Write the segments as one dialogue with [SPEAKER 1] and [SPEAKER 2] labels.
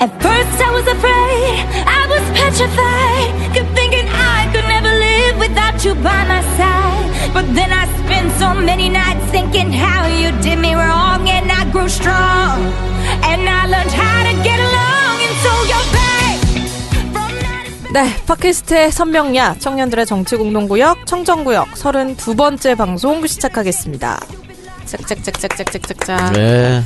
[SPEAKER 1] At first I was afraid, I was petrified. Kept thinking I could never live without you by my side. But then I spent so many nights thinking how you did me wrong, and I grew strong. And I learned how to get along, and so you're back. From night is
[SPEAKER 2] 네, 팟캐스트의 선명야 청년들의 정치 공동구역 청정구역 32번째 방송 시작하겠습니다.
[SPEAKER 3] 짝짝짝짝짝짝짝.
[SPEAKER 4] 네.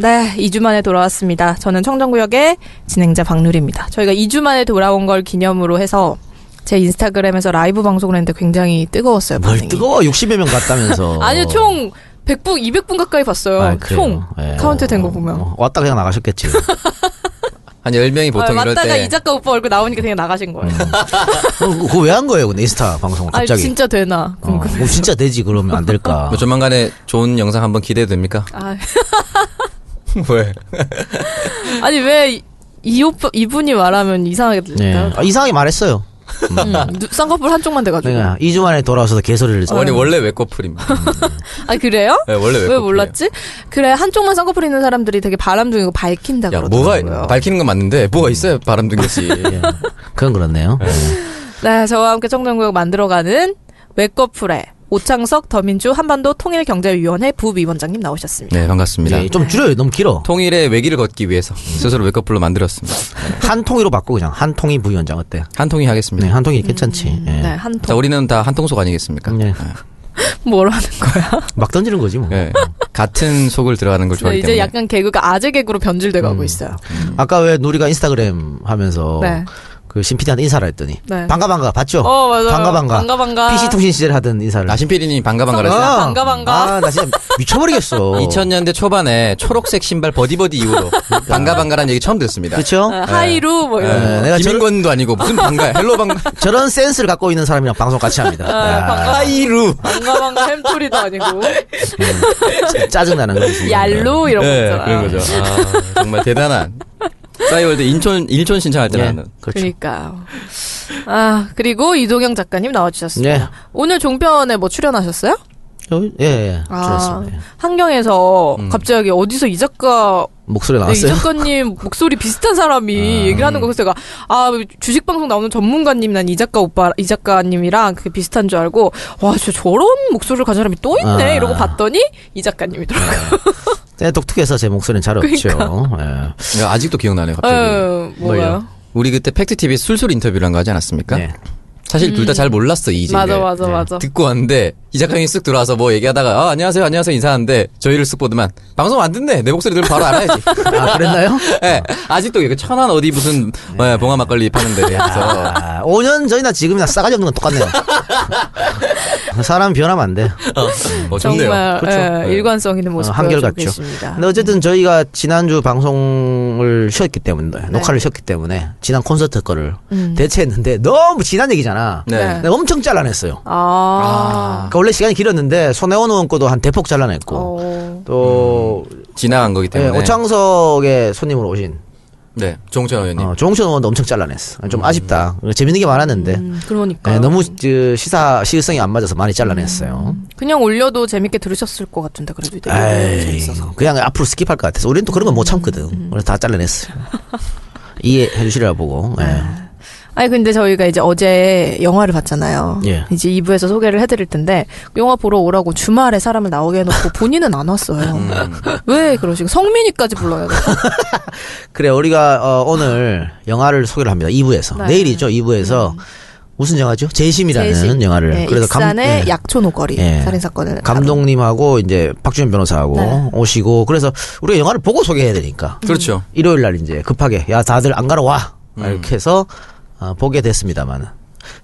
[SPEAKER 2] 네, 2주 만에 돌아왔습니다. 저는 청정구역의 진행자 박누리입니다. 저희가 2주 만에 돌아온 걸 기념으로 해서 제 인스타그램에서 라이브 방송을 했는데 굉장히 뜨거웠어요.
[SPEAKER 4] 뭘
[SPEAKER 2] 반응이.
[SPEAKER 4] 뜨거워 60여 명 갔다면서.
[SPEAKER 2] 아, 네. 아니요, 총 100분, 200분 가까이 봤어요.
[SPEAKER 4] 아, 그래요?
[SPEAKER 2] 총
[SPEAKER 4] 예.
[SPEAKER 2] 카운트 된 거 보면.
[SPEAKER 4] 어, 왔다 그냥 나가셨겠지.
[SPEAKER 3] 한 10명이 보통
[SPEAKER 2] 아,
[SPEAKER 3] 이럴
[SPEAKER 2] 왔다가
[SPEAKER 3] 때
[SPEAKER 2] 이 작가 오빠 얼굴 나오니까 그냥 나가신 거예요.
[SPEAKER 4] 그럼 그거 왜 한 거예요? 근데 인스타 방송을
[SPEAKER 2] 아,
[SPEAKER 4] 음, 갑자기.
[SPEAKER 2] 진짜 그렇죠. 되나
[SPEAKER 4] 어,
[SPEAKER 2] 궁금해.
[SPEAKER 4] 그럼 진짜 되지 그러면 안 될까?
[SPEAKER 3] 뭐 조만간에 좋은 영상 한번 기대해도 됩니까?
[SPEAKER 2] 아,
[SPEAKER 3] 왜?
[SPEAKER 2] 아니 왜 이 오빠 이분이 말하면 이상하게
[SPEAKER 4] 네.
[SPEAKER 2] 들릴까?
[SPEAKER 4] 아, 이상하게 말했어요.
[SPEAKER 2] 누- 쌍꺼풀 한쪽만 돼가지고.
[SPEAKER 4] 그러니까 2주 만에 돌아와서 개소리를 했어요.
[SPEAKER 3] 아니 원래 외꺼풀입니다.
[SPEAKER 2] 아 그래요?
[SPEAKER 3] 네, 원래
[SPEAKER 2] 왜
[SPEAKER 3] 외꺼풀이에요.
[SPEAKER 2] 몰랐지? 그래 한쪽만 쌍꺼풀 있는 사람들이 되게 바람둥이고 밝힌다
[SPEAKER 3] 야
[SPEAKER 2] 그러더라고요.
[SPEAKER 3] 뭐가 밝히는 건 맞는데 뭐가 있어요 바람둥이지.
[SPEAKER 4] 예. 그건 그렇네요.
[SPEAKER 2] 네, 저와 함께 청정구역 만들어가는 외꺼풀의 오창석 더민주 한반도 통일경제위원회 부위원장님 나오셨습니다.
[SPEAKER 3] 네 반갑습니다.
[SPEAKER 4] 네, 좀 줄여요. 너무 길어.
[SPEAKER 3] 통일의 외기를 걷기 위해서 스스로 외꺼풀로 만들었습니다.
[SPEAKER 4] 한 통이로 바꿔 그냥 한 통이 부위원장 어때?
[SPEAKER 3] 한 통이 하겠습니다.
[SPEAKER 4] 네, 한 통이 괜찮지. 예.
[SPEAKER 2] 네, 한
[SPEAKER 3] 자
[SPEAKER 2] 통.
[SPEAKER 3] 우리는 다 한 통속 아니겠습니까?
[SPEAKER 4] 네.
[SPEAKER 2] 뭐라는 거야?
[SPEAKER 4] 막 던지는 거지 뭐.
[SPEAKER 3] 네. 같은 속을 들어가는 걸 좋아하기
[SPEAKER 2] 이제
[SPEAKER 3] 때문에.
[SPEAKER 2] 약간 개그가 아재 개그로 변질돼가고 있어요.
[SPEAKER 4] 음. 아까 왜 누리가 인스타그램 하면서
[SPEAKER 2] 네.
[SPEAKER 4] 그 신피디한테 인사를 했더니
[SPEAKER 2] 네.
[SPEAKER 4] 반가 반가 봤죠?
[SPEAKER 2] 어, 맞아요.
[SPEAKER 4] 반가 반가.
[SPEAKER 2] 반가, 반가.
[SPEAKER 4] PC 통신 시절 에 하던 인사를.
[SPEAKER 3] 나신 PD님 반가반가라.
[SPEAKER 2] 아,
[SPEAKER 3] 했어요.
[SPEAKER 2] 반가, 반가.
[SPEAKER 4] 아, 나 진짜 미쳐버리겠어.
[SPEAKER 3] 2000년대 초반에 초록색 신발 버디버디 이후로
[SPEAKER 2] 그러니까.
[SPEAKER 3] 반가반가라는 얘기 처음 듣습니다.
[SPEAKER 4] 그렇죠?
[SPEAKER 2] 네, 하이루 뭐 이런.
[SPEAKER 3] 예,
[SPEAKER 4] 내가
[SPEAKER 3] 김인권도 아니고 무슨 반가야. 헬로 반가.
[SPEAKER 4] 저런 센스를 갖고 있는 사람이랑 방송 같이 합니다.
[SPEAKER 2] 어,
[SPEAKER 4] 야,
[SPEAKER 3] 하이루.
[SPEAKER 2] 아, 반가 반가 햄토리도 아니고
[SPEAKER 4] 진짜 짜증나는 거지.
[SPEAKER 2] 얄로 이런 거 있잖아.
[SPEAKER 3] 네, 그런 거죠. 아, 정말 대단한. 싸이월드 인천 인천 신청할 때
[SPEAKER 4] 예,
[SPEAKER 3] 나는
[SPEAKER 4] 그렇죠.
[SPEAKER 2] 그러니까요. 아 그리고 이동영 작가님 나와주셨습니다.
[SPEAKER 4] 네.
[SPEAKER 2] 오늘 종편에 뭐 출연하셨어요?
[SPEAKER 4] 여기- 예, 예.
[SPEAKER 2] 아.
[SPEAKER 4] 줄였습니다. 예.
[SPEAKER 2] 한경에서 갑자기 어디서 이 작가
[SPEAKER 4] 목소리
[SPEAKER 2] 네, 이
[SPEAKER 4] 나왔어요?
[SPEAKER 2] 작가님 목소리 비슷한 사람이 얘기를 하는 거 그래서 제가 아 주식 방송 나오는 전문가님 난 이 작가 오빠 이 작가님이랑 그게 비슷한 줄 알고 와 진짜 저런 목소리를 가진 사람이 또 있네
[SPEAKER 4] 아.
[SPEAKER 2] 이러고 봤더니 이 작가님이더라고요.
[SPEAKER 4] 네, 독특해서 제 목소리는 잘 없죠.
[SPEAKER 2] 그러니까.
[SPEAKER 4] 예.
[SPEAKER 3] 야, 아직도 기억나네요. 갑자기.
[SPEAKER 2] 에, 뭐예요?
[SPEAKER 3] 우리 그때 팩트 TV 술술 인터뷰란 거 하지 않았습니까?
[SPEAKER 4] 네.
[SPEAKER 3] 사실 둘 다 잘 몰랐어 이제.
[SPEAKER 2] 음. 맞아 맞아 맞아.
[SPEAKER 3] 듣고 왔는데 이 작가님이 쓱 들어와서 뭐 얘기하다가 아, 안녕하세요 안녕하세요 인사하는데 저희를 쓱 보더만 방송 안 듣네 내 목소리 들으면 바로 알아야지.
[SPEAKER 4] 아, 그랬나요?
[SPEAKER 3] 예, 아직도 이거 천안 어디 무슨 예, 봉화 막걸리 파는데 그래서
[SPEAKER 4] 아, 5년 전이나 지금이나 싸가지 없는 건 똑같네요. 사람 변하면 안 돼요.
[SPEAKER 3] 어, 좋네요.
[SPEAKER 2] 정말
[SPEAKER 4] 그쵸?
[SPEAKER 2] 예,
[SPEAKER 3] 네.
[SPEAKER 2] 일관성 있는 모습
[SPEAKER 4] 어,
[SPEAKER 2] 보여주고
[SPEAKER 4] 한결같죠. 네.
[SPEAKER 2] 계십니다.
[SPEAKER 4] 근데 어쨌든 저희가 지난주 방송을 쉬었기 때문에,
[SPEAKER 2] 네.
[SPEAKER 4] 녹화를 쉬었기 때문에, 지난 콘서트 거를
[SPEAKER 2] 음.
[SPEAKER 4] 대체했는데, 너무 지난 얘기잖아.
[SPEAKER 3] 네.
[SPEAKER 4] 내가 엄청 잘라냈어요.
[SPEAKER 2] 아,
[SPEAKER 4] 그러니까 원래 시간이 길었는데, 손혜원 의원 거도 한 대폭 잘라냈고,
[SPEAKER 2] 어.
[SPEAKER 4] 또,
[SPEAKER 3] 지나간 거기
[SPEAKER 4] 예,
[SPEAKER 3] 음, 때문에.
[SPEAKER 4] 오창석의 손님으로 오신
[SPEAKER 3] 네, 종철 의원님. 음.
[SPEAKER 4] 어, 조홍천 의원도 엄청 잘라냈어. 좀 아쉽다. 재밌는 게 많았는데.
[SPEAKER 2] 음, 그러니까
[SPEAKER 4] 예, 너무 그, 시사 시의성이 안 맞아서 많이 잘라냈어요.
[SPEAKER 2] 그냥 올려도 재밌게 들으셨을 것 같은데 그래도 되게
[SPEAKER 4] 에이,
[SPEAKER 2] 재밌어서 음,
[SPEAKER 4] 그냥 앞으로 스킵할 것 같아서 우리는 또 그런 거 못 참거든. 그래서 다 잘라냈어요. 이해해 주시라 보고.
[SPEAKER 2] 네.
[SPEAKER 4] 예.
[SPEAKER 2] 아니 근데 저희가 이제 어제 영화를 봤잖아요.
[SPEAKER 4] 예.
[SPEAKER 2] 이제 2부에서 소개를 해드릴 텐데 영화 보러 오라고 주말에 사람을 나오게 해놓고 본인은 안 왔어요.
[SPEAKER 3] 음.
[SPEAKER 2] 왜 그러시고 성민이까지 불러요.
[SPEAKER 4] 그래 우리가 어, 오늘 영화를 소개를 합니다. 2부에서
[SPEAKER 2] 네.
[SPEAKER 4] 내일이죠. 2부에서 무슨 영화죠? 재심이라는
[SPEAKER 2] 제심.
[SPEAKER 4] 영화를.
[SPEAKER 2] 네,
[SPEAKER 4] 감-
[SPEAKER 2] 익산의
[SPEAKER 4] 예.
[SPEAKER 2] 약초 노거리
[SPEAKER 4] 예.
[SPEAKER 2] 살인 사건을
[SPEAKER 4] 감독님하고 이제 박주현 변호사하고
[SPEAKER 2] 네. 음.
[SPEAKER 4] 오시고 그래서 우리가 영화를 보고 소개해야 되니까
[SPEAKER 3] 그렇죠.
[SPEAKER 4] 일요일 날 이제 급하게 야 다들 안 가러 와 이렇게 해서 어, 보게 됐습니다만 은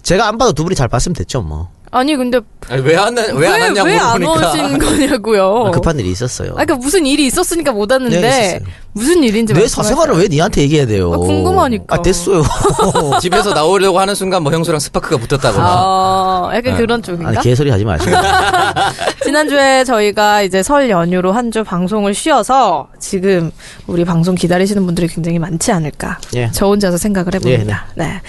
[SPEAKER 4] 제가 안 봐도 두 분이 잘 봤으면 됐죠 뭐
[SPEAKER 2] 아니 근데
[SPEAKER 3] 왜안왜안
[SPEAKER 2] 왜
[SPEAKER 3] 왔냐고
[SPEAKER 2] 왜 안
[SPEAKER 3] 물어보니까.
[SPEAKER 2] 오신 거냐고요.
[SPEAKER 4] 아, 급한 일이 있었어요.
[SPEAKER 2] 아, 그러니까 무슨 일이 있었으니까 못 왔는데
[SPEAKER 4] 네, 있었어요.
[SPEAKER 2] 무슨 일인지
[SPEAKER 4] 내
[SPEAKER 2] 말씀하세요.
[SPEAKER 4] 사생활을 왜 니한테 얘기해야 돼요?
[SPEAKER 2] 아, 궁금하니까.
[SPEAKER 4] 아 됐어요.
[SPEAKER 3] 집에서 나오려고 하는 순간 뭐 형수랑 스파크가 붙었다거나.
[SPEAKER 2] 아, 약간 그런 쪽인가?
[SPEAKER 4] 아니 개소리 하지 마시고.
[SPEAKER 2] 지난주에 저희가 이제 설 연휴로 한 주 방송을 쉬어서 지금 우리 방송 기다리시는 분들이 굉장히 많지 않을까.
[SPEAKER 4] 예.
[SPEAKER 2] 저 혼자서 생각을 해봅니다. 네.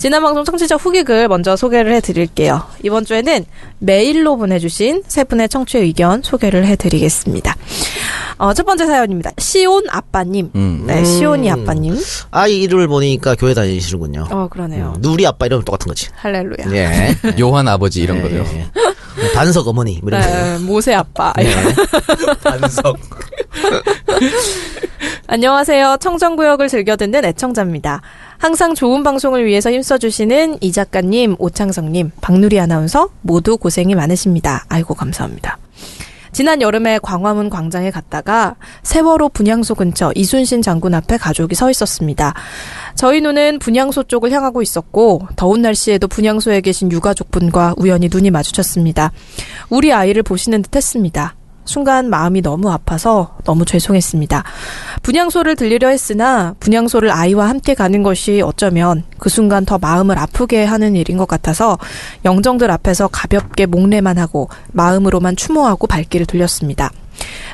[SPEAKER 2] 지난 방송 청취자 후기글 먼저 소개를 해드릴게요. 이번 주에는 메일로 보내주신 세 분의 청취 의견 소개를 해드리겠습니다. 어, 첫 번째 사연입니다. 시온 아빠님.
[SPEAKER 3] 음.
[SPEAKER 2] 네, 시온이 아빠님.
[SPEAKER 4] 아이 이름을 보니까 교회 다니시는군요.
[SPEAKER 2] 어, 그러네요.
[SPEAKER 4] 음, 누리 아빠 이름 똑같은 거지.
[SPEAKER 2] 할렐루야.
[SPEAKER 4] 예.
[SPEAKER 3] 요한 아버지 이런 거죠.
[SPEAKER 4] 예, 예. 반석 어머니 뭐 이런 예. 거.
[SPEAKER 2] 네, 모세 아빠.
[SPEAKER 3] 반석.
[SPEAKER 2] 안녕하세요. 청정구역을 즐겨 듣는 애청자입니다. 항상 좋은 방송을 위해서 힘써주시는 이 작가님, 오창성님, 박누리 아나운서 모두 고생이 많으십니다. 아이고, 감사합니다. 지난 여름에 광화문 광장에 갔다가 세월호 분향소 근처 이순신 장군 앞에 가족이 서 있었습니다. 저희 눈은 분향소 쪽을 향하고 있었고 더운 날씨에도 분향소에 계신 유가족분과 우연히 눈이 마주쳤습니다. 우리 아이를 보시는 듯했습니다. 순간 마음이 너무 아파서 너무 죄송했습니다. 분향소를 들리려 했으나 분향소를 아이와 함께 가는 것이 어쩌면 그 순간 더 마음을 아프게 하는 일인 것 같아서 영정들 앞에서 가볍게 목례만 하고 마음으로만 추모하고 발길을 돌렸습니다.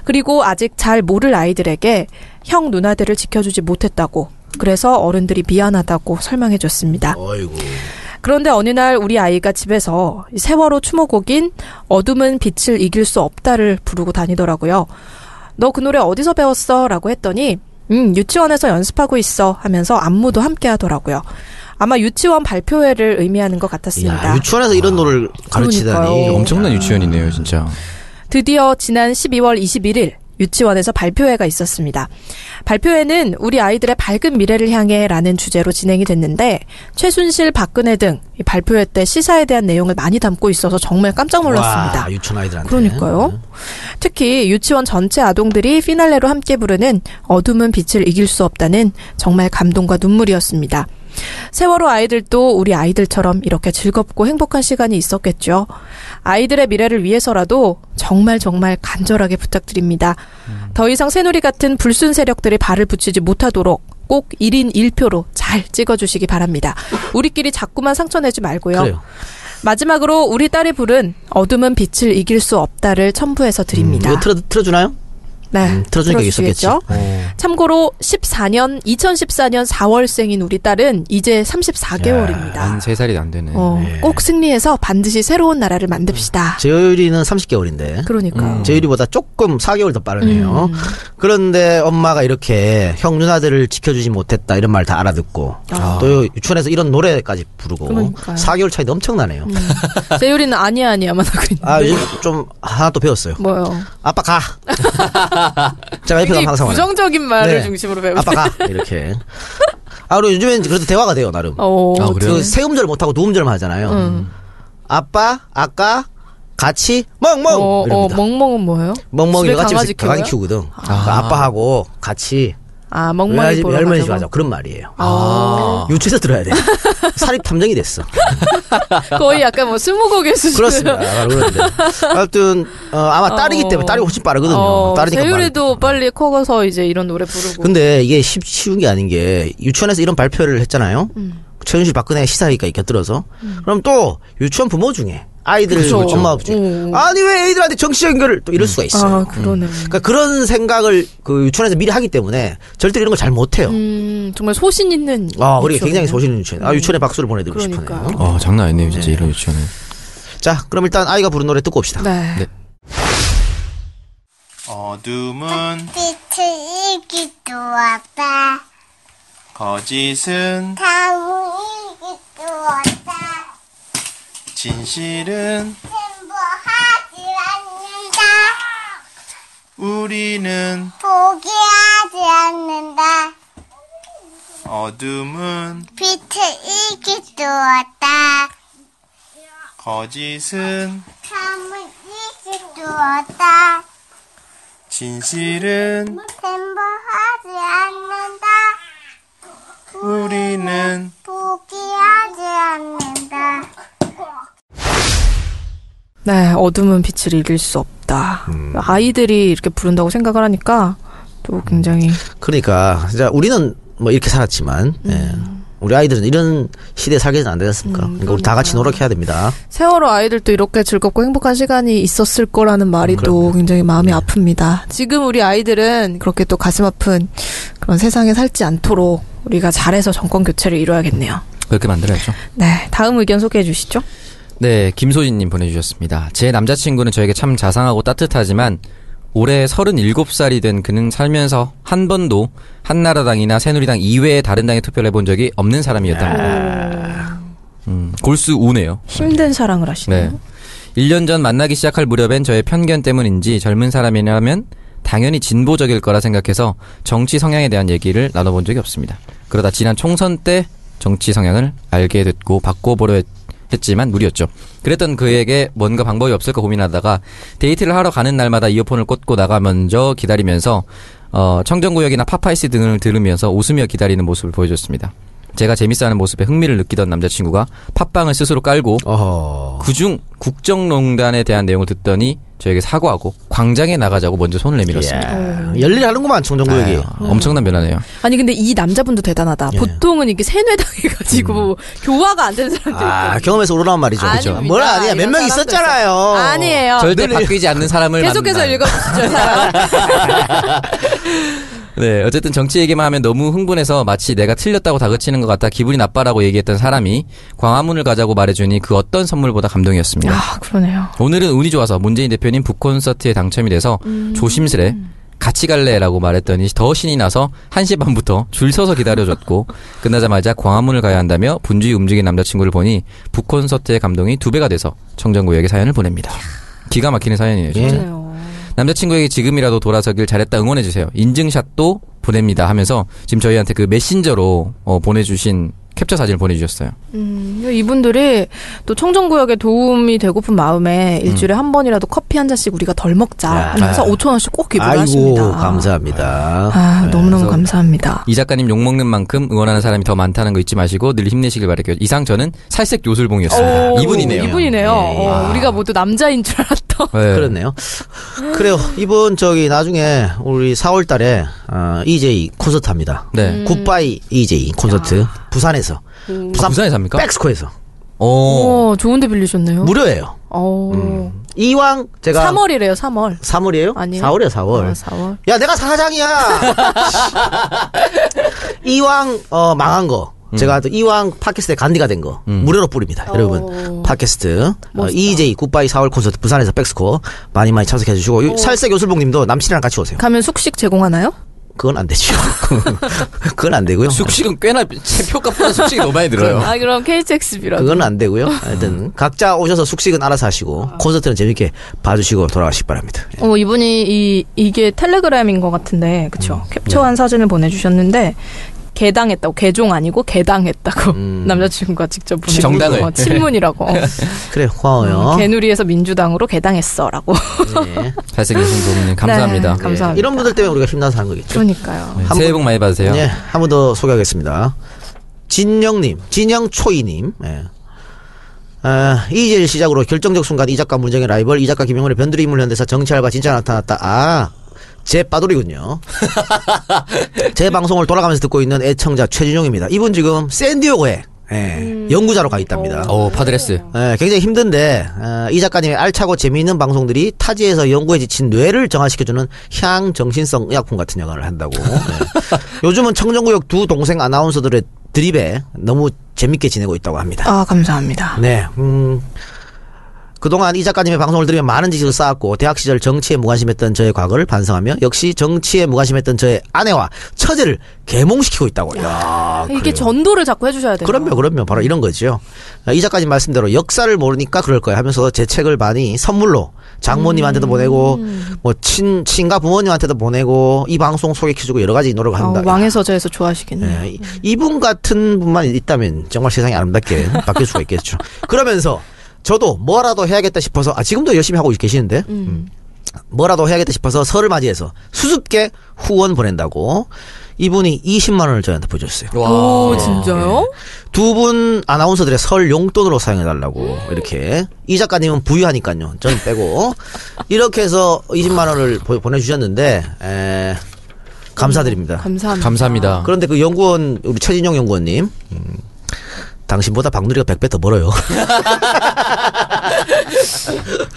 [SPEAKER 2] 그리고 아직 잘 모를 아이들에게 형 누나들을 지켜주지 못했다고 그래서 어른들이 미안하다고 설명해 줬습니다.
[SPEAKER 4] 어이구.
[SPEAKER 2] 그런데 어느 날 우리 아이가 집에서 이 세월호 추모곡인 어둠은 빛을 이길 수 없다를 부르고 다니더라고요. 너 그 노래 어디서 배웠어? 라고 했더니, 음, 유치원에서 연습하고 있어 하면서 안무도 함께 하더라고요. 아마 유치원 발표회를 의미하는 것 같았습니다.
[SPEAKER 4] 야, 유치원에서 이런 노를 가르치다니.
[SPEAKER 2] 그러니까요.
[SPEAKER 3] 엄청난 유치원이네요, 진짜.
[SPEAKER 2] 드디어 지난 12월 21일 유치원에서 발표회가 있었습니다. 발표회는 우리 아이들의 밝은 미래를 향해라는 주제로 진행이 됐는데 최순실, 박근혜 등이 발표회 때 시사에 대한 내용을 많이 담고 있어서 정말 깜짝 놀랐습니다.
[SPEAKER 4] 와, 유치원 아이들한테.
[SPEAKER 2] 그러니까요. 특히 유치원 전체 아동들이 피날레로 함께 부르는 어둠은 빛을 이길 수 없다는 정말 감동과 눈물이었습니다. 세월호 아이들도 우리 아이들처럼 이렇게 즐겁고 행복한 시간이 있었겠죠. 아이들의 미래를 위해서라도 정말 정말 간절하게 부탁드립니다.
[SPEAKER 4] 음.
[SPEAKER 2] 더 이상 새누리 같은 불순 세력들이 발을 붙이지 못하도록 꼭 1인 1표로 잘 찍어주시기 바랍니다. 우리끼리 자꾸만 상처내지 말고요.
[SPEAKER 4] 그래요.
[SPEAKER 2] 마지막으로 우리 딸이 부른 어둠은 빛을 이길 수 없다를 첨부해서 드립니다.
[SPEAKER 4] 음, 이거 틀어, 틀어주나요?
[SPEAKER 2] 네,
[SPEAKER 4] 음, 틀어주니까 있었겠지.
[SPEAKER 2] 들어주시겠죠? 참고로 14년 2014년 4월생인 우리 딸은 이제 34개월입니다.
[SPEAKER 3] 한 3살이 안 되네.
[SPEAKER 2] 어, 꼭 승리해서 반드시 새로운 나라를 만듭시다.
[SPEAKER 4] 제율이는 30개월인데.
[SPEAKER 2] 그러니까 요
[SPEAKER 4] 제율이보다 음. 조금 4개월 더 빠르네요.
[SPEAKER 2] 음.
[SPEAKER 4] 그런데 엄마가 이렇게 형 누나들을 지켜주지 못했다 이런 말 다 알아듣고 또 유치원에서 이런 노래까지 부르고
[SPEAKER 2] 그러니까요. 음.
[SPEAKER 4] 4개월 차이도 엄청나요.
[SPEAKER 2] 세율이는 아니야 아니야만 하고 있는데
[SPEAKER 4] 아 요즘 좀 하나 또 배웠어요.
[SPEAKER 2] 뭐요?
[SPEAKER 4] 아빠 가. 제가 옆에
[SPEAKER 2] 굉장히
[SPEAKER 4] 가면 항상 하는.
[SPEAKER 2] 부정적인 말을
[SPEAKER 4] 네.
[SPEAKER 2] 중심으로 배우고
[SPEAKER 4] 아빠 가 이렇게. 아 그리고 요즘엔 그래도 대화가 돼요 나름.
[SPEAKER 2] 어,
[SPEAKER 3] 아, 그래요?
[SPEAKER 4] 그 세음절 못하고 노음절만 하잖아요. 아빠 아까 같이
[SPEAKER 2] 어,
[SPEAKER 4] 멍멍
[SPEAKER 2] 어,
[SPEAKER 4] 이럽니다.
[SPEAKER 2] 멍멍은 뭐예요?
[SPEAKER 4] 멍멍이
[SPEAKER 2] 집에
[SPEAKER 4] 내가 집에서
[SPEAKER 2] 강아지
[SPEAKER 4] 강아지
[SPEAKER 2] 키워요?
[SPEAKER 4] 키우거든. 그러니까 아빠하고 같이
[SPEAKER 2] 아
[SPEAKER 4] 외할머니
[SPEAKER 2] 멍멍이 보러
[SPEAKER 4] 외할머니 집
[SPEAKER 2] 가자고?
[SPEAKER 4] 가자 그런 말이에요.
[SPEAKER 3] 아.
[SPEAKER 4] 유치에서 들어야 돼. 사립 탐정이 됐어.
[SPEAKER 2] 거의 약간 뭐 스무고개 수준
[SPEAKER 4] 그렇습니다. 아, 그런데. 하여튼 어, 아마 딸이기
[SPEAKER 2] 어.
[SPEAKER 4] 때문에 딸이 훨씬 빠르거든요.
[SPEAKER 2] 어,
[SPEAKER 4] 딸이니까
[SPEAKER 2] 제율이도
[SPEAKER 4] 빠르-
[SPEAKER 2] 빨리 커서 이제 이런 노래 부르고.
[SPEAKER 4] 근데 이게 쉽, 쉬운 게 아닌 게 유치원에서 이런 발표를 했잖아요.
[SPEAKER 2] 음.
[SPEAKER 4] 최윤실 박근혜 시사회가 곁들어서 그럼 또 유치원 부모 중에 아이들을 뭐
[SPEAKER 2] 그쵸.
[SPEAKER 4] 엄마 아버지
[SPEAKER 2] 음.
[SPEAKER 4] 아니 왜 애들한테 정치적인 거를 또 이럴 수가 있어요.
[SPEAKER 2] 아 그러네.
[SPEAKER 4] 그러니까 그런 생각을 그 유치원에서 미리 하기 때문에 절대 이런 걸 잘 못해요.
[SPEAKER 2] 음 정말 소신 있는.
[SPEAKER 4] 아, 그리고
[SPEAKER 2] 미션이네.
[SPEAKER 4] 굉장히 소신 있는 유치원. 아, 유치원에 박수를 보내드리고
[SPEAKER 2] 음. 그러니까요.
[SPEAKER 4] 싶네요.
[SPEAKER 3] 어, 장난 아니네요, 진짜 이런 유치원은.
[SPEAKER 4] 자, 그럼 일단 아이가 부른 노래 듣고 옵시다.
[SPEAKER 2] 네.
[SPEAKER 3] 네.
[SPEAKER 5] 어둠은
[SPEAKER 6] 빛을 이기도 왔다.
[SPEAKER 5] 거짓은
[SPEAKER 6] 당이 이기도 왔다.
[SPEAKER 5] 진실은
[SPEAKER 6] 행복하지 않는다.
[SPEAKER 5] 우리는
[SPEAKER 6] 포기하지 않는다.
[SPEAKER 5] 어둠은
[SPEAKER 6] 빛을 이기도 왔다.
[SPEAKER 5] 거짓은
[SPEAKER 6] 당을 이기도 왔다.
[SPEAKER 5] 진실은
[SPEAKER 6] 행복하지 않는다.
[SPEAKER 5] 우리는
[SPEAKER 6] 포기하지 않는다.
[SPEAKER 2] 네, 어둠은 빛을 이길 수 없다.
[SPEAKER 4] 음.
[SPEAKER 2] 아이들이 이렇게 부른다고 생각을 하니까 또 굉장히
[SPEAKER 4] 그러니까, 진짜 우리는 뭐 이렇게 살았지만,
[SPEAKER 2] 음.
[SPEAKER 4] 예. 우리 아이들은 이런 시대에 살게는 안 되지 않습니까? 그러니까 우리 다 같이 노력해야 됩니다.
[SPEAKER 2] 세월호 아이들도 이렇게 즐겁고 행복한 시간이 있었을 거라는 말이 또 굉장히
[SPEAKER 4] 네.
[SPEAKER 2] 마음이 아픕니다. 지금 우리 아이들은 그렇게 또 가슴 아픈 그런 세상에 살지 않도록 우리가 잘해서 정권 교체를 이뤄야겠네요.
[SPEAKER 3] 그렇게 만들어야죠.
[SPEAKER 2] 네, 다음 의견 소개해 주시죠.
[SPEAKER 3] 네, 김소진님 보내주셨습니다. 제 남자친구는 저에게 참 자상하고 따뜻하지만 올해 37살이 된 그는 살면서 한 번도 한나라당이나 새누리당 이외의 다른 당에 투표를 해본 적이 없는 사람이었답니다.
[SPEAKER 2] 아.
[SPEAKER 3] 음, 골수 우네요.
[SPEAKER 2] 힘든 사랑을 하시네요.
[SPEAKER 3] 네. 1년 전 만나기 시작할 무렵엔 저의 편견 때문인지 젊은 사람이라면 당연히 진보적일 거라 생각해서 정치 성향에 대한 얘기를 나눠본 적이 없습니다. 그러다 지난 총선 때 정치 성향을 알게 됐고 바꿔보려 했- 했지만 무리였죠. 그랬던 그에게 뭔가 방법이 없을까 고민하다가 데이트를 하러 가는 날마다 이어폰을 꽂고 나가 먼저 기다리면서 어, 청정구역이나 파파이스 등을 들으면서 웃으며 기다리는 모습을 보여줬습니다. 제가 재밌어하는 모습에 흥미를 느끼던 남자친구가 팟빵을 스스로 깔고
[SPEAKER 4] 어허.
[SPEAKER 3] 그중 국정농단에 대한 내용을 듣더니 저에게 사과하고 광장에 나가자고 먼저 손을 내밀었습니다.
[SPEAKER 2] 어.
[SPEAKER 4] 예. 열일하는구만 청정구역이.
[SPEAKER 2] 네.
[SPEAKER 3] 아유, 엄청난 변화네요.
[SPEAKER 2] 아니 근데 이 남자분도 대단하다.
[SPEAKER 4] 예.
[SPEAKER 2] 보통은 이게 세뇌당해 가지고 교화가 안 되는 사람들.
[SPEAKER 4] 아 경험에서 우러나온
[SPEAKER 2] 음.
[SPEAKER 4] 말이죠.
[SPEAKER 2] 아닙니다.
[SPEAKER 4] 뭘 아니야 몇
[SPEAKER 2] 이런
[SPEAKER 4] 명
[SPEAKER 2] 사람도
[SPEAKER 4] 있었잖아요.
[SPEAKER 2] 아니에요. 네.
[SPEAKER 3] 절대 바뀌지 않는 사람을
[SPEAKER 2] 계속해서
[SPEAKER 3] 만난.
[SPEAKER 2] 읽어주시죠. 사연.
[SPEAKER 3] 네, 어쨌든 정치 얘기만 하면 너무 흥분해서 마치 내가 틀렸다고 다그치는 것 같아 기분이 나빠라고 얘기했던 사람이 광화문을 가자고 말해주니 그 어떤 선물보다 감동이었습니다.
[SPEAKER 2] 아 그러네요.
[SPEAKER 3] 오늘은 운이 좋아서 문재인 대표님 북콘서트에 당첨이 돼서 조심스레 같이 갈래라고 말했더니 더 신이 나서 1시 반부터 줄 서서 기다려줬고 끝나자마자 광화문을 가야 한다며 분주히 움직인 남자친구를 보니 북콘서트의 감동이 두 배가 돼서 청정구역에 사연을 보냅니다. 기가 막히는 사연이에요. 진짜.
[SPEAKER 4] 예.
[SPEAKER 2] 그러네요.
[SPEAKER 3] 남자친구에게 지금이라도 돌아서길 잘했다 응원해주세요. 인증샷도 보냅니다 하면서 지금 저희한테 그 메신저로 어, 보내주신 캡처 사진을 보내주셨어요.
[SPEAKER 2] 음, 이분들이 또 청정구역에 도움이 되고픈 마음에 일주일에 한 번이라도 커피 한 잔씩 우리가 덜 먹자
[SPEAKER 4] 야.
[SPEAKER 2] 하면서 네. 5천 원씩 꼭 기부를
[SPEAKER 4] 아이고
[SPEAKER 2] 하십니다.
[SPEAKER 4] 감사합니다.
[SPEAKER 2] 아
[SPEAKER 4] 네,
[SPEAKER 2] 너무너무
[SPEAKER 4] 그래서
[SPEAKER 2] 감사합니다.
[SPEAKER 3] 이 작가님 욕먹는 만큼 응원하는 사람이 더 많다는 거 잊지 마시고 늘 힘내시길 바랄게요. 이상 저는 살색 요술봉이었습니다.
[SPEAKER 2] 오,
[SPEAKER 3] 이분이네요.
[SPEAKER 2] 어, 이분이네요.
[SPEAKER 3] 예, 예.
[SPEAKER 2] 어, 우리가 모두 남자인 줄 알았던.
[SPEAKER 3] 예.
[SPEAKER 4] 그렇네요. 그래요. 이분 저기 나중에 우리 4월달에 어, EJ 콘서트 합니다.
[SPEAKER 3] 네.
[SPEAKER 4] 음. 굿바이 EJ 콘서트 부산에서
[SPEAKER 3] 아, 부산에
[SPEAKER 4] 네.
[SPEAKER 3] 삽니까?
[SPEAKER 4] 백스코에서
[SPEAKER 2] 어.
[SPEAKER 3] 오.
[SPEAKER 2] 오, 좋은데 빌리셨네요.
[SPEAKER 4] 무료예요.
[SPEAKER 2] 어,
[SPEAKER 4] 이왕 제가
[SPEAKER 2] 3월이래요, 3월.
[SPEAKER 4] 3월이에요?
[SPEAKER 2] 아니요.
[SPEAKER 4] 4월이야 4월.
[SPEAKER 2] 아, 4월.
[SPEAKER 4] 야 내가 사장이야. 이왕 어, 망한 거. 제가 또 이왕 팟캐스트에 간디가 된 거 무료로 뿌립니다 여러분 팟캐스트 어, EJ 굿바이 4월 콘서트 부산에서 백스코 많이 많이 참석해 주시고 요- 살색 요술봉님도 남친이랑 같이 오세요
[SPEAKER 2] 가면 숙식 제공하나요?
[SPEAKER 4] 그건 안 되죠 그건 안 되고요
[SPEAKER 3] 숙식은 꽤나 제 표값보다 숙식이 너무 많이 들어요.
[SPEAKER 2] 아, 그럼 KTX비라도.
[SPEAKER 4] 그건 안 되고요
[SPEAKER 2] 어.
[SPEAKER 4] 하여튼 각자 오셔서 숙식은 알아서 하시고 콘서트는 재밌게 봐주시고 돌아가시기 바랍니다 예.
[SPEAKER 2] 어, 이분이 이 이게 텔레그램인 것 같은데, 그쵸?
[SPEAKER 4] 음, 네.
[SPEAKER 2] 캡처한 사진을 보내주셨는데. 개당했다고 개종 아니고 개당했다고
[SPEAKER 4] 음.
[SPEAKER 2] 남자친구가 직접 보내준
[SPEAKER 3] 정당을.
[SPEAKER 2] 어, 친문이라고
[SPEAKER 4] 네.
[SPEAKER 2] 어,
[SPEAKER 4] 그래요 고마워요
[SPEAKER 2] 개누리에서 민주당으로 개당했어라고
[SPEAKER 4] 예.
[SPEAKER 3] 살색 요술봉님 감사합니다.
[SPEAKER 2] 네, 감사합니다.
[SPEAKER 4] 이런 분들 때문에 우리가 힘나서 하는 거겠죠
[SPEAKER 2] 그러니까요
[SPEAKER 3] 네, 새해 복 많이 받으세요.
[SPEAKER 4] 예, 한 번 더 소개하겠습니다. 진영님, 진영초이님. 예. 아, 이제일 시작으로 결정적 순간 이 작가 문정의 라이벌 이 작가 김영훈의 변두리 인물 현대사 정치알바 진짜 나타났다. 아, 제 빠돌이군요. 제 방송을 돌아가면서 듣고 있는 애청자 최진용입니다. 이분 지금 샌디오고에 예, 연구자로 가 있답니다.
[SPEAKER 3] 오, 파드레스.
[SPEAKER 4] 예, 굉장히 힘든데 어, 이 작가님의 알차고 재미있는 방송들이 타지에서 연구에 지친 뇌를 정화시켜주는 향 정신성 의약품 같은 역할을 한다고. 예. 요즘은 청정구역 두 동생 아나운서들의 드립에 너무 재밌게 지내고 있다고 합니다.
[SPEAKER 2] 아 감사합니다
[SPEAKER 4] 네, 음, 그동안 이 작가님의 방송을 들으며 많은 지식을 쌓았고 대학 시절 정치에 무관심했던 저의 과거를 반성하며 역시 정치에 무관심했던 저의 아내와 처제를 계몽시키고 있다고. 야,
[SPEAKER 2] 아, 이게 전도를 자꾸 해주셔야 돼요
[SPEAKER 4] 그럼요, 그럼요. 바로 이런 거죠. 아, 이 작가님 말씀대로 역사를 모르니까 그럴 거야 하면서 제 책을 많이 선물로 장모님한테도 보내고 뭐 친, 친가 부모님한테도 보내고 이 방송 소개해주고 여러 가지 노력을
[SPEAKER 2] 아,
[SPEAKER 4] 한다.
[SPEAKER 2] 왕의 서재에서 좋아하시겠네요
[SPEAKER 4] 예, 이- 이분 같은 분만 있다면 정말 세상이 아름답게 바뀔 수가 있겠죠. 그러면서 저도 뭐라도 해야겠다 싶어서 아 지금도 열심히 하고 계시는데 음. 뭐라도 해야겠다 싶어서 설을 맞이해서 수습계 후원 보낸다고 이분이 20만 원을 저희한테 보여줬어요.
[SPEAKER 2] 오 진짜요?
[SPEAKER 4] 네. 두 분 아나운서들의 설 용돈으로 사용해달라고 이렇게 이 작가님은 부유하니까요 저는 빼고 이렇게 해서 20만 원을 보- 보내주셨는데 에, 감사드립니다
[SPEAKER 2] 감사합니다
[SPEAKER 3] 감사합니다.
[SPEAKER 4] 그런데 그 연구원 우리 최진영 연구원님 음, 당신보다 박누리가 100배 더 벌어요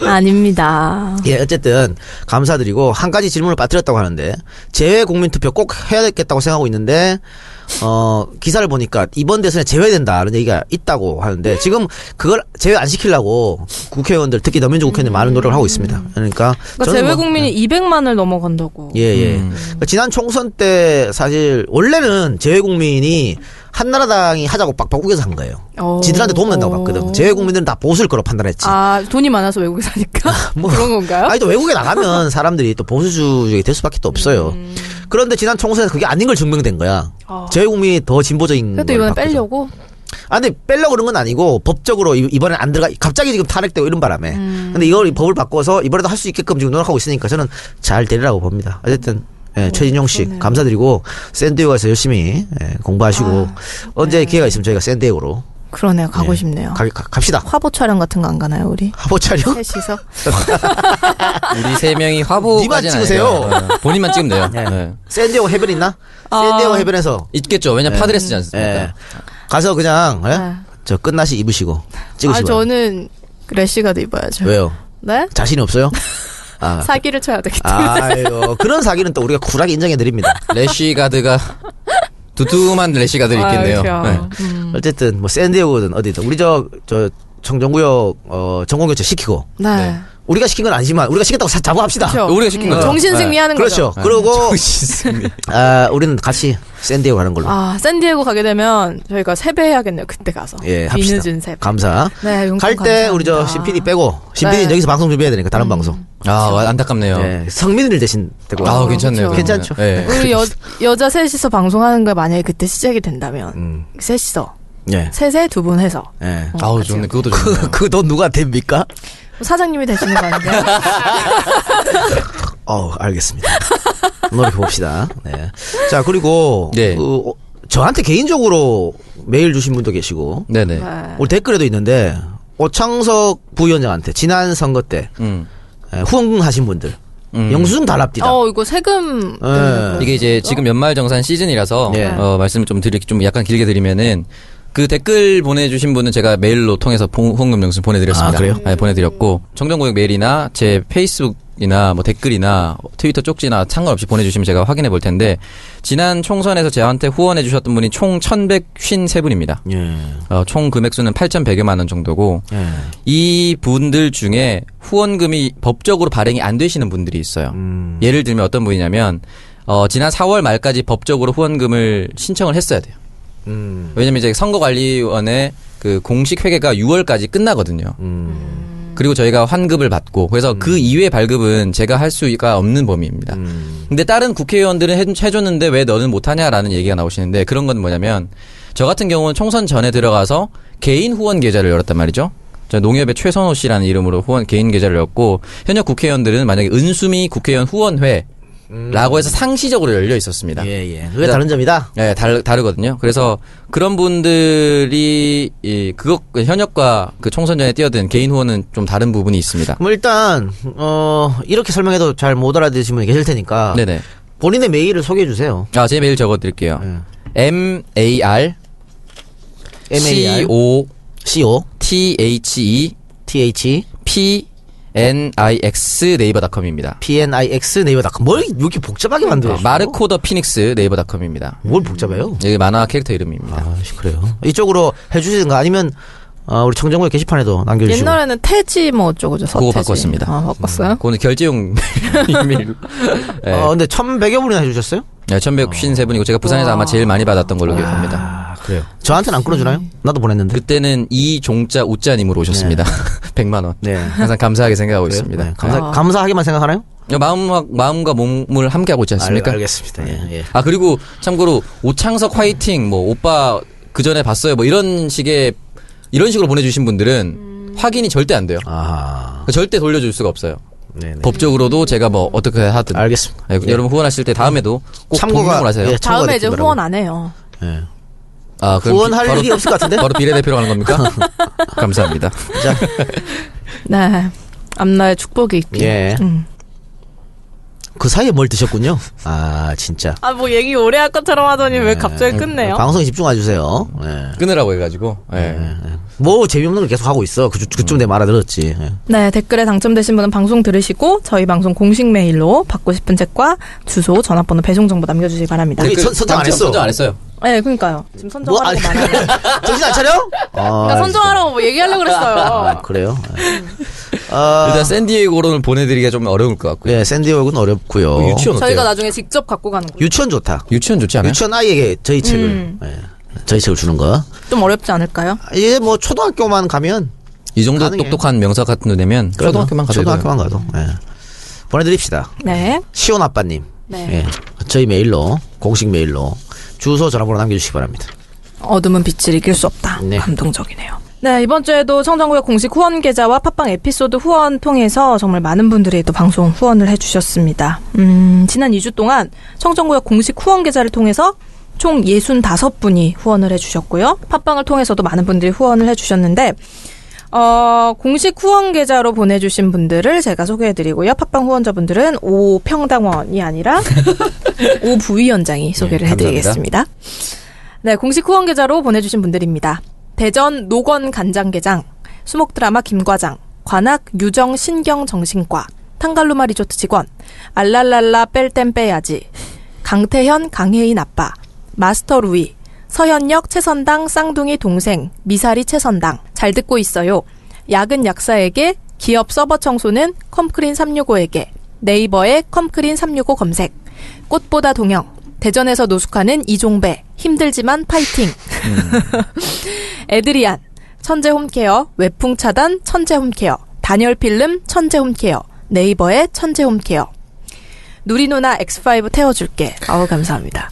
[SPEAKER 2] 아닙니다.
[SPEAKER 4] 예, 어쨌든 감사드리고 한 가지 질문을 빠뜨렸다고 하는데 재외 국민투표 꼭 해야겠다고 생각하고 있는데 어 기사를 보니까 이번 대선에 제외된다는 얘기가 있다고 하는데 지금 그걸 제외 안 시키려고 국회의원들 특히 더민주 국회의원들 많은 노력을 하고 있습니다. 그러니까
[SPEAKER 2] 그러니까
[SPEAKER 4] 저는 뭐-
[SPEAKER 2] 제외 국민이 200만을 넘어간다고.
[SPEAKER 4] 예, 예. 그러니까 지난 총선 때 사실 원래는 재외국민이 한나라당이 하자고 빡빡 우겨서 한 거예요.
[SPEAKER 2] 어.
[SPEAKER 4] 지들한테 도움 된다고 봤거든. 재외국민들은 다 보수일 거로 판단했지. 뭐,
[SPEAKER 2] 아 돈이 많아서 외국에 사니까 그런 건가요?
[SPEAKER 4] 아니 또 외국에 나가면 사람들이 또 보수주의 될 수밖에 또 없어요.
[SPEAKER 2] 음.
[SPEAKER 4] 그런데 지난 총선에서 그게 아닌 걸 증명된 거야.
[SPEAKER 2] 아.
[SPEAKER 4] 재외국민이 더 진보적인.
[SPEAKER 2] 그래도
[SPEAKER 4] 걸
[SPEAKER 2] 이번에
[SPEAKER 4] 뭐, 바꾸죠.
[SPEAKER 2] 빼려고.
[SPEAKER 4] 아, 근데 빼려고 그런 건 아니고 법적으로 이- 이번엔 안 들어가 갑자기 지금 탄핵되고 이런 바람에.
[SPEAKER 2] 음.
[SPEAKER 4] 근데 이걸 법을 바꿔서 이번에도 할 수 있게끔 지금 노력하고 있으니까 저는 잘 되리라고 봅니다. 어쨌든 예, 최진용 씨 감사드리고 샌디에고에서 열심히 예, 공부하시고
[SPEAKER 2] 아,
[SPEAKER 4] 언제
[SPEAKER 2] 네.
[SPEAKER 4] 기회가 있으면 저희가 샌디에고로
[SPEAKER 2] 그러네요. 가고
[SPEAKER 4] 예.
[SPEAKER 2] 싶네요.
[SPEAKER 4] 가, 가- 갑시다.
[SPEAKER 2] 화보 촬영 같은 거 안 가나요 우리?
[SPEAKER 4] 화보 촬영.
[SPEAKER 2] 셋이서.
[SPEAKER 3] 우리 세 명이 화보. 네.
[SPEAKER 4] 니만 찍으세요.
[SPEAKER 3] 본인만 찍으면 돼요.
[SPEAKER 4] 예.
[SPEAKER 3] 네.
[SPEAKER 4] 샌디에고 해변 있나?
[SPEAKER 2] 어.
[SPEAKER 4] 샌디에고 해변에서
[SPEAKER 3] 있겠죠.
[SPEAKER 4] 네.
[SPEAKER 3] 왜냐 면 파드레스지 않습니까?
[SPEAKER 4] 예. 가서 그냥 예?
[SPEAKER 2] 네.
[SPEAKER 4] 저 끝나시 입으시고
[SPEAKER 2] 아
[SPEAKER 4] 찍으시고
[SPEAKER 2] 저는 래시가드 입어야죠.
[SPEAKER 4] 왜요?
[SPEAKER 2] 네?
[SPEAKER 4] 자신이 없어요? 아.
[SPEAKER 2] 사기를 쳐야 되기 때문에.
[SPEAKER 4] 아이고 그런 사기는 또 우리가 쿨하게 인정해 드립니다.
[SPEAKER 3] 래쉬 가드가 두툼한 래쉬 가드를 있겠네요.
[SPEAKER 2] 아,
[SPEAKER 3] 네.
[SPEAKER 2] 그렇죠. 음.
[SPEAKER 4] 어쨌든 뭐 샌디에고든 어디든 우리 저 저 청정구역 어 전공 교체 시키고
[SPEAKER 2] 네.
[SPEAKER 3] 네.
[SPEAKER 4] 우리가 시킨 건 아니지만 우리가 시켰다고 사- 아, 자부합시다.
[SPEAKER 2] 그렇죠.
[SPEAKER 3] 우리가 시킨 거죠.
[SPEAKER 2] 정신승리하는
[SPEAKER 4] 그렇죠.
[SPEAKER 2] 거죠.
[SPEAKER 4] 그리고
[SPEAKER 3] 정신승리.
[SPEAKER 4] 아 우리는 같이 샌디에고 가는 걸로.
[SPEAKER 2] 아 샌디에고 가게 되면 저희가 세배해야겠네요. 그때 가서.
[SPEAKER 4] 예, 합시다.
[SPEAKER 2] 비늦은 세배.
[SPEAKER 4] 감사.
[SPEAKER 2] 네, 용돈
[SPEAKER 4] 갈 때 우리 저
[SPEAKER 2] 감사합니다.
[SPEAKER 4] 신PD 빼고 신PD 는
[SPEAKER 2] 네.
[SPEAKER 4] 여기서 방송 준비해야 되니까 다른 방송.
[SPEAKER 3] 아, 와, 안타깝네요.
[SPEAKER 4] 예, 성민이를 대신 되고.
[SPEAKER 3] 아, 괜찮네요.
[SPEAKER 4] 그렇죠. 괜찮죠.
[SPEAKER 3] 예.
[SPEAKER 2] 우리 여, 여자 셋이서 방송하는 거 만약에 그때 시작이 된다면
[SPEAKER 3] 음.
[SPEAKER 2] 셋이서
[SPEAKER 4] 예.
[SPEAKER 2] 셋에 두 분 해서
[SPEAKER 4] 예.
[SPEAKER 3] 아우, 좋네. 그것도 좋네.
[SPEAKER 4] 그, 그돈 누가 됩니까?
[SPEAKER 2] 사장님이 되시는 거 아닌가요?
[SPEAKER 4] 어, 알겠습니다. 노력해 봅시다. 네. 자, 그리고
[SPEAKER 3] 네.
[SPEAKER 4] 그, 어, 저한테 개인적으로 메일 주신 분도 계시고
[SPEAKER 3] 네네.
[SPEAKER 4] 오늘 댓글에도 있는데 오창석 부위원장한테 지난 선거 때
[SPEAKER 3] 음.
[SPEAKER 4] 에, 후원하신 분들 영수증 달랍디다.
[SPEAKER 2] 어 이거 세금
[SPEAKER 3] 아,
[SPEAKER 2] 때문에
[SPEAKER 3] 이게 이제 지금 연말 정산 시즌이라서
[SPEAKER 4] 예.
[SPEAKER 3] 어, 말씀 좀 드리 좀 약간 길게 드리면은 그 댓글 보내주신 분은 제가 메일로 통해서 봉- 후원금 영수 보내드렸습니다.
[SPEAKER 4] 아, 그래요?
[SPEAKER 3] 네, 보내드렸고 청정고객 메일이나 제 페이스북이나 뭐 댓글이나 트위터 쪽지나 상관없이 보내주시면 제가 확인해 볼 텐데 지난 총선에서 저한테 후원해 주셨던 분이 총 1,153분입니다.
[SPEAKER 4] 예.
[SPEAKER 3] 어, 총 금액수는 8,100여만 원 정도고
[SPEAKER 4] 예.
[SPEAKER 3] 이 분들 중에 후원금이 법적으로 발행이 안 되시는 분들이 있어요. 예를 들면 어떤 분이냐면 어, 지난 4월 말까지 법적으로 후원금을 신청을 했어야 돼요.
[SPEAKER 4] 음.
[SPEAKER 3] 왜냐면 이제 선거관리원의 그 공식 회계가 6월까지 끝나거든요. 그리고 저희가 환급을 받고 그래서 그 이외 발급은 제가 할 수가 없는 범위입니다. 근데 다른 국회의원들은 해- 해줬는데 왜 너는 못하냐라는 얘기가 나오시는데 그런 건 뭐냐면 저 같은 경우는 총선 전에 들어가서 개인 후원 계좌를 열었단 말이죠. 저 농협의 최선호 씨라는 이름으로 후원 개인 계좌를 열었고 현역 국회의원들은 만약에 은수미 국회의원 후원회라고 해서 상시적으로 열려 있었습니다.
[SPEAKER 4] 예, 예. 그게 다른 점이다.
[SPEAKER 3] 예, 다르, 다르거든요. 그래서 그런 분들이 이 그거 현역과 그 총선 전에 뛰어든 개인 후원은 좀 다른 부분이 있습니다.
[SPEAKER 4] 그럼 일단 어 이렇게 설명해도 잘 못 알아들으신 분이 계실 테니까
[SPEAKER 3] 네네.
[SPEAKER 4] 본인의 메일을 소개해 주세요.
[SPEAKER 3] 아, 제 메일 적어드릴게요.
[SPEAKER 4] 네.
[SPEAKER 3] M A R
[SPEAKER 4] M A
[SPEAKER 3] C
[SPEAKER 4] R
[SPEAKER 3] O
[SPEAKER 4] C O
[SPEAKER 3] T H E
[SPEAKER 4] T H
[SPEAKER 3] P N I X 네이버닷컴입니다. 네,
[SPEAKER 4] P N I X 네이버닷컴 뭘 이렇게 복잡하게 만들어?
[SPEAKER 3] 마르코 더 피닉스 네이버닷컴입니다.
[SPEAKER 4] 뭘 복잡해요?
[SPEAKER 3] 이게 만화 캐릭터 이름입니다.
[SPEAKER 4] 예. 아, 그래요. 이쪽으로 해주시든가 아니면 어, 우리 청정구의 게시판에도 남겨주시고.
[SPEAKER 2] 옛날에는 태지 뭐 어쩌고저
[SPEAKER 3] 그거
[SPEAKER 2] 서태지.
[SPEAKER 3] 바꿨습니다. 음.
[SPEAKER 2] 아 바꿨어요?
[SPEAKER 3] 그거는 결제용 이메일로. 네,
[SPEAKER 4] 어, 근데 1,100여 분이나 해주셨어요?
[SPEAKER 3] 네, 1153분이고 제가 부산에서 아마 제일 많이 받았던 걸로 기억합니다.
[SPEAKER 4] 아, 그래요. 음. 저한테는 안 끊어주나요? 나도 보냈는데.
[SPEAKER 3] 그때는 이종자 우자님으로 오셨습니다. 100만 원.
[SPEAKER 4] 네.
[SPEAKER 3] 항상 감사하게 생각하고 있습니다.
[SPEAKER 4] 네, 감사, 감사하게만 생각하나요?
[SPEAKER 3] 네. 마음과, 마음과 몸을 함께 하고 있지 않습니까?
[SPEAKER 4] 알, 알겠습니다. 예, 예.
[SPEAKER 3] 아 그리고 참고로 오창석 화이팅 뭐 오빠 그 전에 봤어요 뭐 이런 식의 이런 식으로 보내주신 분들은 확인이 절대 안 돼요. 그러니까
[SPEAKER 4] 아,
[SPEAKER 3] 절대 돌려줄 수가 없어요.
[SPEAKER 4] 네네.
[SPEAKER 3] 법적으로도 제가 뭐 어떻게 하든
[SPEAKER 4] 알겠습니다. 예.
[SPEAKER 3] 네, 여러분 후원하실 때 다음에도 꼭
[SPEAKER 4] 참고가-
[SPEAKER 3] 참고가 하세요.
[SPEAKER 4] 예, 참고가
[SPEAKER 2] 다음에 이제
[SPEAKER 4] 됐길
[SPEAKER 2] 후원
[SPEAKER 4] 바라고.
[SPEAKER 2] 안 해요.
[SPEAKER 4] 예.
[SPEAKER 3] 아, 그럼
[SPEAKER 4] 후원할
[SPEAKER 3] 비- 바로-
[SPEAKER 4] 일이 없을 것 같은데?
[SPEAKER 3] 바로 비례대표로 가는 겁니까? 감사합니다.
[SPEAKER 4] 자,
[SPEAKER 2] 네. 암나의 축복이 있기.
[SPEAKER 4] 예.
[SPEAKER 2] 음.
[SPEAKER 4] 그 사이에 뭘 드셨군요. 아, 진짜.
[SPEAKER 2] 아뭐 얘기 오래
[SPEAKER 3] 네.
[SPEAKER 2] 할 것처럼 하더니 왜 갑자기 끝내요?
[SPEAKER 4] 방송에 집중해 주세요. 예.
[SPEAKER 3] 끊으라고 해가지고 예.
[SPEAKER 4] 뭐 재미없는 걸 계속 하고 있어. 그, 그쯤 되면 알아들었지. 예.
[SPEAKER 2] 네, 댓글에 당첨되신 분은 방송 들으시고 저희 방송 공식 메일로 받고 싶은 책과 주소, 전화번호, 배송 정보 남겨주시기 바랍니다.
[SPEAKER 4] 우리 선- 선정 안 했어.
[SPEAKER 3] 선정 안 했어요.
[SPEAKER 2] 네, 그러니까요. 지금
[SPEAKER 4] 그- 뭐,
[SPEAKER 2] 선정하라고
[SPEAKER 4] 아니,
[SPEAKER 2] 말하는 거예요.
[SPEAKER 4] 정신 안 차려? 아,
[SPEAKER 2] 그러니까 선정하라고 뭐 얘기하려고 그랬어요.
[SPEAKER 4] 아, 그래요?
[SPEAKER 2] 음.
[SPEAKER 4] 예. 아,
[SPEAKER 3] 일단 샌디에이고로는 보내드리기가 좀 어려울 것 같고요.
[SPEAKER 4] 예, 샌디워크는 어렵고요
[SPEAKER 3] 어, 유치원 어때요?
[SPEAKER 2] 저희가 나중에 직접 갖고 가는 거.
[SPEAKER 4] 유치원 좋다.
[SPEAKER 3] 유치원 좋지 않아요?
[SPEAKER 4] 유치원 아이에게 저희 책을,
[SPEAKER 2] 음.
[SPEAKER 4] 예. 저희 책을 주는 거.
[SPEAKER 2] 좀 어렵지 않을까요?
[SPEAKER 4] 예, 뭐, 초등학교만 가면.
[SPEAKER 3] 이 정도
[SPEAKER 4] 가능해요.
[SPEAKER 3] 똑똑한 명사 같은 애면
[SPEAKER 4] 그래도
[SPEAKER 3] 초등학교만 가도
[SPEAKER 4] 초등학교만 가도. 예. 보내드립니다.
[SPEAKER 2] 네.
[SPEAKER 4] 시온 아빠님.
[SPEAKER 2] 네.
[SPEAKER 4] 예. 저희 메일로, 공식 메일로 주소 전화번호 남겨주시기 바랍니다.
[SPEAKER 2] 어둠은 빛을 이길 수 없다.
[SPEAKER 4] 네.
[SPEAKER 2] 감동적이네요. 네, 이번 주에도 청정구역 공식 후원 계좌와 팟빵 에피소드 후원 통해서 정말 많은 분들이 또 방송 후원을 해주셨습니다. 음, 지난 2주 동안 청정구역 공식 후원 계좌를 통해서 총 65분이 후원을 해주셨고요. 팟빵을 통해서도 많은 분들이 후원을 해주셨는데, 어, 공식 후원 계좌로 보내주신 분들을 제가 소개해드리고요. 팟빵 후원자분들은 오 평당원이 아니라 오 부위원장이 소개를
[SPEAKER 3] 네, 감사합니다.
[SPEAKER 2] 해드리겠습니다. 네, 공식 후원 계좌로 보내주신 분들입니다. 대전 노건 간장게장, 수목 드라마 김과장, 관악 유정 신경 정신과, 탄갈루마 리조트 직원, 알랄랄라 뺄땐 빼야지, 강태현 강혜인 아빠, 마스터 루이, 서현역 최선당 쌍둥이 동생, 미사리 최선당, 잘 듣고 있어요. 약은 약사에게, 기업 서버 청소는 컴크린 365에게, 네이버에 컴크린 365 검색, 꽃보다 동영, 대전에서 노숙하는 이종배, 힘들지만 파이팅.
[SPEAKER 3] 음.
[SPEAKER 2] 에드리안, 천재 홈케어, 외풍 차단, 천재 홈케어, 단열 필름, 천재 홈케어, 네이버에 천재 홈케어. 누리누나 X5 태워줄게. 아우, 감사합니다.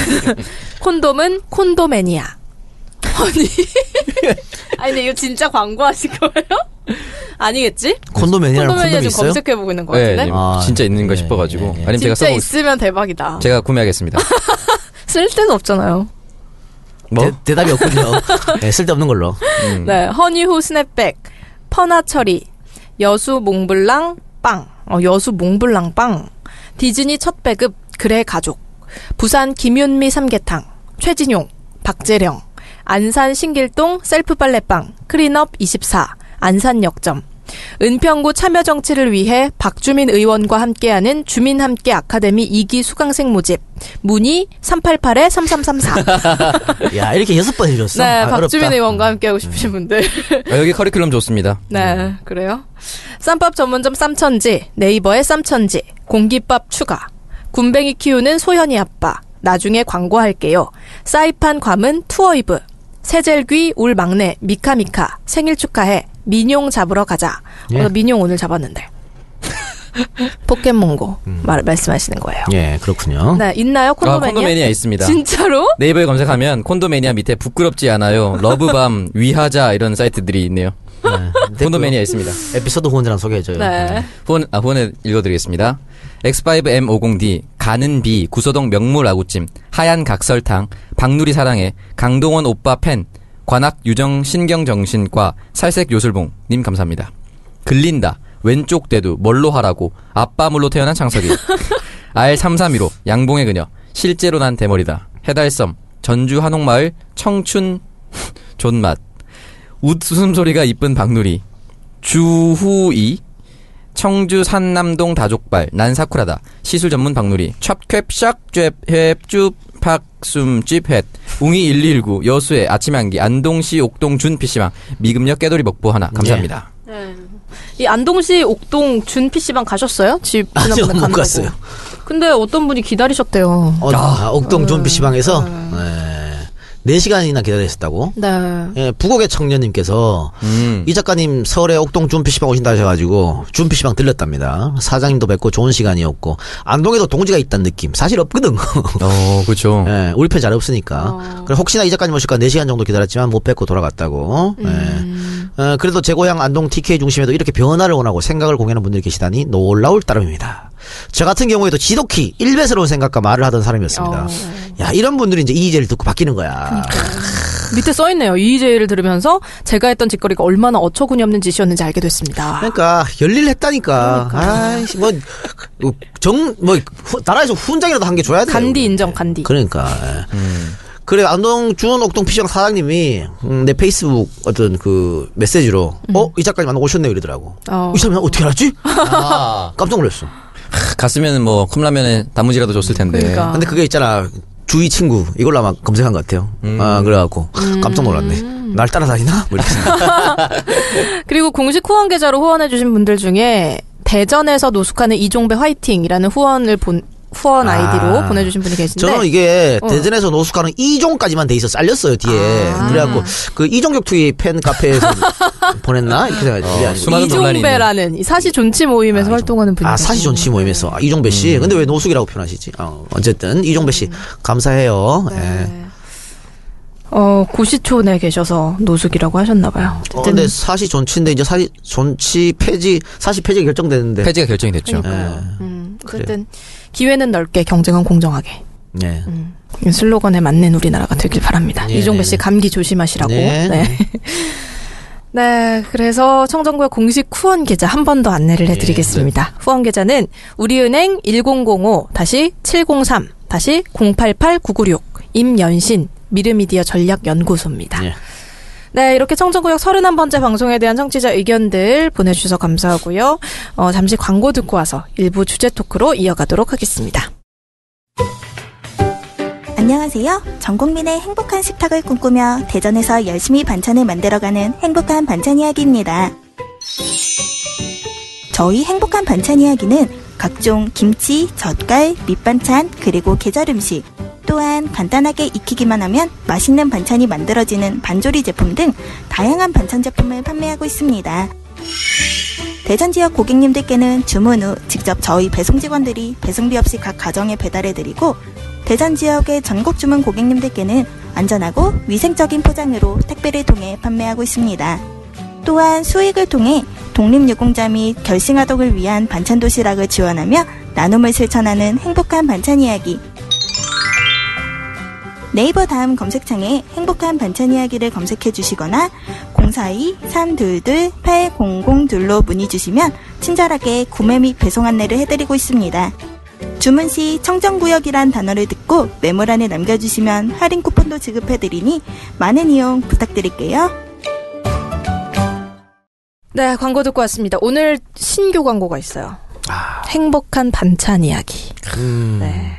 [SPEAKER 2] 콘돔은 콘도매니아. 아니. 아니, 근데 이거 진짜 광고하실 거예요? 아니겠지?
[SPEAKER 4] 콘도매니아라는
[SPEAKER 2] 콘도매니아
[SPEAKER 4] 콘돔이
[SPEAKER 2] 좀
[SPEAKER 4] 있어요?
[SPEAKER 2] 검색해보고 있는 거
[SPEAKER 3] 예,
[SPEAKER 2] 같은데?
[SPEAKER 4] 아,
[SPEAKER 3] 진짜 있는가
[SPEAKER 4] 예,
[SPEAKER 3] 싶어가지고
[SPEAKER 4] 예, 예.
[SPEAKER 3] 아니면 제가
[SPEAKER 2] 진짜
[SPEAKER 3] 써
[SPEAKER 2] 있으면 대박이다.
[SPEAKER 3] 제가 구매하겠습니다.
[SPEAKER 2] 쓸 데는 없잖아요.
[SPEAKER 3] 뭐
[SPEAKER 4] 대, 대답이 없군요. 예, 쓸데없는 걸로.
[SPEAKER 2] 네, 허니후 스냅백, 퍼나 처리, 여수 몽블랑 빵, 어, 여수 몽블랑 빵, 디즈니 첫 배급 그래 가족, 부산 김윤미 삼계탕, 최진용, 박재령, 안산 신길동 셀프 빨래빵, 크린업 24, 안산 역점, 은평구 참여 정치를 위해 박주민 의원과 함께하는 주민 함께 아카데미 2기 수강생 모집 문의 388-3334.
[SPEAKER 4] 야, 이렇게 여섯 번 해줬어.
[SPEAKER 2] 네,
[SPEAKER 4] 아,
[SPEAKER 2] 박주민
[SPEAKER 4] 어렵다.
[SPEAKER 2] 의원과 함께하고 싶으신 분들.
[SPEAKER 3] 아, 여기 커리큘럼 좋습니다.
[SPEAKER 2] 네, 그래요. 쌈밥 전문점 쌈천지, 네이버의 쌈천지, 공깃밥 추가, 군뱅이 키우는 소현이 아빠, 나중에 광고할게요. 사이판 괌은 투어이브, 세젤귀 울 막내 미카미카, 생일 축하해, 민용 잡으러 가자.
[SPEAKER 4] 예.
[SPEAKER 2] 어, 민용 오늘 잡았는데. 포켓몬고 말, 말씀하시는 거예요.
[SPEAKER 4] 예, 그렇군요.
[SPEAKER 2] 네, 있나요?
[SPEAKER 3] 아,
[SPEAKER 2] 콘도매니아?
[SPEAKER 3] 콘도매니아 있습니다.
[SPEAKER 2] 진짜로?
[SPEAKER 3] 네이버에 검색하면 콘도매니아 밑에 부끄럽지 않아요. 러브밤, 위하자 이런 사이트들이 있네요.
[SPEAKER 4] 됐고요.
[SPEAKER 3] 콘도매니아 있습니다.
[SPEAKER 4] 에피소드 후원자랑 소개해줘요.
[SPEAKER 2] 네.
[SPEAKER 3] 후원, 아, 후원에 읽어드리겠습니다. X5M50D, 가는 비, 구서동 명물 아구찜, 하얀 각설탕, 박누리 사랑해, 강동원 오빠 팬, 관악 유정 신경정신과 살색 요술봉님 감사합니다. 글린다, 왼쪽 대두, 뭘로 하라고, 아빠 물로 태어난 창석이, R3315, 양봉의 그녀, 실제로 난 대머리다, 해달섬, 전주 한옥마을, 청춘, 존맛, 웃음소리가 이쁜 박누리, 주후이, 청주 산남동 다족발 난사쿠라다 시술 전문 박누리 찹캡 샥잽햅쭈팍숨집햇 웅이 119 여수의 아침 향기 안동시 옥동 준 PC방 미금역 깨돌이 먹보 하나 감사합니다.
[SPEAKER 2] 이 안동시 옥동 준 PC방 가셨어요? 집 지난번에
[SPEAKER 4] 아니요, 못
[SPEAKER 2] 간다고.
[SPEAKER 4] 갔어요.
[SPEAKER 2] 근데 어떤 분이 기다리셨대요.
[SPEAKER 4] 어, 아, 음. 옥동 좀비 시방에서 네 4시간이나 기다리셨다고.
[SPEAKER 2] 네.
[SPEAKER 4] 예, 북옥의 청년님께서
[SPEAKER 3] 음.
[SPEAKER 4] 이 작가님 서울에 옥동 준피 시방 오신다 하셔가지고 준피 시방 들렸답니다. 사장님도 뵙고 좋은 시간이었고 안동에도 동지가 있다는 느낌 사실 없거든.
[SPEAKER 3] 어, 그렇죠.
[SPEAKER 4] 예, 우리 편 잘 없으니까. 그래 혹시나 이 작가님 오실까 4시간 정도 기다렸지만 못 뵙고 돌아갔다고. 예. 어, 그래도 제 고향 안동 TK 중심에도 이렇게 변화를 원하고 생각을 공유하는 분들이 계시다니 놀라울 따름입니다. 저 같은 경우에도 지독히 일배스러운 생각과 말을 하던 사람이었습니다.
[SPEAKER 2] 어.
[SPEAKER 4] 야, 이런 분들이 이제 이의제를 듣고 바뀌는 거야.
[SPEAKER 2] 밑에 써 있네요. EJ를 들으면서 제가 했던 짓거리가 얼마나 어처구니 없는 짓이었는지 알게 됐습니다.
[SPEAKER 4] 그러니까 열일했다니까. 아이씨 뭐, 뭐정뭐 나라에서 훈장이라도 한 개 줘야 돼. 네. 그-
[SPEAKER 2] 간디 인정, 간디.
[SPEAKER 4] 그러니까. 예. 그래 안동 주원 옥동 피시방 사장님이 음, 내 페이스북 어떤 그 메시지로 어 이 작가님 안동 오셨네 요 이러더라고.
[SPEAKER 2] 어.
[SPEAKER 4] 이 사람 나 어떻게 알았지?
[SPEAKER 3] 아.
[SPEAKER 4] 깜짝 놀랐어.
[SPEAKER 3] 갔으면 뭐 컵라면에 단무지라도 줬을 텐데.
[SPEAKER 2] 그러니까.
[SPEAKER 4] 근데 그게 있잖아 주위 친구 이걸로 아마 검색한 것 같아요. 아 그래갖고 깜짝 놀랐네. 날 따라다니나? 뭐 이렇게 생각.
[SPEAKER 2] 그리고 공식 후원 계좌로 후원해주신 분들 중에 대전에서 노숙하는 이종배 화이팅이라는 후원을 본 후원
[SPEAKER 4] 아.
[SPEAKER 2] 아이디로 보내주신 분이 계신데
[SPEAKER 4] 저는 이게 대전에서 노숙하는 이종까지만 돼 있어 잘렸어요 뒤에. 그래갖고 그 이종격투기 팬 카페에서 보냈나 이렇게 생각했지. 그게 아니고.
[SPEAKER 3] 수많은 논란이 있네.
[SPEAKER 2] 이종배라는 이 사시 존치 모임에서 활동하는 분이
[SPEAKER 4] 아, 사시 존치 모임에서. 아,
[SPEAKER 2] 음.
[SPEAKER 4] 이종배 씨. 근데 왜 노숙이라고 표현하시지? 어, 어쨌든, 이종배 씨. 감사해요.
[SPEAKER 2] 네.
[SPEAKER 4] 예.
[SPEAKER 2] 어 고시촌에 계셔서 노숙이라고 하셨나봐요.
[SPEAKER 4] 어, 근데 사시 존치인데, 이제 사시 존치 폐지, 사시 폐지가 결정됐는데.
[SPEAKER 3] 네.
[SPEAKER 4] 예.
[SPEAKER 3] 폐지가 결정이 됐죠.
[SPEAKER 2] 그러니까요. 음, 어쨌든 기회는 넓게 경쟁은 공정하게
[SPEAKER 4] 예.
[SPEAKER 2] 이 슬로건에 맞는 우리나라가 되길 바랍니다.
[SPEAKER 4] 네,
[SPEAKER 2] 이종배
[SPEAKER 4] 네,
[SPEAKER 2] 씨
[SPEAKER 4] 네.
[SPEAKER 2] 감기 조심하시라고.
[SPEAKER 4] 네,
[SPEAKER 2] 네. 네, 그래서 청정구역 공식 후원 계좌 한 번 더 안내를
[SPEAKER 4] 예.
[SPEAKER 2] 해드리겠습니다. 후원 계좌는 우리은행 1005-703-088-996 다시 임연신 미르미디어 전략연구소입니다.
[SPEAKER 4] 예.
[SPEAKER 2] 네, 이렇게 청정구역 31번째 방송에 대한 청취자 의견들 보내주셔서 감사하고요. 어, 잠시 광고 듣고 와서 일부 주제 토크로 이어가도록 하겠습니다.
[SPEAKER 5] 안녕하세요. 전 국민의 행복한 식탁을 꿈꾸며 대전에서 열심히 반찬을 만들어가는 행복한 반찬 이야기입니다. 저희 행복한 반찬 이야기는 각종 김치, 젓갈, 밑반찬, 그리고 계절 음식, 또한 간단하게 익히기만 하면 맛있는 반찬이 만들어지는 반조리 제품 등 다양한 반찬 제품을 판매하고 있습니다. 대전 지역 고객님들께는 주문 후 직접 저희 배송 직원들이 배송비 없이 각 가정에 배달해드리고 대전 지역의 전국 주문 고객님들께는 안전하고 위생적인 포장으로 택배를 통해 판매하고 있습니다. 또한 수익을 통해 독립유공자 및 결승아동을 위한 반찬 도시락을 지원하며 나눔을 실천하는 행복한 반찬 이야기. 네이버 다음 검색창에 행복한 반찬 이야기를 검색해 주시거나 042-322-8002로 문의 주시면 친절하게 구매 및 배송 안내를 해드리고 있습니다. 주문 시 청정구역이란 단어를 듣고 메모란에 남겨주시면 할인 쿠폰도 지급해드리니 많은 이용 부탁드릴게요.
[SPEAKER 2] 네, 광고 듣고 왔습니다. 오늘 신규 광고가 있어요. 행복한 반찬 이야기.
[SPEAKER 4] 음.
[SPEAKER 2] 네.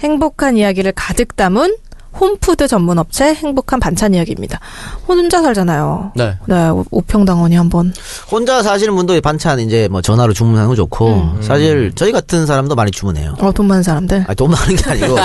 [SPEAKER 2] 행복한 이야기를 가득 담은 홈푸드 전문 업체 행복한 반찬 이야기입니다. 혼자 살잖아요.
[SPEAKER 3] 네.
[SPEAKER 2] 네, 오- 오평당원이 한번.
[SPEAKER 4] 혼자 사시는 분도 반찬 이제 뭐 전화로 주문하는 거 좋고,
[SPEAKER 2] 음.
[SPEAKER 4] 사실 저희 같은 사람도 많이 주문해요.
[SPEAKER 2] 어, 돈 많은 사람들.
[SPEAKER 4] 아, 돈 많은 게 아니고.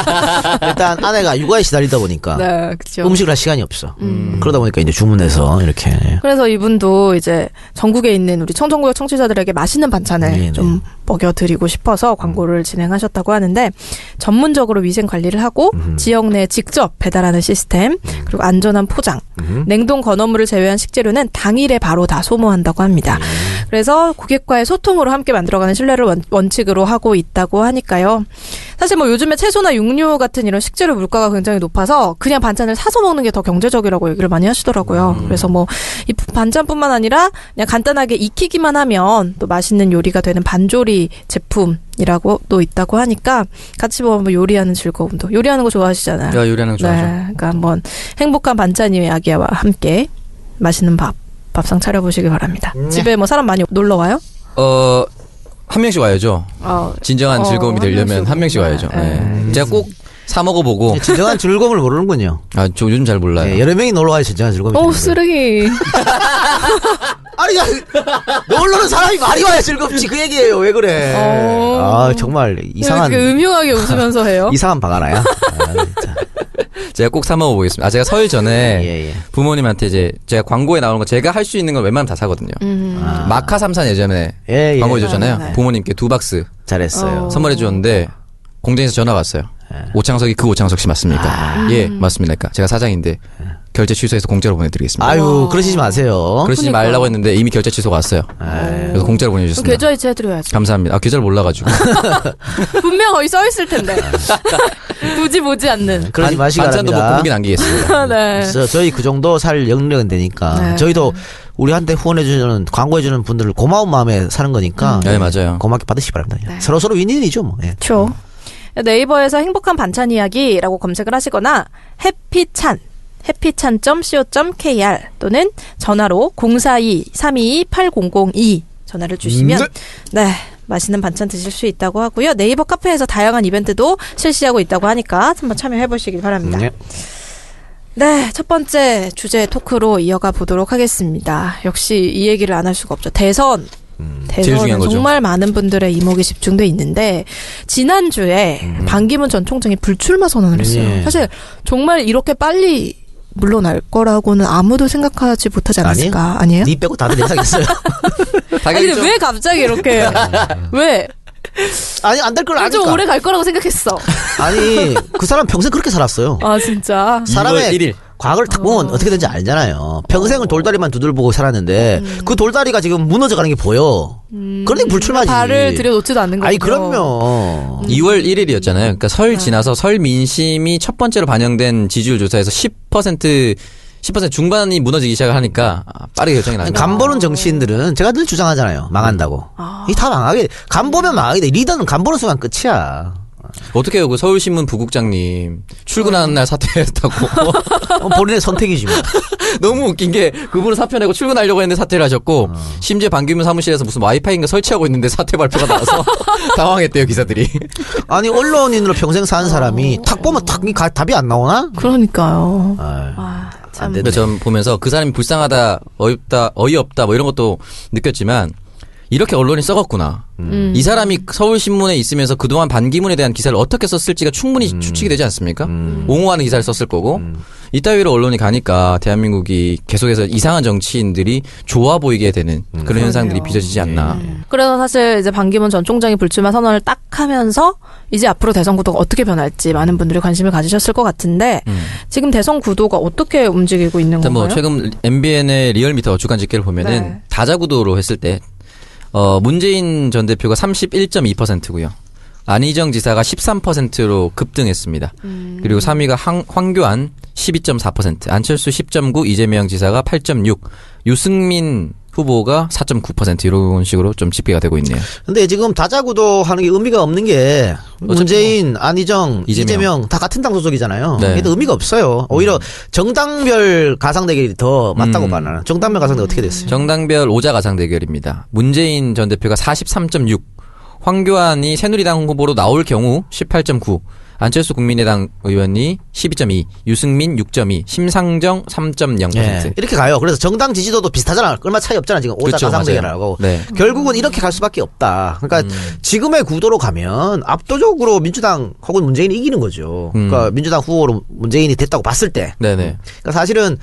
[SPEAKER 4] 일단 아내가 육아에 시달리다 보니까.
[SPEAKER 2] 네, 그죠.
[SPEAKER 4] 음식을 할 시간이 없어.
[SPEAKER 3] 음.
[SPEAKER 4] 그러다 보니까 이제 주문해서 이렇게.
[SPEAKER 2] 그래서 이분도 이제 전국에 있는 우리 청정구역 청취자들에게 맛있는 반찬을
[SPEAKER 4] 네, 네.
[SPEAKER 2] 좀 먹여드리고 싶어서 광고를 진행하셨다고 하는데 전문적으로 위생 관리를 하고 지역 내에 직접 배달하는 시스템
[SPEAKER 4] 음.
[SPEAKER 2] 그리고 안전한 포장 냉동 건어물을 제외한 식재료는 당일에 바로 다 소모한다고
[SPEAKER 4] 네.
[SPEAKER 2] 합니다. 그래서 고객과의 소통으로 함께 만들어가는 신뢰를 원, 칙으로 하고 있다고 하니까요. 사실 뭐 요즘에 채소나 육류 같은 이런 식재료 물가가 굉장히 높아서 그냥 반찬을 사서 먹는 게 더 경제적이라고 얘기를 많이
[SPEAKER 4] 음.
[SPEAKER 2] 하시더라고요. 그래서 뭐 이 반찬뿐만 아니라 그냥 간단하게 익히기만 하면 또 맛있는 요리가 되는 반조리 제품이라고 또 있다고 하니까 같이 뭐 요리하는 즐거움도 요리하는 거 좋아하시잖아요.
[SPEAKER 4] 네,
[SPEAKER 3] 제가 요리하는 거 좋아하죠.
[SPEAKER 2] 네, 그러니까 한번 행복한 반찬 이야기와 함께 맛있는 밥 밥상 차려보시기 바랍니다.
[SPEAKER 4] 음.
[SPEAKER 2] 집에 뭐 사람 많이 놀러 와요?
[SPEAKER 3] 어, 한 명씩 와야죠.
[SPEAKER 2] 어,
[SPEAKER 3] 진정한
[SPEAKER 2] 어,
[SPEAKER 3] 즐거움이
[SPEAKER 2] 한
[SPEAKER 3] 되려면 한
[SPEAKER 2] 명씩 네.
[SPEAKER 3] 명씩 와야죠.
[SPEAKER 2] 오구나.
[SPEAKER 3] 예. 제가 꼭 사 먹어보고
[SPEAKER 2] 음.
[SPEAKER 4] 진정한 즐거움을 모르는군요.
[SPEAKER 3] 아, 저 요즘 잘 몰라요.
[SPEAKER 4] 예, 여러 명이 놀러 와야 진정한 즐거움이.
[SPEAKER 2] 네. 어
[SPEAKER 4] 되는 거예요.
[SPEAKER 2] 쓰레기.
[SPEAKER 4] 아니, 야, 놀러는 사람이 많이 와야 즐겁지. 그 얘기예요. 왜 그래?
[SPEAKER 2] 어.
[SPEAKER 4] 아, 정말 이상한
[SPEAKER 2] 이렇게 음흉하게 웃으면서 해요.
[SPEAKER 4] 이상한 방아라야. 아, 진짜.
[SPEAKER 3] 제가 꼭 사 먹어보겠습니다. 아, 제가 설 전에
[SPEAKER 4] 예, 예.
[SPEAKER 3] 부모님한테 이제 제가 광고에 나오는 거 제가 할 수 있는 건 웬만하면 다 사거든요. 마카 삼산 예전에
[SPEAKER 4] 예, 예.
[SPEAKER 3] 광고해 줬잖아요.
[SPEAKER 2] 아, 음. 네.
[SPEAKER 3] 부모님께 두 박스
[SPEAKER 4] 잘했어요.
[SPEAKER 2] 어.
[SPEAKER 3] 선물해 주었는데 공장에서 전화 왔어요. 오창석이 그 오창석 씨 맞습니까? 예, 맞습니다. 그러니까 제가 사장인데 결제 취소해서 공짜로 보내드리겠습니다.
[SPEAKER 4] 아유, 그러시지 마세요.
[SPEAKER 3] 그러시지
[SPEAKER 2] 그러니까.
[SPEAKER 3] 말라고 했는데 이미 결제 취소가 왔어요. 그래서 공짜로
[SPEAKER 2] 그럼
[SPEAKER 3] 보내주셨습니다.
[SPEAKER 2] 계좌 이체해드려야죠.
[SPEAKER 3] 감사합니다. 아, 계절 몰라가지고.
[SPEAKER 2] 분명 거기 써 있을 텐데 보지 보지 않는.
[SPEAKER 4] 러지
[SPEAKER 3] 반-
[SPEAKER 4] 마시기
[SPEAKER 3] 반찬도 못
[SPEAKER 4] 바랍니다.
[SPEAKER 3] 고르긴 안기겠습니다.
[SPEAKER 2] 네.
[SPEAKER 4] 그래서 저희 그 정도 살 영역은 되니까
[SPEAKER 2] 네.
[SPEAKER 4] 저희도 우리한테 후원해주는 광고해주는 분들을 고마운 마음에 사는 거니까
[SPEAKER 3] 네, 맞아요.
[SPEAKER 4] 고맙게 받으시기 바랍니다. 서로 서로 윈윈이죠, 뭐. 예.
[SPEAKER 2] 그렇죠. 네이버에서 행복한 반찬 이야기라고 검색을 하시거나 해피찬 해피찬.co.kr 또는 전화로 042-322-8002 전화를 주시면 네. 맛있는 반찬 드실 수 있다고 하고요. 네이버 카페에서 다양한 이벤트도 실시하고 있다고 하니까 한번 참여해 보시길 바랍니다.
[SPEAKER 4] 네.
[SPEAKER 2] 네, 첫 번째 주제 토크로 이어가 보도록 하겠습니다. 역시 이 얘기를 안 할 수가 없죠. 대선.
[SPEAKER 4] 음,
[SPEAKER 3] 제일 중요한
[SPEAKER 2] 대선은
[SPEAKER 3] 거죠.
[SPEAKER 2] 정말 많은 분들의 이목이 집중돼 있는데 지난주에 반기문 전 총장이 불출마 선언을 했어요.
[SPEAKER 4] 음. 예.
[SPEAKER 2] 사실 정말 이렇게 빨리 물러날 거라고는 아무도 생각하지 못하지 않았을까 아니에요?
[SPEAKER 4] 네. 니 빼고 다들 예상했어요.
[SPEAKER 2] 아니 근데 왜 갑자기 이렇게 왜?
[SPEAKER 4] 음. 아니 안 될 걸 아니까. 그러니까.
[SPEAKER 2] 좀 오래 갈 거라고 생각했어.
[SPEAKER 4] 아니 그 사람 평생 그렇게 살았어요.
[SPEAKER 2] 아 진짜.
[SPEAKER 4] 사람의
[SPEAKER 3] 일월 일일.
[SPEAKER 4] 과거를 탁
[SPEAKER 2] 아.
[SPEAKER 4] 보면 어. 떻게 되는지 알잖아요. 평생을 돌다리만 두들보고 살았는데
[SPEAKER 2] 음.
[SPEAKER 4] 그 돌다리가 지금 무너져가는 게 보여. 그러니 불출마지.
[SPEAKER 2] 발을 들여놓지도 않는 거죠.
[SPEAKER 4] 아니 그럼요.
[SPEAKER 3] 2월 1일이었잖아요. 그러니까 설 지나서 설 민심이 첫 번째로 반영된 지지율 조사에서 10% 10% 중반이 무너지기 시작하니까 아, 빠르게 결정이 나네요.
[SPEAKER 4] 간 보는 정치인들은 제가 늘 주장하잖아요. 망한다고. 이 다 망하게 간 보면 망하게 돼. 리더는 간 보는 순간 끝이야.
[SPEAKER 3] 어떻게 요그 서울신문 부국장님 출근하는 날 사퇴했다고
[SPEAKER 4] 어, 본인의 선택이지 뭐.
[SPEAKER 3] 너무 웃긴 게 그분은 사표 내고 출근하려고 했는데 사퇴를 하셨고 심지어 반기문 사무실에서 무슨 와이파이인가 설치하고 있는데 사퇴 발표가 나와서 당황했대요 기사들이.
[SPEAKER 4] 아니 언론인으로 평생 사는 사람이 탁 보면 탁이 가- 답이 안 나오나?
[SPEAKER 2] 그러니까요.
[SPEAKER 4] 아유.
[SPEAKER 2] 아,
[SPEAKER 4] 안
[SPEAKER 2] 참.
[SPEAKER 4] 되네.
[SPEAKER 3] 근데 전 보면서 그 사람이 불쌍하다, 어이없다, 어이없다 뭐 이런 것도 느꼈지만 이렇게 언론이 썩었구나. 이 사람이 서울신문에 있으면서 그동안 반기문에 대한 기사를 어떻게 썼을지가 충분히 추측이 되지 않습니까? 옹호하는 기사를 썼을 거고 이따위로 언론이 가니까 대한민국이 계속해서 이상한 정치인들이 좋아 보이게 되는 그런 현상들이 빚어지지 않나.
[SPEAKER 2] 그래서 사실 이제 반기문 전 총장이 불출마 선언을 딱 하면서 이제 앞으로 대선 구도가 어떻게 변할지 많은 분들이 관심을 가지셨을 것 같은데
[SPEAKER 4] 음.
[SPEAKER 2] 지금 대선 구도가 어떻게 움직이고 있는 건가요?
[SPEAKER 3] 일단 뭐 최근 MBN의 리얼미터 어주간 집계를 보면은
[SPEAKER 2] 네.
[SPEAKER 3] 다자구도로 했을 때 어, 문재인 전 대표가 31.2%고요. 안희정 지사가 13%로 급등했습니다.
[SPEAKER 2] 음.
[SPEAKER 3] 그리고 3위가 황, 황교안 12.4%, 안철수 10.9, 이재명 지사가 8.6, 유승민 후보가 4.9% 이런 식으로 좀 집계가 되고 있네요.
[SPEAKER 4] 근데 지금 다자구도 하는 게 의미가 없는 게 문재인, 안희정, 이재명.
[SPEAKER 3] 뭐. 이재명.
[SPEAKER 4] 다 같은 당 소속이잖아요.
[SPEAKER 3] 네.
[SPEAKER 4] 이게 또 의미가 없어요. 오히려 정당별 가상 대결이 더 맞다고
[SPEAKER 3] 음.
[SPEAKER 4] 봐 나는. 정당별 가상 대결 어떻게 됐어요?
[SPEAKER 3] 정당별 오자 가상 대결입니다. 문재인 전 대표가 43.6, 황교안이 새누리당 후보로 나올 경우 18.9, 안철수 국민의당 의원이 12.2, 유승민 6.2, 심상정 3.0%.
[SPEAKER 4] 예. 이렇게 가요. 그래서 정당 지지도도 비슷하잖아. 얼마 차이 없잖아. 지금 오자
[SPEAKER 3] 네. 그렇죠,
[SPEAKER 4] 가상
[SPEAKER 3] 맞아요.
[SPEAKER 4] 대결하고.
[SPEAKER 3] 네. 음.
[SPEAKER 4] 결국은 이렇게 갈 수밖에 없다. 그러니까 지금의 구도로 가면 압도적으로 민주당 혹은 문재인이 이기는 거죠.
[SPEAKER 3] 음.
[SPEAKER 4] 그러니까 민주당 후보로 문재인이 됐다고 봤을 때.
[SPEAKER 3] 네네.
[SPEAKER 4] 그러니까 사실은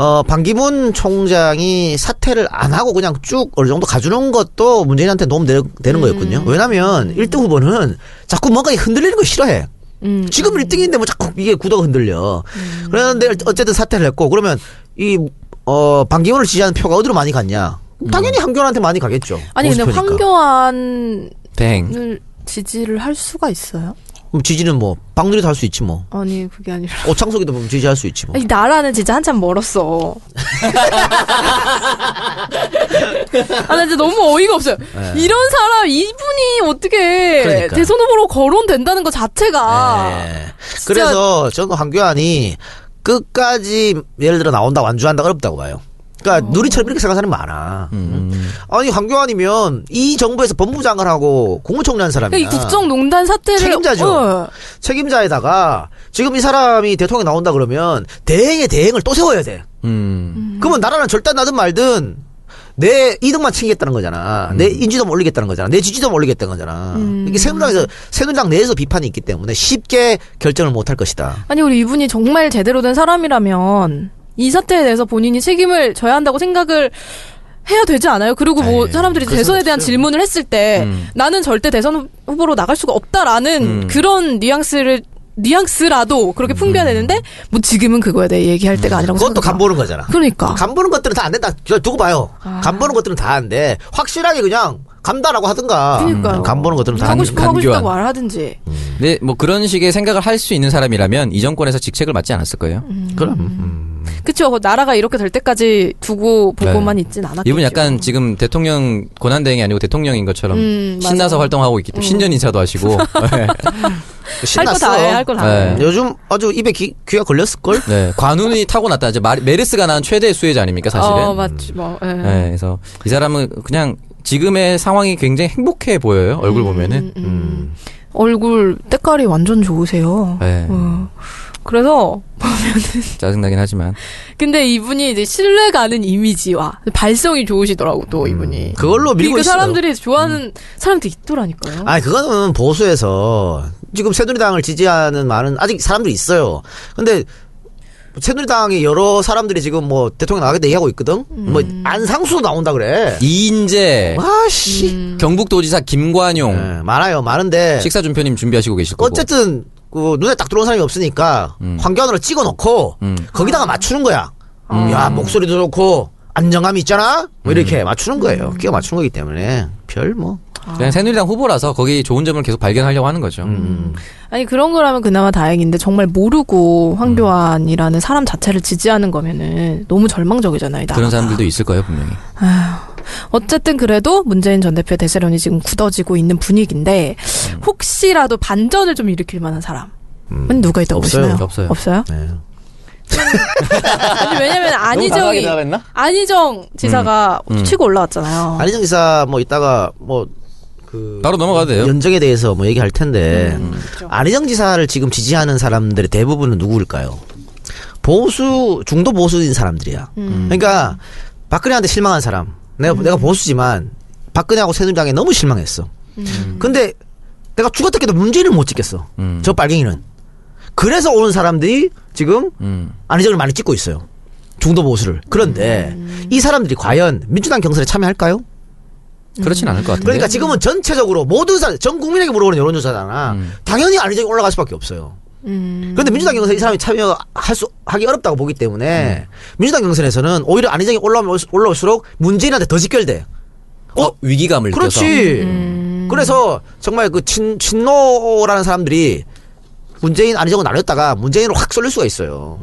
[SPEAKER 4] 어 반기문 총장이 사퇴를 안 하고 그냥 쭉 어느 정도 가주는 것도 문재인한테 도움 되,
[SPEAKER 2] 음.
[SPEAKER 4] 되는 거였거든요. 왜냐하면 1등 후보는 자꾸 뭔가 흔들리는 거 싫어해.
[SPEAKER 2] 음,
[SPEAKER 4] 지금 1등인데 뭐 자꾸 이게 구도가 흔들려. 그런데 어쨌든 사퇴를 했고 그러면 이 어 반기문을 지지하는 표가 어디로 많이 갔냐? 당연히 황교안한테 많이 가겠죠.
[SPEAKER 2] 음. 아니 근데
[SPEAKER 4] 50%니까.
[SPEAKER 2] 황교안을
[SPEAKER 3] 대행.
[SPEAKER 2] 지지를 할 수가 있어요?
[SPEAKER 4] 그럼 지지는 뭐 박누리도 할 수 있지 뭐.
[SPEAKER 2] 아니 그게 아니라
[SPEAKER 4] 오창석이도 보면 지지할 수 있지 뭐.
[SPEAKER 2] 이 나라는 진짜 한참 멀었어. 아, 나 진짜 너무 어이가 없어요. 이런 사람, 이분이 어떻게
[SPEAKER 4] 네. 그러니까.
[SPEAKER 2] 대선 후보로 거론된다는 것 자체가.
[SPEAKER 4] 예. 그래서 저는 황교안이 끝까지 예를 들어 나온다 완주한다 어렵다고 봐요. 그러니까 누리처럼 이렇게 생각하는 사람이 많아. 아니 황교안이면 이 정부에서 법무장을 하고 국무총리 한 사람이야.
[SPEAKER 2] 그러니까 이 국정농단 사태를.
[SPEAKER 4] 책임자죠.
[SPEAKER 2] 어,
[SPEAKER 4] 책임자에다가 지금 이 사람이 대통령 나온다 그러면 대행의 대행을 또 세워야 돼.
[SPEAKER 3] 음.
[SPEAKER 4] 그러면 나라는 절단 나든 말든 내 이득만 챙기겠다는 거잖아. 내 인지도 올리겠다는 거잖아. 내 지지도 올리겠다는 거잖아.
[SPEAKER 2] 음.
[SPEAKER 4] 이게 새누리당에서 새누리당 내에서 비판이 있기 때문에 쉽게 결정을 못 할 것이다.
[SPEAKER 2] 아니, 우리 이분이 정말 제대로 된 사람이라면 이 사태에 대해서 본인이 책임을 져야 한다고 생각을 해야 되지 않아요? 그리고 뭐
[SPEAKER 4] 에이,
[SPEAKER 2] 사람들이
[SPEAKER 4] 네, 그럴
[SPEAKER 2] 대선에
[SPEAKER 4] 수는
[SPEAKER 2] 대한
[SPEAKER 4] 없어요. 음.
[SPEAKER 2] 질문을 했을 때 나는 절대 대선 후보로 나갈 수가 없다라는 그런 뉘앙스를 뉘앙스라도 그렇게 풍겨내는데 뭐 지금은 그거에 대해 얘기할 때가 아니라고
[SPEAKER 4] 음. 그것도
[SPEAKER 2] 생각해요.
[SPEAKER 4] 간 보는 거잖아.
[SPEAKER 2] 그러니까.
[SPEAKER 4] 간 보는 것들은 다 안 된다. 저 두고 봐요.
[SPEAKER 2] 아.
[SPEAKER 4] 간 보는 것들은 다 안 돼. 확실하게 그냥 간다라고 하든가.
[SPEAKER 2] 그러니까요.
[SPEAKER 4] 음, 간 음. 보는 것들은 다 안
[SPEAKER 2] 하고
[SPEAKER 4] 돼.
[SPEAKER 2] 싶어 하고
[SPEAKER 3] 간교한.
[SPEAKER 2] 싶다고 말하든지
[SPEAKER 3] 네, 뭐 그런 식의 생각을 할 수 있는 사람이라면 이 정권에서 직책을 맡지 않았을 거예요.
[SPEAKER 4] 그럼. 음.
[SPEAKER 2] 그쵸 나라가 이렇게 될 때까지 두고 보고만
[SPEAKER 4] 네.
[SPEAKER 2] 있진 않았겠죠
[SPEAKER 3] 이분 약간 지금 대통령 권한대행이 아니고 대통령인 것처럼
[SPEAKER 2] 음,
[SPEAKER 3] 신나서
[SPEAKER 2] 맞아요.
[SPEAKER 3] 활동하고 있기 때문에 신년 인사도 하시고 네.
[SPEAKER 2] 할 거
[SPEAKER 4] 신났어.
[SPEAKER 2] 다 해, 할 거 다 해.
[SPEAKER 3] 네.
[SPEAKER 4] 요즘 아주 입에 귀, 귀가 걸렸을걸?
[SPEAKER 3] 네, 관운이 타고났다. 이제 마- 메르스가 낳은 최대의 수혜자 아닙니까, 사실은?
[SPEAKER 2] 어, 맞지, 뭐.
[SPEAKER 4] 음.
[SPEAKER 2] 예.
[SPEAKER 3] 네, 그래서 이 사람은 그냥 지금의 상황이 굉장히 행복해 보여요. 얼굴 보면은.
[SPEAKER 4] 음.
[SPEAKER 2] 얼굴 때깔이 완전 좋으세요.
[SPEAKER 3] 네.
[SPEAKER 2] 어. 그래서
[SPEAKER 3] 짜증나긴 하지만.
[SPEAKER 2] 근데 이분이 이제 신뢰 가는 이미지와 발성이 좋으시더라고 또
[SPEAKER 3] 음.
[SPEAKER 2] 이분이.
[SPEAKER 4] 그걸로 밀고
[SPEAKER 2] 그러니까
[SPEAKER 4] 있어요.
[SPEAKER 2] 사람들이 좋아하는 사람들이 있더라니까요.
[SPEAKER 4] 아니 그거는 보수에서 지금 새누리당을 지지하는 많은 아직 사람들이 있어요. 근데 새누리당의 여러 사람들이 지금 뭐 대통령 나가겠다 얘기하고 있거든. 뭐
[SPEAKER 2] 음.
[SPEAKER 4] 안상수 나온다 그래.
[SPEAKER 3] 이인재,
[SPEAKER 4] 와씨
[SPEAKER 2] 음.
[SPEAKER 4] 네,
[SPEAKER 3] 경북도지사 김관용,
[SPEAKER 4] 많아요 많은데
[SPEAKER 3] 식사준표님 준비하시고 계실 거고.
[SPEAKER 4] 어쨌든 그 눈에 딱 들어온 사람이 없으니까 황교안으로 찍어놓고
[SPEAKER 3] 음.
[SPEAKER 4] 거기다가 맞추는 거야. 야 목소리도 좋고 안정감이 있잖아. 뭐
[SPEAKER 3] 음.
[SPEAKER 4] 이렇게 맞추는 거예요. 끼워 맞추는 거기 때문에 별 뭐.
[SPEAKER 3] 그냥 새누리당 후보라서 거기 좋은 점을 계속 발견하려고 하는 거죠.
[SPEAKER 4] 음,
[SPEAKER 2] 아니 그런 거라면 그나마 다행인데 정말 모르고 황교안이라는 사람 자체를 지지하는 거면은 너무 절망적이잖아요. 나라가.
[SPEAKER 3] 그런 사람들도 있을 거예요, 분명히.
[SPEAKER 2] 어쨌든 그래도 문재인 전 대표의 대세론이 지금 굳어지고 있는 분위기인데
[SPEAKER 3] 음.
[SPEAKER 2] 혹시라도 반전을 좀 일으킬 만한 사람은 누가 있다고
[SPEAKER 4] 없어요.
[SPEAKER 2] 보시나요?
[SPEAKER 3] 없어요.
[SPEAKER 2] 없어요?
[SPEAKER 4] 네.
[SPEAKER 2] 아니 왜냐면 안희정이
[SPEAKER 4] 대답했나?
[SPEAKER 2] 안희정 지사가
[SPEAKER 3] 음.
[SPEAKER 2] 치고 올라왔잖아요.
[SPEAKER 3] 어.
[SPEAKER 4] 안희정 기사 뭐 이따가 뭐 그
[SPEAKER 3] 바로 넘어가도 돼요. 음, 그렇죠.
[SPEAKER 4] 연정에 대해서 뭐 얘기할 텐데 안희정 지사를 지금 지지하는 사람들의 대부분은 누구일까요? 보수 중도 보수인 사람들이야.
[SPEAKER 3] 음.
[SPEAKER 4] 그러니까 박근혜한테 실망한 사람. 내가 내가 보수지만 박근혜하고 새누리당에 너무 실망했어. 근데 내가 죽었다 해도 문재인을 못 찍겠어.
[SPEAKER 3] 음.
[SPEAKER 4] 저 빨갱이는. 그래서 오는 사람들이 지금
[SPEAKER 3] 음.
[SPEAKER 4] 안희정을 많이 찍고 있어요. 중도 보수를. 그런데
[SPEAKER 3] 음.
[SPEAKER 4] 이 사람들이 과연 민주당 경선에 참여할까요?
[SPEAKER 3] 그렇진 않을 것 같은데.
[SPEAKER 4] 그러니까 지금은 전체적으로 모든 사람, 전 국민에게 물어보는 여론조사잖아. 당연히 안희정이 올라갈 수밖에 없어요.
[SPEAKER 2] 음.
[SPEAKER 4] 그런데 민주당 경선에 이 사람이 참여할 수, 하기 어렵다고 보기 때문에 민주당 경선에서는 오히려 안희정이 올라올, 올라올수록 문재인한테 더 직결돼.
[SPEAKER 3] 어, 위기감을 느껴서.
[SPEAKER 4] 그렇지. 그래서 정말 그 친, 친노라는 사람들이 문재인 안희정을 나눴다가 문재인으로 확 쏠릴 수가 있어요.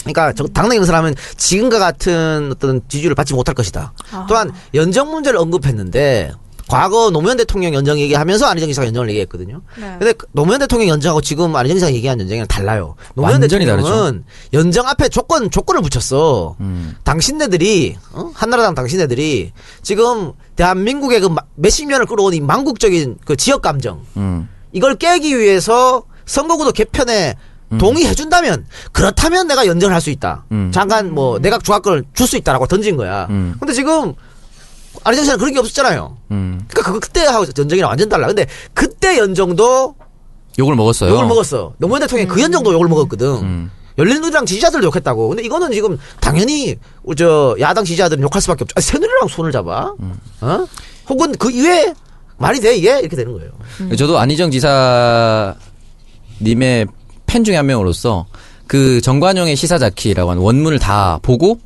[SPEAKER 4] 그러니까 저- 당내 경선하면 지금과 같은 어떤 지지율을 받지 못할 것이다. 또한 연정 문제를 언급했는데 과거 노무현 대통령 연정 얘기하면서 안희정 기사가 연정을 얘기했거든요.
[SPEAKER 2] 네,
[SPEAKER 4] 근데 그 노무현 대통령 연정하고 지금 안희정 기사가 얘기한 연정이랑 달라요. 노무현
[SPEAKER 3] 완전히
[SPEAKER 4] 대통령은 연정 앞에 조건 조건을 붙였어.
[SPEAKER 3] 음.
[SPEAKER 4] 당신네들이 어? 한나라당 당신네들이 지금 대한민국의 그 마- 몇십 년을 끌어온 이 망국적인 그 지역 감정
[SPEAKER 3] 음.
[SPEAKER 4] 이걸 깨기 위해서 선거구도 개편에 동의해 준다면 그렇다면 내가 연정을 할 수 있다.
[SPEAKER 3] 음.
[SPEAKER 4] 잠깐 뭐 내각 조합권을 줄 수 있다라고 던진 거야.
[SPEAKER 3] 음.
[SPEAKER 4] 근데 지금 안희정 씨는 그런 게 없었잖아요.
[SPEAKER 3] 음.
[SPEAKER 4] 그러니까 그 그때 하고 연정이랑 완전 달라. 근데 그때 연정도
[SPEAKER 3] 욕을 먹었어요.
[SPEAKER 4] 욕을 먹었어. 노무현 대통령이 그 연정도 욕을 먹었거든.
[SPEAKER 3] 음.
[SPEAKER 4] 열린우리당 지지자들도 욕했다고. 근데 이거는 지금 당연히 우리 저 야당 지지자들은 욕할 수밖에 없죠. 아, 새누리랑 손을 잡아.
[SPEAKER 3] 음.
[SPEAKER 4] 어? 혹은 그 이외에 말이 돼 이게 이렇게 되는 거예요.
[SPEAKER 3] 저도 안희정 지사님의 팬 중에 한 명으로서 그 정관용의 시사자키라고 하는 원문을 다 보고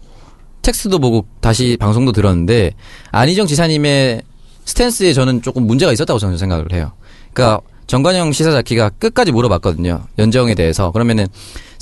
[SPEAKER 3] 텍스트도 보고 다시 방송도 들었는데 안희정 지사님의 스탠스에 저는 조금 문제가 있었다고 저는 생각을 해요. 그러니까 정관용 시사자키가 끝까지 물어봤거든요. 연정에 대해서. 그러면은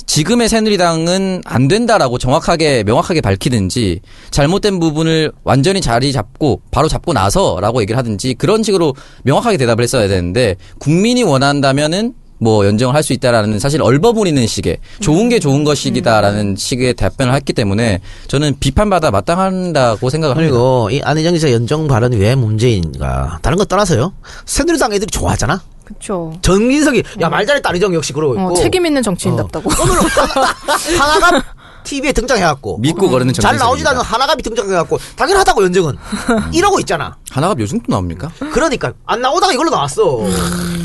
[SPEAKER 3] 지금의 새누리당은 안 된다라고 정확하게 명확하게 밝히든지 잘못된 부분을 완전히 자리 잡고 바로 잡고 나서라고 얘기를 하든지 그런 식으로 명확하게 대답을 했어야 되는데 국민이 원한다면은 뭐 연정을 할 수 있다라는 사실 얼버무리는 식의 좋은 게 좋은 것이다라는 식의 답변을 했기 때문에 저는 비판받아 마땅한다고 생각을 합니다.
[SPEAKER 4] 그리고 이 안희정 기자 연정 발언이 왜 문제인가? 다른 거 떠나서요. 새누리당 애들이 좋아하잖아.
[SPEAKER 2] 그렇죠.
[SPEAKER 4] 전민석이
[SPEAKER 3] 음.
[SPEAKER 4] 야 말잘했다 안희정 역시 그러고 있고
[SPEAKER 2] 어, 책임 있는 정치인답다고.
[SPEAKER 4] 오늘 하나갑 TV에 등장해갖고
[SPEAKER 3] 믿고 거르는
[SPEAKER 4] 잘 나오지도 않은
[SPEAKER 3] 정치인입니다.
[SPEAKER 4] 하나갑이 등장해갖고 당연하다고 연정은 이러고 있잖아.
[SPEAKER 3] 하나가 요즘 또 나옵니까?
[SPEAKER 4] 그러니까 안 나오다가 이걸로 나왔어.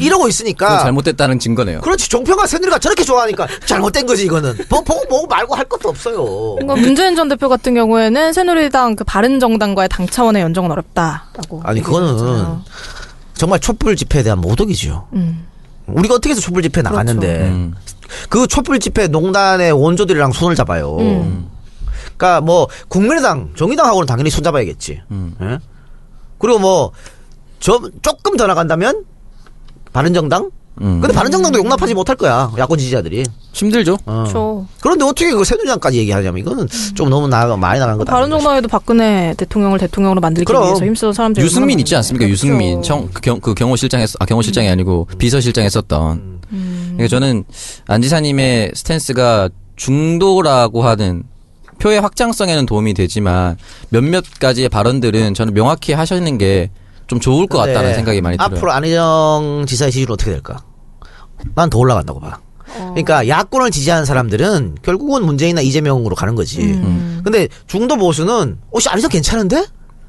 [SPEAKER 4] 이러고
[SPEAKER 3] 그건
[SPEAKER 4] 있으니까
[SPEAKER 3] 잘못됐다는 증거네요.
[SPEAKER 4] 그렇지 종평과 새누리가 저렇게 좋아하니까 잘못된 거지 이거는 보- 보고 보고 말고 할 것도 없어요.
[SPEAKER 2] 그러니까 문재인 전 대표 같은 경우에는 새누리당 그 바른정당과의 당 차원의 연정은 어렵다라고.
[SPEAKER 4] 아니 그거는
[SPEAKER 2] 얘기했잖아요.
[SPEAKER 4] 정말 촛불 집회에 대한 모독이지요.
[SPEAKER 2] 음.
[SPEAKER 4] 우리가 어떻게 해서 촛불 집회 에 나갔는데
[SPEAKER 3] 음.
[SPEAKER 4] 그 촛불 집회 농단의 원조들이랑 손을 잡아요. 그러니까 뭐 국민의당, 정의당하고는 당연히 손 잡아야겠지.
[SPEAKER 3] 음.
[SPEAKER 4] 예? 그리고 뭐저 조금 더 나간다면 바른정당.
[SPEAKER 3] 음.
[SPEAKER 4] 근데 바른정당도 용납하지 못할 거야 야권 지지자들이.
[SPEAKER 3] 힘들죠.
[SPEAKER 4] 어.
[SPEAKER 2] 그렇죠.
[SPEAKER 4] 그런데 어떻게 그 새누리당까지 얘기하냐면 이거는 좀 너무 나, 많이 나간 거다.
[SPEAKER 2] 뭐 바른정당에도 박근혜 대통령을 대통령으로 만들기
[SPEAKER 4] 그럼.
[SPEAKER 2] 위해서 힘써온 사람들이
[SPEAKER 3] 유승민
[SPEAKER 2] 얼마나
[SPEAKER 4] 그렇죠.
[SPEAKER 3] 있지 않습니까?
[SPEAKER 2] 많은데.
[SPEAKER 3] 유승민
[SPEAKER 2] 그렇죠.
[SPEAKER 3] 청, 그, 경, 그 경호실장에서 아 경호실장이 아니고 비서실장에 썼던
[SPEAKER 4] 음.
[SPEAKER 3] 그러니까 저는 안지사님의 스탠스가 중도라고 하는 표의 확장성에는 도움이 되지만 몇몇 가지의 발언들은 저는 명확히 하시는 게 좀 좋을 것
[SPEAKER 4] 근데
[SPEAKER 3] 같다는 생각이 많이
[SPEAKER 4] 네. 앞으로
[SPEAKER 3] 들어요.
[SPEAKER 4] 안희정 지사의 지지율은 어떻게 될까? 난 더 올라간다고 봐.
[SPEAKER 2] 어.
[SPEAKER 4] 그러니까 야권을 지지하는 사람들은 결국은 문재인이나 이재명으로 가는 거지.
[SPEAKER 2] 음.
[SPEAKER 4] 음. 근데 중도 보수는 어씨 안희정 괜찮은데?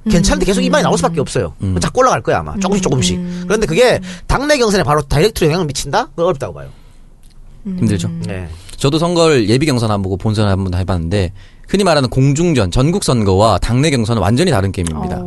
[SPEAKER 4] 괜찮은데 계속 이 말이 나올 수밖에 없어요.
[SPEAKER 3] 음.
[SPEAKER 4] 자꾸 올라갈 거야 아마
[SPEAKER 2] 음.
[SPEAKER 4] 조금씩 조금씩. 그런데 그게 당내 경선에 바로 다이렉트로 영향을 미친다? 그건 어렵다고 봐요.
[SPEAKER 3] 힘들죠.
[SPEAKER 2] 음.
[SPEAKER 4] 네.
[SPEAKER 3] 저도 선거를 예비 경선 안 보고 본선 한 번 해봤는데 흔히 말하는 공중전 전국 선거와 당내 경선은 완전히 다른 게임입니다.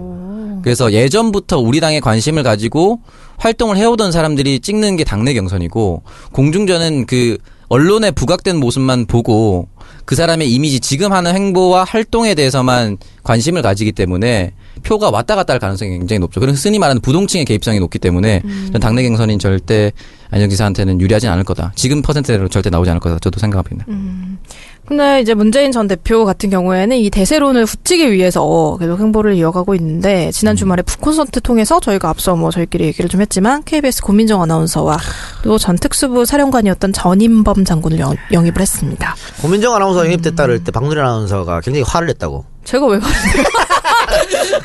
[SPEAKER 3] 그래서 예전부터 우리 당에 관심을 가지고 활동을 해오던 사람들이 찍는 게 당내 경선이고 공중전은 그 언론에 부각된 모습만 보고 그 사람의 이미지 지금 하는 행보와 활동에 대해서만 관심을 가지기 때문에 표가 왔다 갔다 할 가능성이 굉장히 높죠. 그래서 흔히 말하는 부동층의 개입성이 높기 때문에 전 당내 경선인 절대 안영 지사한테는 유리하진 않을 거다. 지금 퍼센트대로 절대 나오지 않을 거다. 저도 생각합니다.
[SPEAKER 2] 음. 근데 이제 문재인 전 대표 같은 경우에는 이 대세론을 굳히기 위해서 계속 행보를 이어가고 있는데 지난
[SPEAKER 3] 음.
[SPEAKER 2] 주말에 북콘서트 통해서 저희가 앞서 뭐 저희끼리 얘기를 좀 했지만 KBS 고민정 아나운서와 또 전 특수부 사령관이었던 전임범 장군을 영, 영입을 했습니다.
[SPEAKER 4] 고민정 아나운서 영입됐다 그럴 때 박누리 아나운서가 굉장히 화를 냈다고.
[SPEAKER 2] 제가 왜 그래?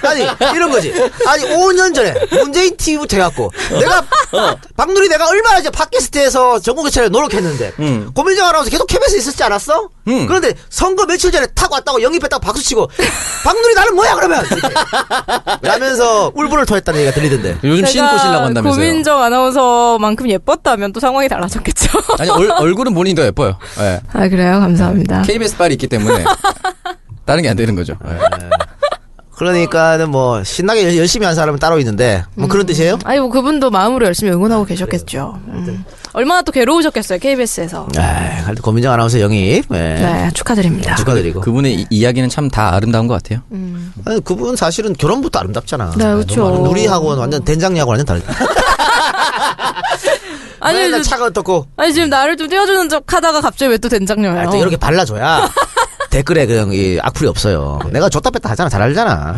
[SPEAKER 4] 아니 이런 거지. 아니 5년 전에 문재인 TV부터 해갖고 내가
[SPEAKER 3] 어.
[SPEAKER 4] 박누리 내가 얼마나 이제 팟캐스트에서 전국교체를 노력했는데
[SPEAKER 3] 음.
[SPEAKER 4] 고민정 아나운서 계속 KBS에 있었지 않았어?
[SPEAKER 3] 음.
[SPEAKER 4] 그런데 선거 며칠 전에 타고 왔다고 영입했다고 박수치고 박누리 나는 뭐야 그러면 이렇게. 라면서 울분을 토했다는 얘기가 들리던데
[SPEAKER 3] 요즘 시인 꼬시려고 한다면서요.
[SPEAKER 2] 고민정 아나운서만큼 예뻤다면 또 상황이 달라졌겠죠.
[SPEAKER 3] 아니 얼, 얼굴은 본인이 더 예뻐요. 예.
[SPEAKER 2] 아 그래요, 감사합니다.
[SPEAKER 3] KBS 빨이 있기 때문에 다른 게 안 되는 거죠. 예.
[SPEAKER 4] 그러니까는 뭐 신나게 열- 열심히 한 사람은 따로 있는데 뭐 그런 뜻이에요?
[SPEAKER 2] 아니 뭐 그분도 마음으로 열심히 응원하고 계셨겠죠.
[SPEAKER 3] 네.
[SPEAKER 2] 음. 얼마나 또 괴로우셨겠어요 KBS에서.
[SPEAKER 4] 에이, 하여튼 고민정 아나운서 영입 예.
[SPEAKER 2] 네 축하드립니다.
[SPEAKER 4] 축하드리고
[SPEAKER 3] 그분의 이, 이야기는 참 다 아름다운 것 같아요.
[SPEAKER 2] 음.
[SPEAKER 4] 아니, 그분 사실은 결혼부터 아름답잖아.
[SPEAKER 2] 네, 그쵸.
[SPEAKER 4] 너무 아름- 우리하고는 완전 된장녀하고 완전 다르다.
[SPEAKER 2] 아니,
[SPEAKER 3] 네,
[SPEAKER 4] 맨날
[SPEAKER 2] 저-
[SPEAKER 4] 차가 어떻고
[SPEAKER 2] 아니 지금 나를 좀 띄워주는 척 하다가 갑자기 왜 또 된장녀예요?
[SPEAKER 4] 아, 또 이렇게 발라줘야 댓글에 그냥 이 악플이 없어요. 내가 줬다 뺐다 하잖아. 잘 알잖아.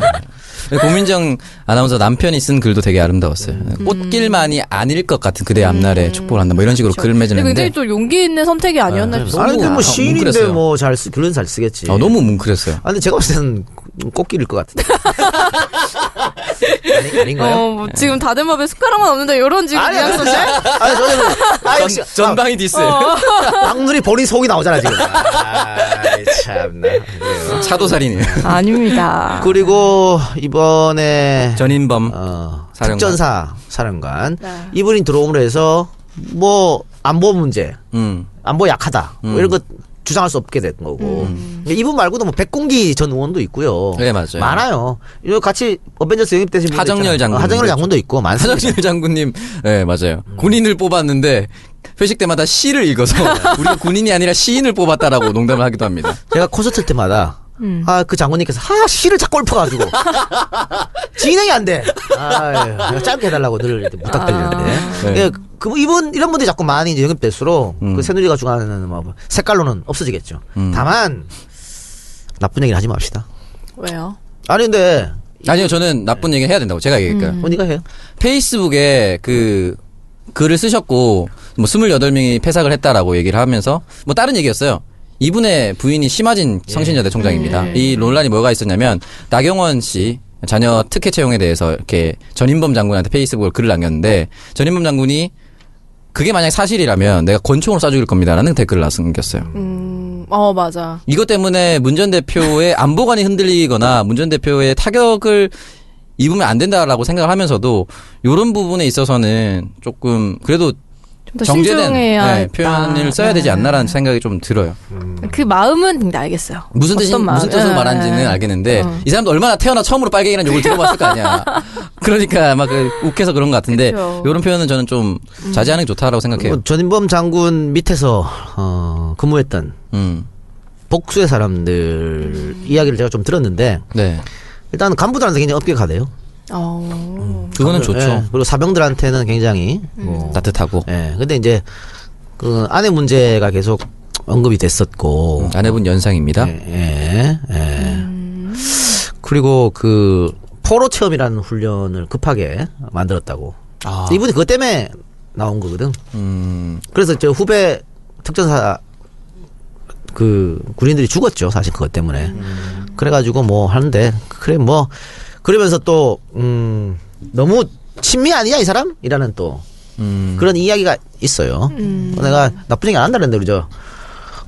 [SPEAKER 3] 네, 고민정 아나운서 남편이 쓴 글도 되게 아름다웠어요. 네.
[SPEAKER 2] 음.
[SPEAKER 3] 꽃길만이 아닐 것 같은 그대의 앞날에 축복을 한다. 뭐 이런 식으로 글을
[SPEAKER 2] 근데
[SPEAKER 3] 맺었는데
[SPEAKER 2] 굉장히 또 용기 있는 선택이 아니었나 싶어요.
[SPEAKER 4] 아니 근데
[SPEAKER 3] 너무
[SPEAKER 4] 뭐 시인인데
[SPEAKER 3] 뭉클했어요.
[SPEAKER 4] 뭐잘 쓰, 글은 잘 쓰겠지.
[SPEAKER 3] 어, 너무 뭉클했어요.
[SPEAKER 4] 아, 근데 제가 봤을 때는 꽃길일 것 같은데. 아니, 아닌가요?
[SPEAKER 2] 어,
[SPEAKER 3] 네.
[SPEAKER 2] 뭐 지금 다듬밥에 숟가락만 없는데 이런 지금
[SPEAKER 4] 아니, 아니,
[SPEAKER 2] 뉘앙스.
[SPEAKER 4] 아니, 저는, 아, 역시. 아,
[SPEAKER 3] 전방위 디스.
[SPEAKER 2] 어.
[SPEAKER 4] 박누리 본인 속이 나오잖아, 지금. 아이, 참나. 그래요.
[SPEAKER 3] 차도살인이에요.
[SPEAKER 2] 아닙니다.
[SPEAKER 4] 그리고, 이번에,
[SPEAKER 3] 전인범.
[SPEAKER 4] 어,
[SPEAKER 3] 사령관.
[SPEAKER 4] 특전사 사령관. 이분이 들어옴으로 해서, 뭐, 안보 문제,
[SPEAKER 3] 음.
[SPEAKER 4] 안보 약하다 뭐 이런 거 주장할 수 없게 된 거고 근데 이분 말고도 뭐 백공기 전 의원도 있고요.
[SPEAKER 3] 네, 맞아요.
[SPEAKER 4] 많아요. 이거 같이 어벤져스 영입되신 분들
[SPEAKER 3] 하정열
[SPEAKER 4] 있잖아요.
[SPEAKER 3] 장군도
[SPEAKER 4] 어, 하정열 장군도 있고 많습니다.
[SPEAKER 3] 사정실 장군님, 아, 예, 맞아요. 군인을 뽑았는데, 회식 때마다 시를 읽어서, 우리가 군인이 아니라 시인을 뽑았다라고 농담을 하기도 합니다.
[SPEAKER 4] 제가 콘서트 때마다 아 그 장군님께서 하 시를 자꾸 읊어가지고 진행이 안 돼. 아유, 내가 짧게 해달라고 늘 이렇게 부탁드리는데
[SPEAKER 3] 네.
[SPEAKER 4] 예, 그 이분 이런 분들이 자꾸 많이 이제 영입될수록
[SPEAKER 3] 음.
[SPEAKER 4] 그 새누리가 주관하는 뭐 색깔로는 없어지겠죠. 다만 나쁜 얘기를 하지 맙시다.
[SPEAKER 2] 왜요?
[SPEAKER 4] 아니 근데
[SPEAKER 3] 아니요, 저는 나쁜 얘기 해야 된다고 제가 얘기할까요?
[SPEAKER 4] 언니가 해요.
[SPEAKER 3] 페이스북에 그 글을 쓰셨고 뭐 28명이 폐삭을 했다라고 얘기를 하면서 뭐 다른 얘기였어요. 이분의 부인이 심화진 성신여대 총장입니다. 이 논란이 뭐가 있었냐면 나경원 씨 자녀 특혜 채용에 대해서 이렇게 전인범 장군한테 페이스북을 글을 남겼는데 전인범 장군이 그게 만약 사실이라면 내가 권총을 쏴죽일 겁니다라는 댓글을 남겼어요.
[SPEAKER 2] 음, 어 맞아.
[SPEAKER 3] 이것 때문에 문 전 대표의 안보관이 흔들리거나 문 전 대표의 타격을 입으면 안 된다라고 생각을 하면서도 이런 부분에 있어서는 조금 그래도
[SPEAKER 2] 좀 더
[SPEAKER 3] 정제된
[SPEAKER 2] 신중해야
[SPEAKER 3] 네, 표현을 써야 되지 않나라는 생각이 좀 들어요.
[SPEAKER 2] 그 마음은 근데 알겠어요.
[SPEAKER 3] 무슨 뜻이
[SPEAKER 2] 어떤 마음.
[SPEAKER 3] 무슨 뜻으로
[SPEAKER 2] 예, 예.
[SPEAKER 3] 말하는지는 알겠는데 이 사람도 얼마나 태어나 처음으로 빨갱이라는 욕을 들어봤을 거 아니야. 그러니까 막 그 웃겨서 그런 것 같은데
[SPEAKER 2] 그쵸. 음.
[SPEAKER 3] 이런 표현은 저는 좀 자제하는 게 좋다라고 생각해요.
[SPEAKER 4] 뭐 전인범 장군 밑에서 어, 근무했던
[SPEAKER 3] 음,
[SPEAKER 4] 복수의 사람들 이야기를 제가 좀 들었는데
[SPEAKER 3] 네,
[SPEAKER 4] 일단 간부들한테 굉장히 업계가 돼요.
[SPEAKER 2] 어.
[SPEAKER 3] 그거는 네.
[SPEAKER 4] 간부-
[SPEAKER 3] 좋죠.
[SPEAKER 4] 예, 그리고 사병들한테는 굉장히
[SPEAKER 3] 음.
[SPEAKER 4] 뭐,
[SPEAKER 3] 따뜻하고
[SPEAKER 4] 예. 근데 이제 그 아내 문제가 계속 언급이 됐었고
[SPEAKER 3] 안 해본 연상입니다.
[SPEAKER 4] 예. 예, 예. 그리고 그 포로 체험이라는 훈련을 급하게 만들었다고.
[SPEAKER 3] 아.
[SPEAKER 4] 이분이 그것 때문에 나온 거거든.
[SPEAKER 3] 음.
[SPEAKER 4] 그래서 저 후배 특전사 그 군인들이 죽었죠 사실 그것 때문에. 그래가지고 뭐 하는데 그래 뭐 그러면서 또 음, 너무 친미 아니냐 이 사람이라는 또
[SPEAKER 3] 음.
[SPEAKER 4] 그런 이야기가 있어요. 내가 나쁜 얘기 안 한다는데 그죠.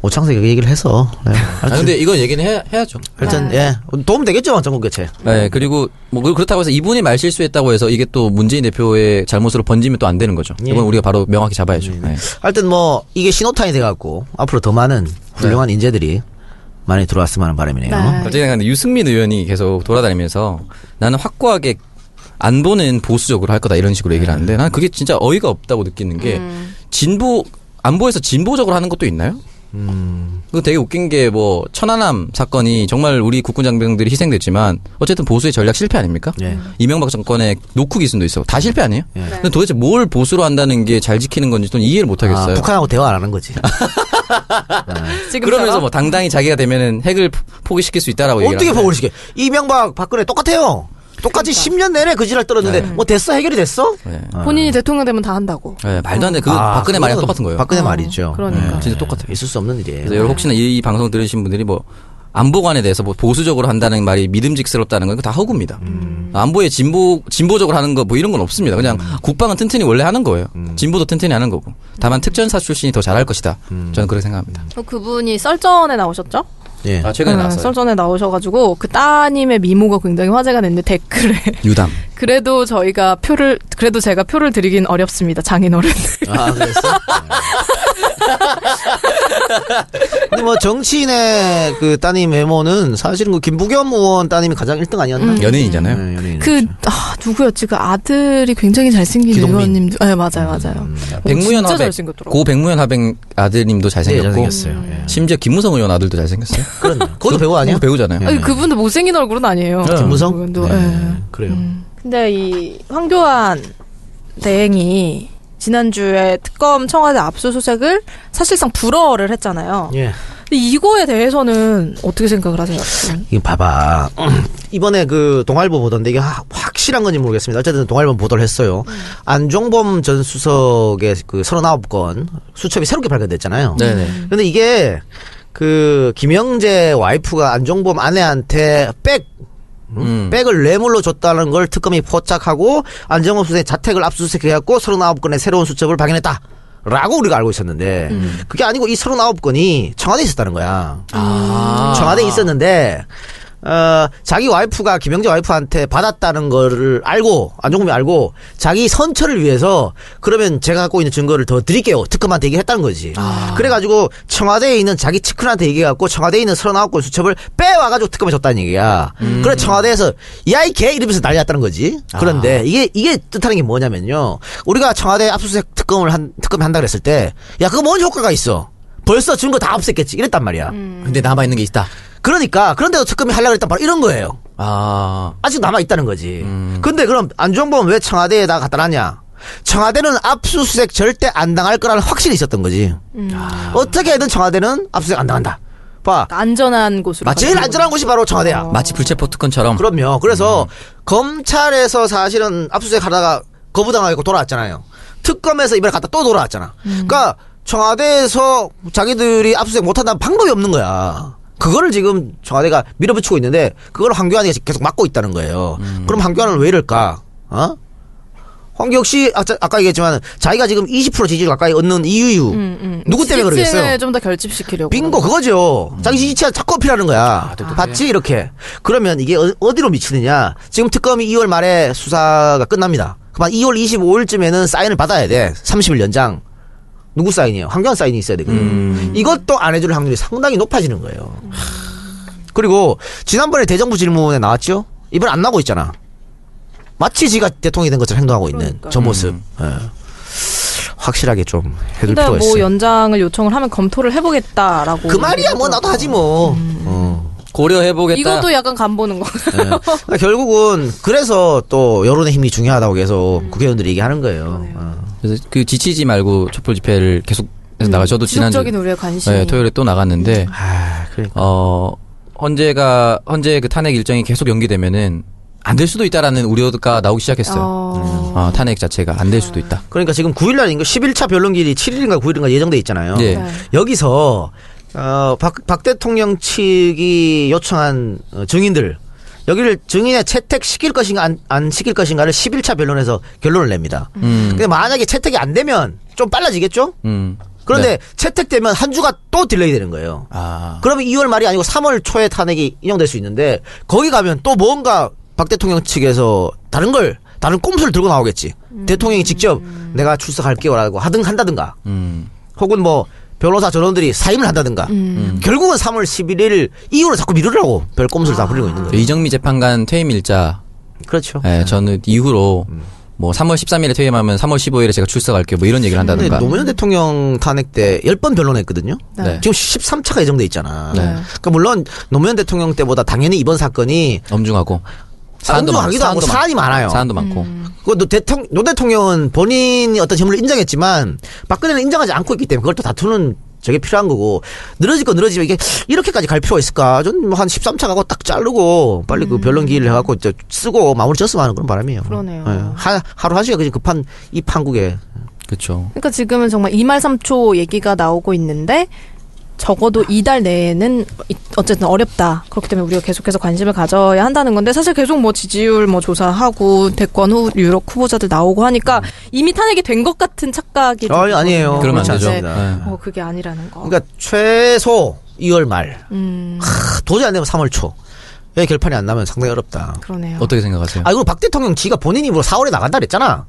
[SPEAKER 4] 오창석이 그 얘기를 해서. 네.
[SPEAKER 3] 아, 근데 이건 얘기는 해야, 해야죠.
[SPEAKER 4] 하여튼 예 도움 되겠죠 전국 교체.
[SPEAKER 3] 네, 그리고 뭐 그- 그렇다고 해서 이분이 말 실수했다고 해서 이게 또 문재인 대표의 잘못으로 번지면 또 안 되는 거죠. 이건 우리가 바로 명확히 잡아야죠. 예. 네.
[SPEAKER 4] 하여튼 뭐 이게 신호탄이 돼갖고 앞으로 더 많은
[SPEAKER 3] 네.
[SPEAKER 4] 훌륭한 인재들이 많이 들어왔으면 하는 바람이네요.
[SPEAKER 3] 갑자기 생각는데 유승민 의원이 계속 돌아다니면서 나는 확고하게 안 보는 보수적으로 할 거다 이런 식으로 얘기를
[SPEAKER 4] 음.
[SPEAKER 3] 하는데 난 그게 진짜 어이가 없다고 느끼는 게 진보 안보에서 진보적으로 하는 것도 있나요?
[SPEAKER 4] 음.
[SPEAKER 3] 그 되게 웃긴 게 뭐 천안함 사건이 정말 우리 국군 장병들이 희생됐지만 어쨌든 보수의 전략 실패 아닙니까?
[SPEAKER 4] 예.
[SPEAKER 3] 이명박 정권의 노크 기순도 있어. 다 실패 아니에요? 근데 도대체 뭘 보수로 한다는 게 잘 지키는 건지 저는 이해를 못
[SPEAKER 4] 아,
[SPEAKER 3] 하겠어요.
[SPEAKER 4] 북한하고 대화 안 하는 거지.
[SPEAKER 2] 지금처럼?
[SPEAKER 3] 그러면서 뭐 당당히 자기가 되면은 핵을 포- 포기시킬 수 있다라고 얘기를
[SPEAKER 4] 어떻게
[SPEAKER 3] 하는데.
[SPEAKER 4] 보고 시게 이명박 박근혜 똑같아요.
[SPEAKER 2] 그러니까.
[SPEAKER 4] 똑같이 10년 내내 그 지랄 떨었는데
[SPEAKER 2] 네.
[SPEAKER 4] 뭐 됐어 해결이 됐어? 아,
[SPEAKER 3] 네.
[SPEAKER 2] 본인이 대통령 되면 다 한다고.
[SPEAKER 3] 예, 말도 안 돼. 그 박근혜 네. 말이랑 똑같은 거예요.
[SPEAKER 4] 박근혜 말이죠.
[SPEAKER 2] 그러니까.
[SPEAKER 4] 예.
[SPEAKER 3] 진짜 똑같아요.
[SPEAKER 4] 있을 수 없는 일이에요.
[SPEAKER 3] 그래서 여러분 혹시나 이 방송 들으신 분들이 뭐 안보관에 대해서 뭐 보수적으로 한다는 말이 믿음직스럽다는 건 다 허구입니다. 안보에 진보 진보적으로 하는 거 뭐 이런 건 없습니다. 그냥 국방은 튼튼히 원래 하는 거예요. 진보도 튼튼히 하는 거고. 다만 특전사 출신이 더 잘할 것이다. 저는 그렇게 생각합니다.
[SPEAKER 2] 어, 그분이 썰전에 나오셨죠?
[SPEAKER 4] 예.
[SPEAKER 3] 아, 최근에
[SPEAKER 2] 음, 썰전에 나오셔가지고 그 따님의 미모가 굉장히 화제가 됐는데 댓글에
[SPEAKER 3] 유담.
[SPEAKER 2] 그래도 저희가 표를 그래도 제가 표를 드리긴 어렵습니다 장인어른.
[SPEAKER 4] 아, 그랬어? 근데 뭐 정치인의 그 따님 외모는 사실은 그 김부겸 의원 따님이 가장 1등
[SPEAKER 3] 음.
[SPEAKER 4] 아니었나?
[SPEAKER 3] 연예인이잖아요.
[SPEAKER 4] 네, 연예인.
[SPEAKER 2] 그 아, 누구였지 그 아들이 굉장히 잘생긴
[SPEAKER 4] 기동민. 음.
[SPEAKER 2] 의원님도. 네 맞아요 맞아요. 어,
[SPEAKER 3] 백무현
[SPEAKER 2] 진짜
[SPEAKER 3] 화백.
[SPEAKER 2] 잘생겼더라고.
[SPEAKER 3] 고 백무현 화백 아드님도
[SPEAKER 4] 네,
[SPEAKER 3] 잘생겼고.
[SPEAKER 4] 잘생겼어요. 예.
[SPEAKER 3] 심지어 김무성 의원 아들도 잘생겼어요.
[SPEAKER 4] 그런 거기도 배우 아니야?
[SPEAKER 3] 배우잖아요. 네.
[SPEAKER 2] 아니, 그분도 못생긴 얼굴은 아니에요.
[SPEAKER 4] 네. 김무성?
[SPEAKER 2] 그분도, 예.
[SPEAKER 4] 그래요.
[SPEAKER 2] 근데 이 황교안 대행이 지난주에 특검 청와대 압수수색을 사실상 불허를 했잖아요.
[SPEAKER 4] 예.
[SPEAKER 2] 근데 이거에 대해서는 어떻게 생각을 하세요?
[SPEAKER 4] 이거 봐봐. 이번에 그 동아일보 보던데 이게 하- 확실한 건지 모르겠습니다. 어쨌든 동아일보 보도를 했어요.
[SPEAKER 3] 음.
[SPEAKER 4] 안종범 전 수석의 그 39건 수첩이 새롭게 발견됐잖아요.
[SPEAKER 3] 네네.
[SPEAKER 4] 근데 이게 그 김영재 와이프가 안종범 아내한테 백
[SPEAKER 3] 음.
[SPEAKER 4] 백을 뇌물로 줬다는 걸 특검이 포착하고 안정범 수석의 자택을 압수수색해갖고 39건의 새로운 수첩을 발견했다. 라고 우리가 알고 있었는데
[SPEAKER 3] 음.
[SPEAKER 4] 그게 아니고 이 39건이 청와대에 있었다는 거야.
[SPEAKER 3] 아.
[SPEAKER 4] 청와대에 있었는데 어, 자기 와이프가 김영재 와이프한테 받았다는 거를 알고 안종범이 알고 자기 선처를 위해서 그러면 제가 갖고 있는 증거를 더 드릴게요 특검한테 얘기했다는 거지 그래가지고 청와대에 있는 자기 측근한테 얘기해갖고 청와대에 있는 39건 수첩을 빼와가지고 특검에 줬다는 얘기야 그래 청와대에서 야 이 개 이러면서 난리 났다는 거지 그런데 이게 이게 뜻하는 게 뭐냐면요 우리가 청와대 압수수색 특검을 한 특검 한다 그랬을 때 야 그거 뭔 효과가 있어 벌써 증거 다 없앴겠지 이랬단 말이야
[SPEAKER 2] 음.
[SPEAKER 3] 근데 남아 있는 게 있다.
[SPEAKER 4] 그러니까 그런데도 특검이 하려고 했던 바로 이런 거예요.
[SPEAKER 3] 아.
[SPEAKER 4] 아직 남아 있다는 거지. 근데 그럼 안종범 왜 청와대에다 갖다 놨냐? 청와대는 압수수색 절대 안 당할 거라는 확신이 있었던 거지. 어떻게든 청와대는 압수수색 안 당한다. 봐.
[SPEAKER 2] 안전한 곳으로.
[SPEAKER 4] 마- 아, 제일
[SPEAKER 2] 가는
[SPEAKER 4] 안전한 곳이 바로 청와대야.
[SPEAKER 3] 마치 불체포 특권처럼. 음.
[SPEAKER 4] 그럼요. 그래서 검찰에서 사실은 압수수색 하다가 거부당하고 돌아왔잖아요. 특검에서 이번에 갔다 또 돌아왔잖아.
[SPEAKER 3] 음.
[SPEAKER 4] 그러니까 청와대에서 자기들이 압수수색 못한다는 방법이 없는 거야. 그거를 지금 청와대가 밀어붙이고 있는데 그걸 황교안이 계속 막고 있다는 거예요.
[SPEAKER 3] 음.
[SPEAKER 4] 그럼 황교안은 왜 이럴까? 어? 황교혁 씨 아까, 아까 얘기했지만 자기가 지금 20% 지지율 가까이 얻는 이유
[SPEAKER 3] 음,
[SPEAKER 4] 누구 때문에 그러겠어요?
[SPEAKER 2] 지지층을 좀 더 결집시키려고. 음. 아, 네,
[SPEAKER 4] 빙고 그거죠. 자기 지지체가 자꾸 어필하는 거야. 봤지 이렇게. 그러면 이게 어- 어디로 미치느냐. 지금 특검이 2월 말에 수사가 끝납니다. 그만 2월 25일쯤에는 사인을 받아야 돼. 30일 연장. 누구 사인이에요? 황교안 사인이 있어야 되거든.
[SPEAKER 2] 음.
[SPEAKER 4] 이것도 안 해줄 확률이 상당히 높아지는 거예요. 그리고 지난번에 대정부 질문에 나왔죠. 이번 안 나고 있잖아. 마치 지가 대통령이 된 것처럼 행동하고 있는
[SPEAKER 2] 그러니까.
[SPEAKER 4] 저 모습. 예. 확실하게 좀 해둘
[SPEAKER 2] 음. 근데
[SPEAKER 4] 필요가
[SPEAKER 2] 뭐
[SPEAKER 4] 있어요.
[SPEAKER 2] 연장을 요청을 하면 검토를 해보겠다라고.
[SPEAKER 4] 그 말이야 뭐 나도 하지 뭐. 어.
[SPEAKER 3] 고려해보겠다.
[SPEAKER 2] 이것도 약간 간 보는 거.
[SPEAKER 4] 그러니까 결국은 그래서 또 여론의 힘이 중요하다고 계속 국회의원들이 얘기하는 거예요. 어.
[SPEAKER 3] 그래서 그 지치지 말고 촛불 집회를 계속 해서 나가. 저도 지난주
[SPEAKER 2] 음, 지속적인 음. 우리의 관심.
[SPEAKER 3] 네, 토요일에 또 나갔는데
[SPEAKER 4] 아, 그러니까.
[SPEAKER 3] 어 헌재가 헌재 그 탄핵 일정이 계속 연기되면은 안 될 수도 있다라는 우려가 나오기 시작했어요.
[SPEAKER 2] 어.
[SPEAKER 3] 어, 탄핵 자체가 안 될 수도 있다.
[SPEAKER 4] 그러니까 지금 9일날인가 11차 변론길이 7일인가 9일인가 예정돼 있잖아요.
[SPEAKER 3] 예.
[SPEAKER 2] 네.
[SPEAKER 4] 여기서 어, 박, 박 대통령 측이 요청한 어, 증인들 여기를 증인에 채택시킬 것인가 안, 안 시킬 것인가를 11차 변론에서 결론을 냅니다. 근데 만약에 채택이 안 되면 좀 빨라지겠죠?
[SPEAKER 3] 음.
[SPEAKER 4] 그런데
[SPEAKER 3] 네.
[SPEAKER 4] 채택되면 한 주가 또 딜레이 되는 거예요.
[SPEAKER 3] 아.
[SPEAKER 4] 그러면 2월 말이 아니고 3월 초에 탄핵이 인용될 수 있는데 거기 가면 또 뭔가 박 대통령 측에서 다른 걸 다른 꼼수를 들고 나오겠지. 대통령이 직접 내가 출석할게요라고 하든 한다든가.
[SPEAKER 3] 음.
[SPEAKER 4] 혹은 뭐 변호사 전원들이 사임을 한다든가.
[SPEAKER 3] 음.
[SPEAKER 4] 결국은 3월 11일 이후로 자꾸 미루려고 별 꼼수를 다 부리고 있는
[SPEAKER 3] 저
[SPEAKER 4] 거예요.
[SPEAKER 3] 그 이정미 재판관 퇴임 일자
[SPEAKER 4] 그렇죠.
[SPEAKER 3] 예, 저는 이후로
[SPEAKER 4] 음.
[SPEAKER 3] 뭐 3월 13일에 퇴임하면 3월 15일에 제가 출석할게요. 뭐 이런 얘기를
[SPEAKER 4] 근데
[SPEAKER 3] 한다든가.
[SPEAKER 4] 노무현 대통령 탄핵 때 10번 변론했거든요.
[SPEAKER 3] 네.
[SPEAKER 4] 지금 13차가 예정돼 있잖아.
[SPEAKER 3] 네.
[SPEAKER 4] 그러니까 물론 노무현 대통령 때보다 당연히 이번 사건이
[SPEAKER 3] 엄중하고 사안도 많고
[SPEAKER 4] 엄중하기도 하고 사안이 많아요.
[SPEAKER 3] 사안도 많고.
[SPEAKER 2] 음.
[SPEAKER 4] 그노 대통령 노 대통령은 본인이 어떤 점을 인정했지만 박근혜는 인정하지 않고 있기 때문에 그걸 또 다투는 저게 필요한 거고 늘어질 거 늘어지면 이게 이렇게까지 갈 필요가 있을까? 뭐 전한 13차 가고 딱 자르고 빨리 그 변론 기일을 해갖고 이제 쓰고 마무리 졌으면 하는 그런 바람이에요.
[SPEAKER 2] 음. 그러네요.
[SPEAKER 4] 예. 하, 하루 한 시간 그냥 급한 이 판국에
[SPEAKER 3] 그렇죠.
[SPEAKER 2] 그러니까 지금은 정말 이말삼초 얘기가 나오고 있는데 적어도 이달 내에는 이- 어쨌든 어렵다. 그렇기 때문에 우리가 계속해서 관심을 가져야 한다는 건데 사실 계속 뭐 지지율 뭐 조사하고 대권 후 유력 후보자들 나오고 하니까 이미 탄핵이 된 것 같은 착각이 좀
[SPEAKER 4] 아니, 아니에요.
[SPEAKER 3] 그러면 안
[SPEAKER 4] 그렇지
[SPEAKER 3] 되죠.
[SPEAKER 4] 않습니다. 예.
[SPEAKER 3] 네.
[SPEAKER 2] 어, 그게 아니라는 거.
[SPEAKER 4] 그러니까 최소 2월 말
[SPEAKER 2] 음,
[SPEAKER 4] 크, 도저히 안 되면 3월 초에 결판이 안 나면 상당히 어렵다.
[SPEAKER 2] 그러네요.
[SPEAKER 3] 어떻게 생각하세요?
[SPEAKER 4] 아, 이거 박 대통령 지가 본인 입으로 4월에 나간다 그랬잖아.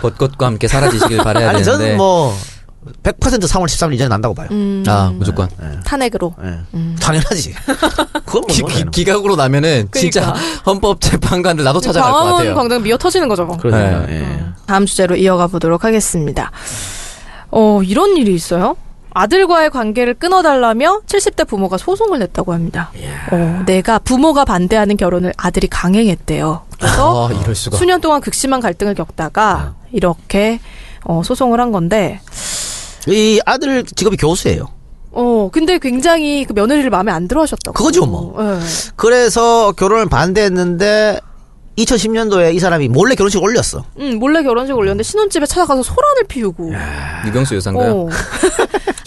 [SPEAKER 3] 벚꽃과 함께 사라지시길 바라야
[SPEAKER 4] 아니,
[SPEAKER 3] 되는데.
[SPEAKER 4] 저는 뭐, 100% 3월 13일 이전에 난다고 봐요.
[SPEAKER 2] 음,
[SPEAKER 3] 아, 무조건.
[SPEAKER 2] 탄핵으로.
[SPEAKER 4] 예. 당연하지. 그건 뭐,
[SPEAKER 3] 기, 기, 각으로 나면은 진짜 헌법재판관들 나도 찾아갈 것
[SPEAKER 2] 광화문
[SPEAKER 3] 같아요.
[SPEAKER 2] 광장 미어 터지는 거죠. 그럼.
[SPEAKER 4] 그러네요.
[SPEAKER 3] 네.
[SPEAKER 4] 예.
[SPEAKER 2] 다음 주제로 이어가 보도록 하겠습니다. 어, 이런 일이 있어요? 아들과의 관계를 끊어달라며 70대 부모가 소송을 냈다고 합니다. 어, 내가 부모가 반대하는 결혼을 아들이 강행했대요. 그래서
[SPEAKER 3] 아, 이럴 수가.
[SPEAKER 2] 수년 동안 극심한 갈등을
[SPEAKER 4] 아.
[SPEAKER 2] 겪다가 이렇게 어, 소송을 한 건데,
[SPEAKER 4] 이 아들 직업이 교수예요.
[SPEAKER 2] 어, 근데 굉장히 그 며느리를 마음에 안 들어 하셨다고.
[SPEAKER 4] 그거죠, 뭐.
[SPEAKER 2] 예.
[SPEAKER 4] 그래서 결혼을 반대했는데, 2010년도에 이 사람이 몰래 결혼식 올렸어.
[SPEAKER 2] 음, 몰래 결혼식 올렸는데 신혼집에 찾아가서 소란을 피우고.
[SPEAKER 3] 유경수 여사인가요?
[SPEAKER 2] 어.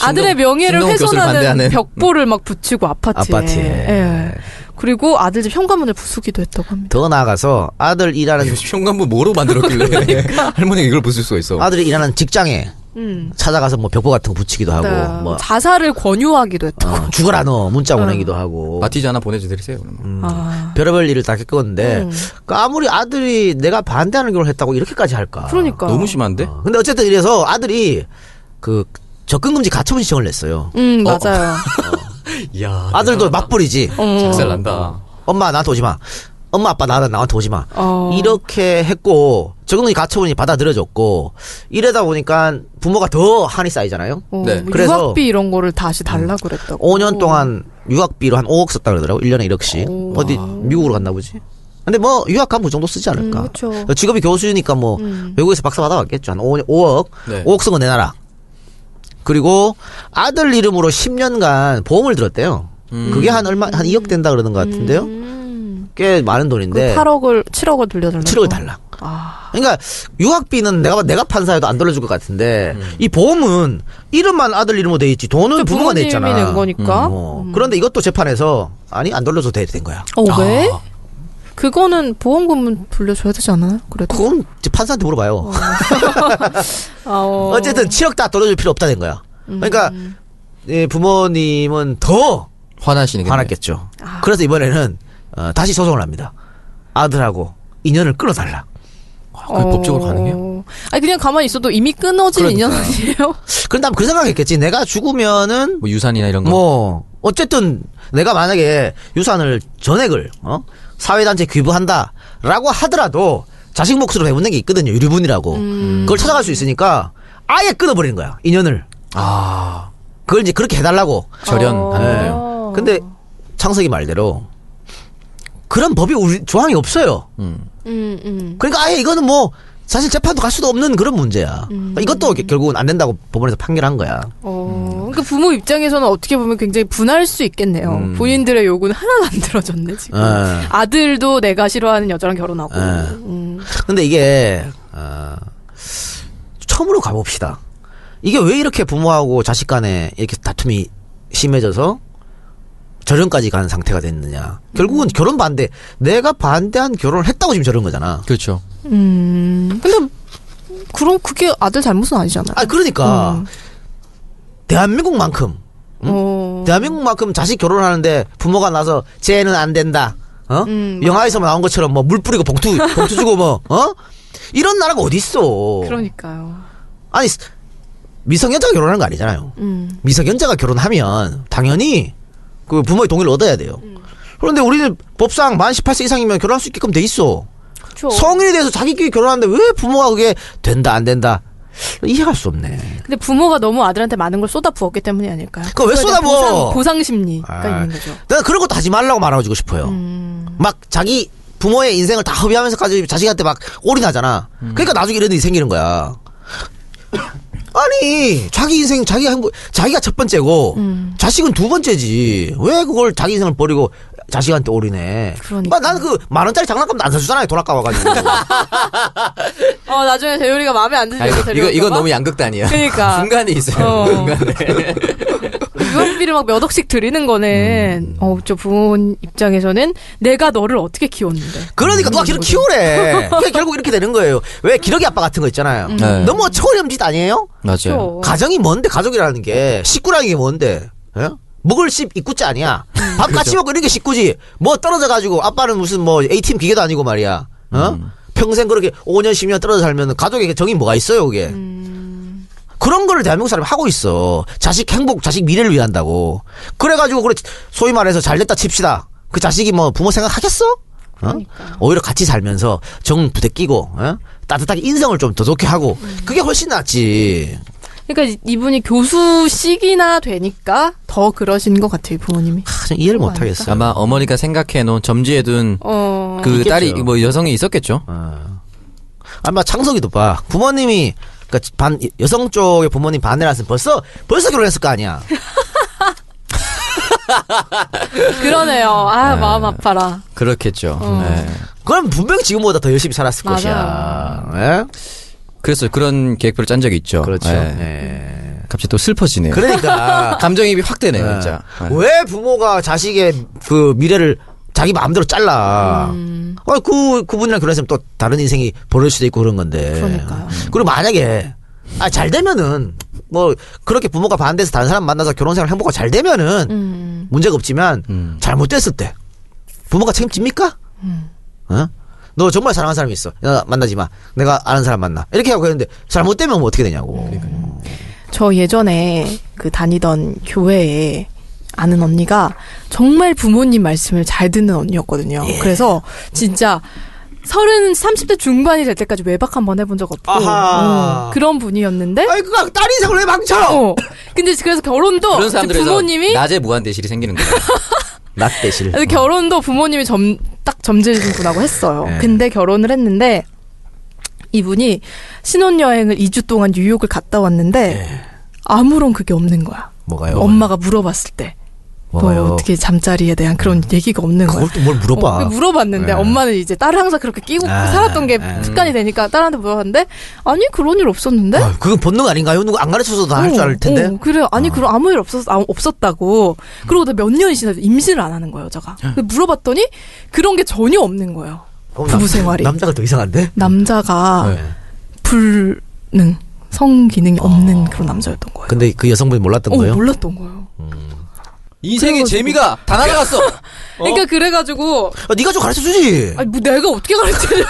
[SPEAKER 2] 아들의 명예를
[SPEAKER 3] 신동 교수를
[SPEAKER 2] 훼손하는
[SPEAKER 3] 반대하는.
[SPEAKER 2] 벽보를 막 붙이고 아파트에.
[SPEAKER 4] 아파트에.
[SPEAKER 2] 예. 그리고 아들 집 현관문을 부수기도 했다고 합니다.
[SPEAKER 4] 더 나아가서 아들 일하는,
[SPEAKER 3] 현관부 뭐로 만들었길래
[SPEAKER 2] 그러니까.
[SPEAKER 3] 할머니가 이걸 보실 수가 있어.
[SPEAKER 4] 아들이 일하는 직장에
[SPEAKER 2] 음.
[SPEAKER 4] 찾아가서 뭐 벽보 같은 거 붙이기도 하고,
[SPEAKER 2] 네.
[SPEAKER 4] 뭐,
[SPEAKER 2] 자살을 권유하기도 했다고.
[SPEAKER 4] 어, 죽어라 너 문자 보내기도 하고.
[SPEAKER 3] 마티즈 하나 보내주드리세요.
[SPEAKER 2] 아.
[SPEAKER 4] 별의별 일을 다 겪었는데
[SPEAKER 2] 음.
[SPEAKER 4] 그 아무리 아들이 내가 반대하는 결혼을 했다고 이렇게까지 할까?
[SPEAKER 2] 그러니까.
[SPEAKER 3] 너무 심한데?
[SPEAKER 4] 어, 근데 어쨌든 이래서 아들이 그 접근금지 가처분 신청을 냈어요.
[SPEAKER 2] 음, 맞아요.
[SPEAKER 3] 이야.
[SPEAKER 4] 아들도 맞불이지.
[SPEAKER 3] 작살 난다.
[SPEAKER 4] 엄마 나한테 오지 마. 엄마 아빠 나 나한테 오지 마.
[SPEAKER 2] 어.
[SPEAKER 4] 이렇게 했고 적응이 가처분이 받아들여졌고 이러다 보니까 부모가 더 한이 쌓이잖아요.
[SPEAKER 2] 어,
[SPEAKER 3] 네.
[SPEAKER 2] 뭐
[SPEAKER 4] 그래서-
[SPEAKER 2] 유학비 이런 거를 다시 달라고 그랬다고.
[SPEAKER 4] 5년 동안 유학비로 한 5억 썼다 그러더라고. 1년에 1억씩. 어디 미국으로 갔나 보지. 근데 뭐 유학 가면 그 정도 쓰지 않을까.
[SPEAKER 2] 음, 그쵸. 음.
[SPEAKER 4] 직업이 교수니까 뭐 외국에서 박사 받아왔겠죠. 한 5, 5억.
[SPEAKER 3] 네.
[SPEAKER 4] 5억 쓴 거 내놔라. 그리고 아들 이름으로 10년간 보험을 들었대요. 그게 한 얼마 한 2억 된다 그러는 것 같은데요.
[SPEAKER 2] 음.
[SPEAKER 4] 꽤 많은
[SPEAKER 2] 그
[SPEAKER 4] 돈인데
[SPEAKER 2] 8억을 7억을 돌려달라고.
[SPEAKER 4] 7억을 달라.
[SPEAKER 2] 아.
[SPEAKER 4] 그러니까 유학비는 내가 내가 판사여도 안 돌려줄 것 같은데 이 보험은 이름만 아들 이름으로 돼 있지 돈은
[SPEAKER 2] 그
[SPEAKER 4] 부모가
[SPEAKER 2] 부모님이
[SPEAKER 4] 냈잖아.
[SPEAKER 2] 낸 거니까.
[SPEAKER 4] 어. 그런데 이것도 재판에서 아니 안 돌려줘도 돼- 된 거야.
[SPEAKER 2] 어, 왜? 그거는 보험금은 돌려줘야 되지 않아요? 그래도.
[SPEAKER 4] 그건 이제 판사한테 물어봐요.
[SPEAKER 2] 아, 어.
[SPEAKER 4] 어쨌든 7억 다 돌려줄 필요 없다 된 거야. 그러니까 예, 부모님은 더
[SPEAKER 3] 화나시는
[SPEAKER 4] 화났겠죠. 그래서 이번에는 어, 다시 소송을 합니다. 아들하고 인연을 끊어달라.
[SPEAKER 3] 그게 법적으로 가능해요?
[SPEAKER 2] 아니 그냥 가만히 있어도 이미 끊어진 인연 아니에요?
[SPEAKER 4] 그런 다음 그 생각했겠지. 내가 죽으면은
[SPEAKER 3] 뭐 유산이나 이런 거.
[SPEAKER 4] 뭐 어쨌든 내가 만약에 유산을 전액을 어? 사회단체 기부한다라고 하더라도 자식 몫으로 배분된 게 있거든요. 유류분이라고 그걸 찾아갈 수 있으니까 아예 끊어버리는 거야 인연을.
[SPEAKER 3] 아
[SPEAKER 4] 그걸 이제 그렇게 해달라고.
[SPEAKER 3] 절연 안
[SPEAKER 4] 예.
[SPEAKER 3] 돼요.
[SPEAKER 4] 근데 창석이 말대로 그런 법이 우리 조항이 없어요.
[SPEAKER 2] 음, 음.
[SPEAKER 4] 그러니까 아예 이거는 뭐 사실 재판도 갈 수도 없는 그런 문제야. 이것도 결국은 안 된다고 법원에서 판결한 거야.
[SPEAKER 2] 어, 그 부모 입장에서는 어떻게 보면 굉장히 분할 수 있겠네요.
[SPEAKER 3] 음.
[SPEAKER 2] 본인들의 요구는 하나도 안 들어졌네 지금.
[SPEAKER 4] 예.
[SPEAKER 2] 아들도 내가 싫어하는 여자랑 결혼하고.
[SPEAKER 4] 예.
[SPEAKER 2] 음.
[SPEAKER 4] 근데 이게 어, 처음으로 가봅시다. 이게 왜 이렇게 부모하고 자식 간에 이렇게 다툼이 심해져서 절연까지 간 상태가 됐느냐.
[SPEAKER 2] 음.
[SPEAKER 4] 결국은 결혼 반대. 내가 반대한 결혼을 했다고 지금 저런 거잖아.
[SPEAKER 3] 그렇죠.
[SPEAKER 2] 음. 근데 그럼 그게 아들 잘못은 아니잖아요.
[SPEAKER 4] 아 그러니까
[SPEAKER 2] 음.
[SPEAKER 4] 대한민국만큼
[SPEAKER 2] 어.
[SPEAKER 4] 대한민국만큼 자식 결혼하는데 부모가 나서 쟤는 안 된다. 어?
[SPEAKER 2] 음,
[SPEAKER 4] 영화에서 나온 것처럼 뭐 물 뿌리고 봉투 봉투 주고 뭐 어? 이런 나라가 어디 있어?
[SPEAKER 2] 그러니까요.
[SPEAKER 4] 아니 미성년자가 결혼하는 거 아니잖아요.
[SPEAKER 2] 음.
[SPEAKER 4] 미성년자가 결혼하면 당연히 그 부모의 동의를 얻어야 돼요.
[SPEAKER 2] 음.
[SPEAKER 4] 그런데 우리는 법상 만 18세 이상이면 결혼할 수 있게끔 돼 있어.
[SPEAKER 2] 그렇죠.
[SPEAKER 4] 성인이 돼서 자기끼리 결혼하는데 왜 부모가 그게 된다 안 된다 이해할 수 없네.
[SPEAKER 2] 근데 부모가 너무 아들한테 많은 걸 쏟아부었기 때문이 아닐까요?
[SPEAKER 4] 그거 왜
[SPEAKER 2] 그거에 대한
[SPEAKER 4] 쏟아부어?
[SPEAKER 2] 보상, 보상 심리가
[SPEAKER 4] 아,
[SPEAKER 2] 있는 거죠.
[SPEAKER 4] 내가 그런 것도 하지 말라고 말하고 싶어요.
[SPEAKER 2] 음.
[SPEAKER 4] 막 자기 부모의 인생을 다 허비하면서까지 자식한테 막 올인하잖아. 그러니까 나중에 이런 일이 생기는 거야. 아니 자기 인생 자기 행복 자기가 첫 번째고
[SPEAKER 2] 음.
[SPEAKER 4] 자식은 두 번째지 왜 그걸 자기 인생을 버리고 자식한테 올인해?
[SPEAKER 2] 그러니까.
[SPEAKER 4] 난그 만 원짜리 장난감도 안 사주잖아요 돈 아까워가지고.
[SPEAKER 2] 어 나중에 재율이가 마음에 안 드는
[SPEAKER 3] 아니,
[SPEAKER 2] 거
[SPEAKER 3] 이거
[SPEAKER 2] 데려올까
[SPEAKER 3] 이건
[SPEAKER 2] 봐?
[SPEAKER 3] 너무 양극단이야.
[SPEAKER 2] 네. 그러니까.
[SPEAKER 3] 중간에 있어요.
[SPEAKER 2] 어.
[SPEAKER 3] 중간에.
[SPEAKER 2] 유학비를 막 몇 억씩 드리는
[SPEAKER 4] 음.
[SPEAKER 2] 거는 어 저 부모 입장에서는 내가 너를 어떻게 키웠는데
[SPEAKER 4] 그러니까 누가 기록 키우래. 그게 결국 이렇게 되는 거예요. 왜 기러기 아빠 같은 거 있잖아요.
[SPEAKER 2] 음.
[SPEAKER 3] 네.
[SPEAKER 4] 너무 처리한 짓 아니에요?
[SPEAKER 3] 맞아요.
[SPEAKER 2] 그렇죠.
[SPEAKER 4] 가정이 뭔데 가족이라는 게 식구라는 게 뭔데 예? 먹을 씹 입구자 아니야
[SPEAKER 2] 음.
[SPEAKER 4] 밥
[SPEAKER 2] 그렇죠.
[SPEAKER 4] 같이 먹고 이런 게 식구지 뭐 떨어져 가지고 아빠는 무슨 뭐 A팀 기계도 아니고 말이야 어? 평생 그렇게 5년 10년 떨어져 살면 가족에게 정이 뭐가 있어요 그게
[SPEAKER 2] 음.
[SPEAKER 4] 그런 거를 대한민국 사람이 하고 있어 자식 행복 자식 미래를 위한다고 그래가지고 그래 소위 말해서 잘됐다 칩시다 그 자식이 뭐 부모 생각하겠어? 어?
[SPEAKER 2] 그러니까.
[SPEAKER 4] 오히려 같이 살면서 정 부대끼고 어? 따뜻하게 인성을 좀 더좋게 하고
[SPEAKER 2] 음.
[SPEAKER 4] 그게 훨씬 낫지
[SPEAKER 2] 그러니까 이- 이분이 교수식이나 되니까 더 그러신 것 같아요 부모님이
[SPEAKER 4] 아, 전 이해를 못 하겠어요.
[SPEAKER 3] 아마 어머니가 생각해 놓은 점지해 둔 그
[SPEAKER 2] 어
[SPEAKER 4] 있겠죠. 어.
[SPEAKER 3] 딸이 뭐 여성이 있었겠죠.
[SPEAKER 4] 아마 창석이도 봐. 부모님이 그반 여성 쪽의 부모님 반대라서 벌써 벌써 결혼했을 거 아니야.
[SPEAKER 2] 그러네요 아 마음 아파라
[SPEAKER 3] 그렇겠죠.
[SPEAKER 2] 어.
[SPEAKER 3] 네.
[SPEAKER 4] 그럼 분명히 지금보다 더 열심히 살았을
[SPEAKER 2] 맞아요.
[SPEAKER 4] 것이야. 예?
[SPEAKER 3] 그래서 그런 계획표를 짠 적이 있죠.
[SPEAKER 4] 그렇죠.
[SPEAKER 3] 네.
[SPEAKER 4] 예.
[SPEAKER 3] 갑자기 또 슬퍼지네요. 아,
[SPEAKER 4] 그러니까
[SPEAKER 3] 감정입이 확 되네요,
[SPEAKER 4] 예.
[SPEAKER 3] 진짜. 네.
[SPEAKER 4] 왜 부모가 자식의 그 미래를 자기 마음대로 잘라.
[SPEAKER 2] 음.
[SPEAKER 4] 어, 그 그분이랑 결혼했으면 또 다른 인생이 벌어질 수도 있고 그런 건데. 음.
[SPEAKER 2] 그러니까요.
[SPEAKER 4] 그리고 만약에 아, 잘 되면은 뭐 그렇게 부모가 반대해서 다른 사람 만나서 결혼 생활 행복하고 잘 되면은
[SPEAKER 2] 음
[SPEAKER 4] 문제가 없지만
[SPEAKER 3] 음.
[SPEAKER 4] 잘못됐을 때 부모가 책임집니까?
[SPEAKER 2] 음.
[SPEAKER 4] 어? 너 정말 사랑하는 사람이 있어. 야, 만나지 마. 내가 아는 사람 만나. 이렇게 하고 했는데 잘못되면 뭐 어떻게 되냐고.
[SPEAKER 2] 저 예전에 그 다니던 교회에 아는 언니가 정말 부모님 말씀을 잘 듣는 언니였거든요.
[SPEAKER 3] 예.
[SPEAKER 2] 그래서 진짜 서른 30대 중반이 될 때까지 외박 한 번 해본 적 없고
[SPEAKER 4] 아하.
[SPEAKER 2] 어, 그런 분이었는데
[SPEAKER 4] 아이 그딸 인생을 왜 망쳐?
[SPEAKER 2] 어. 근데 그래서 결혼도
[SPEAKER 3] 그런
[SPEAKER 2] 이제
[SPEAKER 3] 사람들에서
[SPEAKER 2] 부모님이
[SPEAKER 3] 낮에 무한 대실이 생기는 거예요.
[SPEAKER 4] 나 대실.
[SPEAKER 2] 그래서 결혼도 부모님이 점, 딱 점지해준 분하고 했어요.
[SPEAKER 4] 예.
[SPEAKER 2] 근데 결혼을 했는데 이분이 신혼여행을 2주 동안 뉴욕을 갔다 왔는데
[SPEAKER 4] 네.
[SPEAKER 2] 아무런 그게 없는 거야.
[SPEAKER 4] 어, 뭐가요?
[SPEAKER 2] 엄마가 물어봤을 때. 너 어떻게 잠자리에 대한 그런 얘기가 없는 거야.
[SPEAKER 4] 그걸 또 뭘 물어봐.
[SPEAKER 2] 어, 물어봤는데
[SPEAKER 4] 예.
[SPEAKER 2] 엄마는 이제 딸을 항상 그렇게 끼고
[SPEAKER 4] 아,
[SPEAKER 2] 살았던 게
[SPEAKER 4] 아,
[SPEAKER 2] 습관이 되니까 딸한테 물어봤는데 아니 그런 일 없었는데
[SPEAKER 4] 아유, 어, 그건 본능 아닌가요? 누구 안 가르쳐서 다 할 줄 알 텐데.
[SPEAKER 2] 어, 그래 아니 그럼 아무 일 없었 아, 없었다고 그러고 나몇 년이 지나서 임신을 안 하는 거예요 여자가
[SPEAKER 4] 네.
[SPEAKER 2] 근데 물어봤더니 그런 게 전혀 없는 거예요
[SPEAKER 4] 그럼
[SPEAKER 2] 부부 생활이.
[SPEAKER 4] 어, 남자가 더 이상한데?
[SPEAKER 2] 남자가
[SPEAKER 4] 네.
[SPEAKER 2] 불능 성 기능이 없는 그런 남자였던 거예요
[SPEAKER 4] 근데 아. 그 여성분이 몰랐던
[SPEAKER 2] 어,
[SPEAKER 4] 거예요?
[SPEAKER 2] 몰랐던 거예요
[SPEAKER 3] 인생의
[SPEAKER 2] 그래가지고.
[SPEAKER 3] 재미가 다 날아갔어.
[SPEAKER 2] 그러니까 그래가지고
[SPEAKER 4] 아, 네가 좀 가르쳐 주지.
[SPEAKER 2] 아니 뭐 내가 어떻게 가르쳐줘요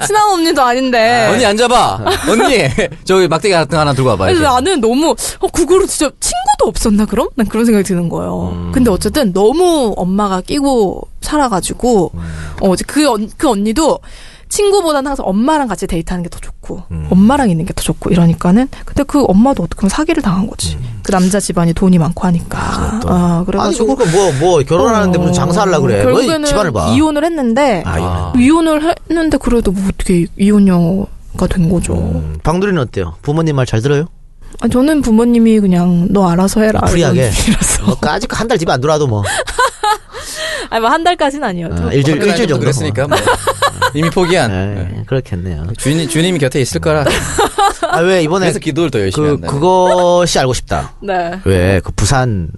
[SPEAKER 2] 친한 언니도 아닌데
[SPEAKER 3] 네. 언니 앉아봐.
[SPEAKER 4] 네.
[SPEAKER 3] 언니 저기 막대기 같은 거 하나 들고 와봐.
[SPEAKER 2] 아니,
[SPEAKER 3] 이렇게.
[SPEAKER 2] 나는 너무 어, 그거로 진짜 친구도 없었나 그럼? 난 그런 생각이 드는 거예요.
[SPEAKER 4] 음.
[SPEAKER 2] 근데 어쨌든 너무 엄마가 끼고 살아가지고
[SPEAKER 4] 음.
[SPEAKER 2] 어, 이제 그, 언, 그 언니도 친구보다는 항상 엄마랑 같이 데이트하는 게 더 좋고
[SPEAKER 4] 음.
[SPEAKER 2] 엄마랑 있는 게 더 좋고 이러니까는 근데 그 엄마도 어떻게 보면 사기를 당한 거지.
[SPEAKER 4] 음.
[SPEAKER 2] 그 남자 집안이 돈이 많고 하니까. 아,
[SPEAKER 4] 아니
[SPEAKER 2] 그래가지고
[SPEAKER 4] 그러니까 뭐뭐 결혼하는데 무슨
[SPEAKER 2] 어,
[SPEAKER 4] 장사하려 그래. 뭐
[SPEAKER 2] 결국에는
[SPEAKER 4] 집안을 봐.
[SPEAKER 2] 이혼을 했는데
[SPEAKER 4] 아, 이혼.
[SPEAKER 2] 이혼을 했는데 그래도 뭐 어떻게 이혼녀가 된 거죠.
[SPEAKER 4] 음, 방두리는 어때요? 부모님 말 잘 들어요?
[SPEAKER 2] 아, 저는 부모님이 그냥 너 알아서 해라.
[SPEAKER 4] 프리하게.
[SPEAKER 2] 이런 식이라서.
[SPEAKER 4] 뭐, 아직 한 달 집에 안 들어와도 뭐.
[SPEAKER 2] 아니 뭐 한 달까지는 아니어도.
[SPEAKER 4] 아, 일주일, 일주일 정도.
[SPEAKER 3] 그랬으니까 뭐. 이미 포기한
[SPEAKER 4] 네, 그렇겠네요.
[SPEAKER 3] 네. 주인 주님이 곁에 있을 거라
[SPEAKER 4] 아, 왜 이번에
[SPEAKER 3] 그래서 기도를 더 열심히
[SPEAKER 4] 그,
[SPEAKER 3] 한다.
[SPEAKER 4] 그것이 알고 싶다.
[SPEAKER 2] 네.
[SPEAKER 4] 왜 그 부산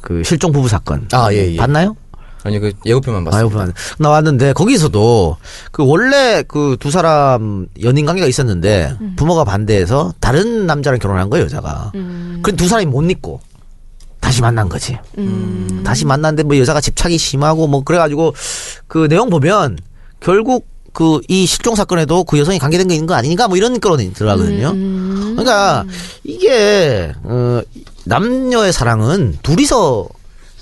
[SPEAKER 4] 그 실종 부부 사건.
[SPEAKER 3] 아, 예, 예.
[SPEAKER 4] 봤나요?
[SPEAKER 3] 아니 그 예고편만 봤어.
[SPEAKER 4] 아유, 불안. 나왔는데 거기서도 그 원래 그 두 사람 연인 관계가 있었는데 부모가 반대해서 다른 남자랑 결혼한 거예요, 여자가. 그럼 두 사람이 못 믿고 다시 만난 거지. 다시 만났는데 뭐 여자가 집착이 심하고 뭐 그래가지고 그 내용 보면 결국 그 이 실종 사건에도 그 여성이 관계된 게 있는 거 아니니까 뭐 이런 거론이 들어가거든요. 그러니까 이게 어 남녀의 사랑은 둘이서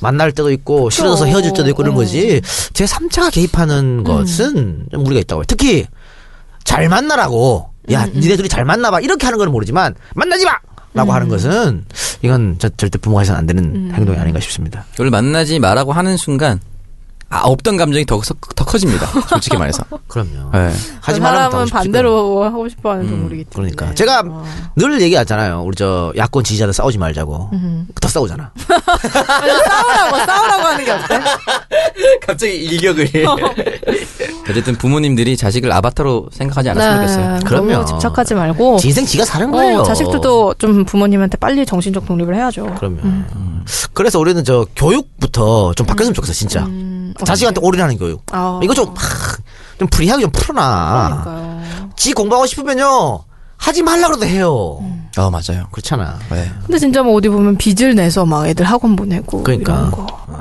[SPEAKER 4] 만날 때도 있고 싫어서 헤어질 때도 있고 그런 거지 제 3자가
[SPEAKER 2] 음.
[SPEAKER 4] 개입하는 것은 좀 무리가 있다고 해요. 특히 잘 만나라고
[SPEAKER 2] 음,
[SPEAKER 4] 야 니네 둘이 잘 만나봐 이렇게 하는 건 모르지만 만나지 마. 라고
[SPEAKER 2] 음.
[SPEAKER 4] 하는 것은 이건 저- 절대 부모가 해서는 안 되는 행동이 아닌가 싶습니다.
[SPEAKER 3] 그걸 만나지 말라고 하는 순간 아 없던 감정이 더, 커- 더 커집니다. 솔직히 말해서.
[SPEAKER 4] 그럼요.
[SPEAKER 3] 네.
[SPEAKER 4] 하지
[SPEAKER 2] 그 사람은
[SPEAKER 4] 말라면 더 하고 싶지,
[SPEAKER 2] 반대로 뭐 하고 싶어하는 동물이기 때문에.
[SPEAKER 4] 그러니까 제가
[SPEAKER 2] 어.
[SPEAKER 4] 늘 얘기하잖아요. 우리 저 야권 지지자들 싸우지 말자고.
[SPEAKER 2] 음.
[SPEAKER 4] 더 싸우잖아.
[SPEAKER 2] 싸우라고 싸우라고 하는 게 어때?
[SPEAKER 3] 갑자기 일격을. 어쨌든 부모님들이 자식을 아바타로 생각하지 않았으면
[SPEAKER 2] 네.
[SPEAKER 3] 좋겠어요.
[SPEAKER 4] 그럼요.
[SPEAKER 2] 너무 집착하지 말고.
[SPEAKER 4] 인생 지가 사는 거예요.
[SPEAKER 2] 어, 자식들도 좀 부모님한테 빨리 정신적 독립을 해야죠.
[SPEAKER 4] 그럼요.
[SPEAKER 2] 음.
[SPEAKER 4] 그래서 우리는 저 교육부터 좀 바뀌었으면 좋겠어 진짜.
[SPEAKER 2] 음.
[SPEAKER 4] 자식한테 어, 올인하는 교육.
[SPEAKER 2] 아.
[SPEAKER 4] 이거 좀, 팍, 좀 불리하게 좀 풀어놔.
[SPEAKER 2] 그러니까요.
[SPEAKER 4] 지 공부하고 싶으면요. 하지 말라고 해도 해요.
[SPEAKER 2] 음.
[SPEAKER 3] 어 맞아요.
[SPEAKER 4] 그렇잖아.
[SPEAKER 3] 네.
[SPEAKER 2] 근데 진짜 뭐 어디 보면 빚을 내서 막 애들 학원 보내고
[SPEAKER 4] 그러니까.
[SPEAKER 2] 이런 거. 네.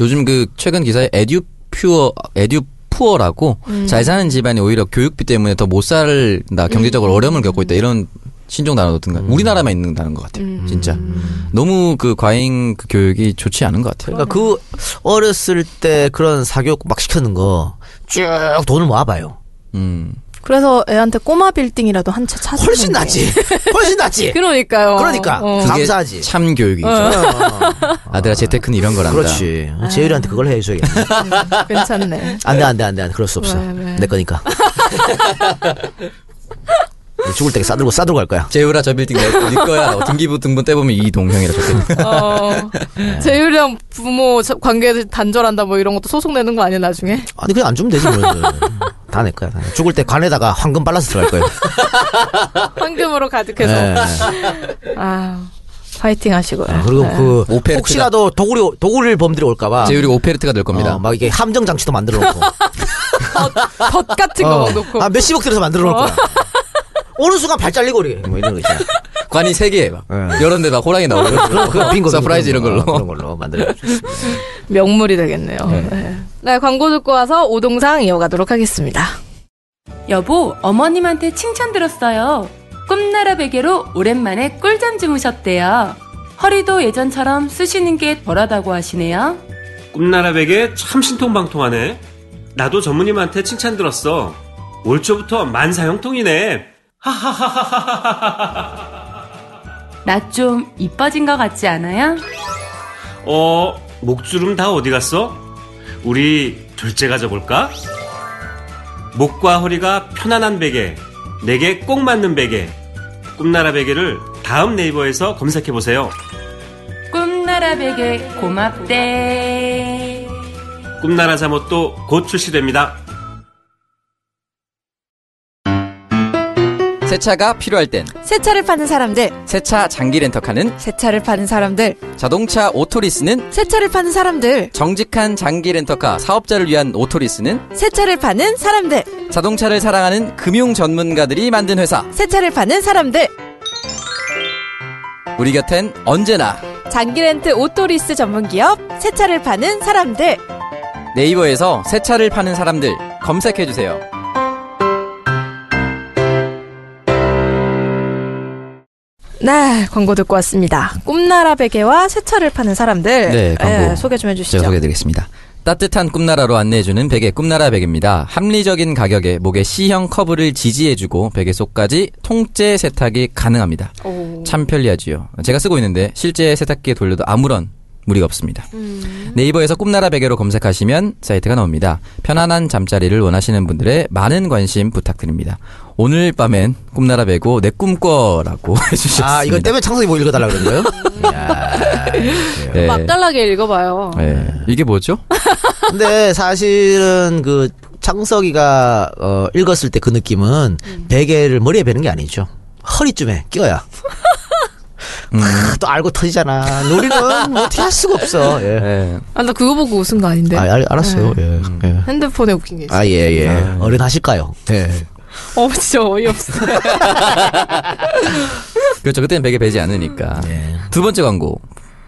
[SPEAKER 3] 요즘 그 최근 기사에 에듀퓨어 에듀 푸어라고 잘 사는 집안이 오히려 교육비 때문에 더 못 살다 경제적으로 어려움을 겪고 있다 이런 신종 단어도 든가 우리나라만 있는 다는것 같아요 진짜 너무 그 과잉 그 교육이 좋지 않은 것 같아요
[SPEAKER 4] 그러니까 그 어렸을 때 그런 사교육 막 시켰는 거 쭉 돈을 모아봐요.
[SPEAKER 3] 음.
[SPEAKER 2] 그래서 애한테 꼬마 빌딩이라도 한 채 찾으면
[SPEAKER 4] 훨씬
[SPEAKER 2] 돼.
[SPEAKER 4] 낫지. 훨씬 낫지.
[SPEAKER 2] 그러니까요.
[SPEAKER 4] 그러니까.
[SPEAKER 2] 어.
[SPEAKER 4] 그게 감사하지. 어.
[SPEAKER 3] 참 교육이죠 아들아 재테크는 이런 거란다
[SPEAKER 4] 그렇지.
[SPEAKER 2] 아.
[SPEAKER 4] 재율이한테 그걸 해줘야겠네.
[SPEAKER 2] 괜찮네.
[SPEAKER 4] 안 돼, 안 돼, 안 돼, 안 돼. 그럴 수 없어.
[SPEAKER 2] 왜, 왜.
[SPEAKER 4] 내 거니까. 죽을 때 싸들고 싸들고 갈 거야.
[SPEAKER 3] 재우라 저 빌딩 내 네 거야 어, 등기부 등본 떼보면 이 동형이라 적혀있는
[SPEAKER 2] 어. 재율이랑 부모 자- 관계 단절한다 뭐 이런 것도 소송 내는 거 아니야 나중에?
[SPEAKER 4] 아니 그냥 안 주면 되지 뭐. 다 내 거야. 다 내. 죽을 때 관에다가 황금 발라서 들어갈 거예요.
[SPEAKER 2] 황금으로 가득해서.
[SPEAKER 4] 예.
[SPEAKER 2] 아. 파이팅 하시고요.
[SPEAKER 4] 아, 그리고
[SPEAKER 2] 네.
[SPEAKER 4] 그
[SPEAKER 3] 오페르트가-
[SPEAKER 4] 혹시라도 도구리 도구리 범들이 올까봐
[SPEAKER 3] 재율이 오페르트가 될 겁니다
[SPEAKER 4] 아. 어, 막 이게 함정 장치도 만들어 놓고
[SPEAKER 2] 덫 같은 거 막 놓고.
[SPEAKER 4] 아 몇십억 들여서 만들어 놓을 거야. 어느 순간 발 잘리고 그래. 뭐 이런 거 있잖아.
[SPEAKER 3] 관이 세개 막
[SPEAKER 4] 예.
[SPEAKER 3] 여러 데막 호랑이 나오고
[SPEAKER 4] 그런 거 빙고
[SPEAKER 3] 서프라이즈 이런 걸로.
[SPEAKER 4] 그런 걸로 만들어.
[SPEAKER 2] 명물이 되겠네요. 네. 네, 광고 듣고 와서 오동상 이어가도록 하겠습니다.
[SPEAKER 7] 여보, 어머님한테 칭찬 들었어요. 꿈나라 베개로 오랜만에 꿀잠 주무셨대요. 허리도 예전처럼 쓰시는 게 덜하다고 하시네요.
[SPEAKER 8] 꿈나라 베개 참 신통방통하네. 나도 전무님한테 칭찬 들었어. 올 초부터 만사형통이네. 하하하하하하하.
[SPEAKER 7] 나 좀 이뻐진 것 같지 않아요?
[SPEAKER 8] 어, 목주름 다 어디 갔어? 우리 둘째 가져볼까? 목과 허리가 편안한 베개. 내게 꼭 맞는 베개. 꿈나라 베개를 다음 네이버에서 검색해보세요.
[SPEAKER 7] 꿈나라 베개 고맙대.
[SPEAKER 8] 꿈나라 잠옷도 곧 출시됩니다.
[SPEAKER 3] 세차가 필요할 땐
[SPEAKER 9] 세차를 파는 사람들,
[SPEAKER 3] 세차 장기 렌터카는
[SPEAKER 9] 세차를 파는 사람들,
[SPEAKER 3] 자동차 오토리스는
[SPEAKER 9] 세차를 파는 사람들,
[SPEAKER 3] 정직한 장기 렌터카 사업자를 위한 오토리스는
[SPEAKER 9] 세차를 파는 사람들,
[SPEAKER 3] 자동차를 사랑하는 금융 전문가들이 만든 회사.
[SPEAKER 9] 세차를 파는 사람들.
[SPEAKER 3] 우리 곁엔 언제나
[SPEAKER 9] 장기 렌트 오토리스 전문 기업 세차를 파는 사람들.
[SPEAKER 3] 네이버에서 새 차를 파는 사람들 검색해주세요.
[SPEAKER 2] 네, 광고 듣고 왔습니다. 꿈나라 베개와 새차를 파는 사람들.
[SPEAKER 3] 네, 광고.
[SPEAKER 2] 예, 소개 좀 해주시죠.
[SPEAKER 3] 제가 소개해드리겠습니다. 따뜻한 꿈나라로 안내해주는 베개 꿈나라 베개입니다. 합리적인 가격에 목의 C형 커브를 지지해주고 베개 속까지 통째 세탁이 가능합니다. 참 편리하지요. 제가 쓰고 있는데 실제 세탁기에 돌려도 아무런 무리가 없습니다.
[SPEAKER 9] 음.
[SPEAKER 3] 네이버에서 꿈나라 베개로 검색하시면 사이트가 나옵니다. 편안한 잠자리를 원하시는 분들의 많은 관심 부탁드립니다. 오늘 밤엔 꿈나라 배고 내 꿈꿔라고 해주셨습니다.
[SPEAKER 4] 아, 이거 때문에 창석이 뭐 읽어달라 그런 거예요? 이야.
[SPEAKER 3] 예.
[SPEAKER 9] 맛깔나게 읽어봐요.
[SPEAKER 3] 예. 이게 뭐죠?
[SPEAKER 4] 근데 사실은 그 창석이가 어, 읽었을 때 그 느낌은 베개를 머리에 베는 게 아니죠. 허리쯤에 끼워야.
[SPEAKER 3] 음.
[SPEAKER 4] 하, 또 알고 터지잖아. 우리는 뭐 어떻게 할 수가 없어. 예.
[SPEAKER 3] 예.
[SPEAKER 2] 아, 나 그거 보고 웃은 거
[SPEAKER 3] 네.
[SPEAKER 2] 아닌데.
[SPEAKER 4] 아, 알, 알았어요. 예.
[SPEAKER 3] 음.
[SPEAKER 4] 예.
[SPEAKER 2] 핸드폰에 웃긴 게 있어.
[SPEAKER 4] 아, 예, 예. 어른하실까요? 예.
[SPEAKER 2] 어, 진짜 어이없어.
[SPEAKER 3] 그렇죠. 그때는 베개 베지 않으니까. 두 번째 광고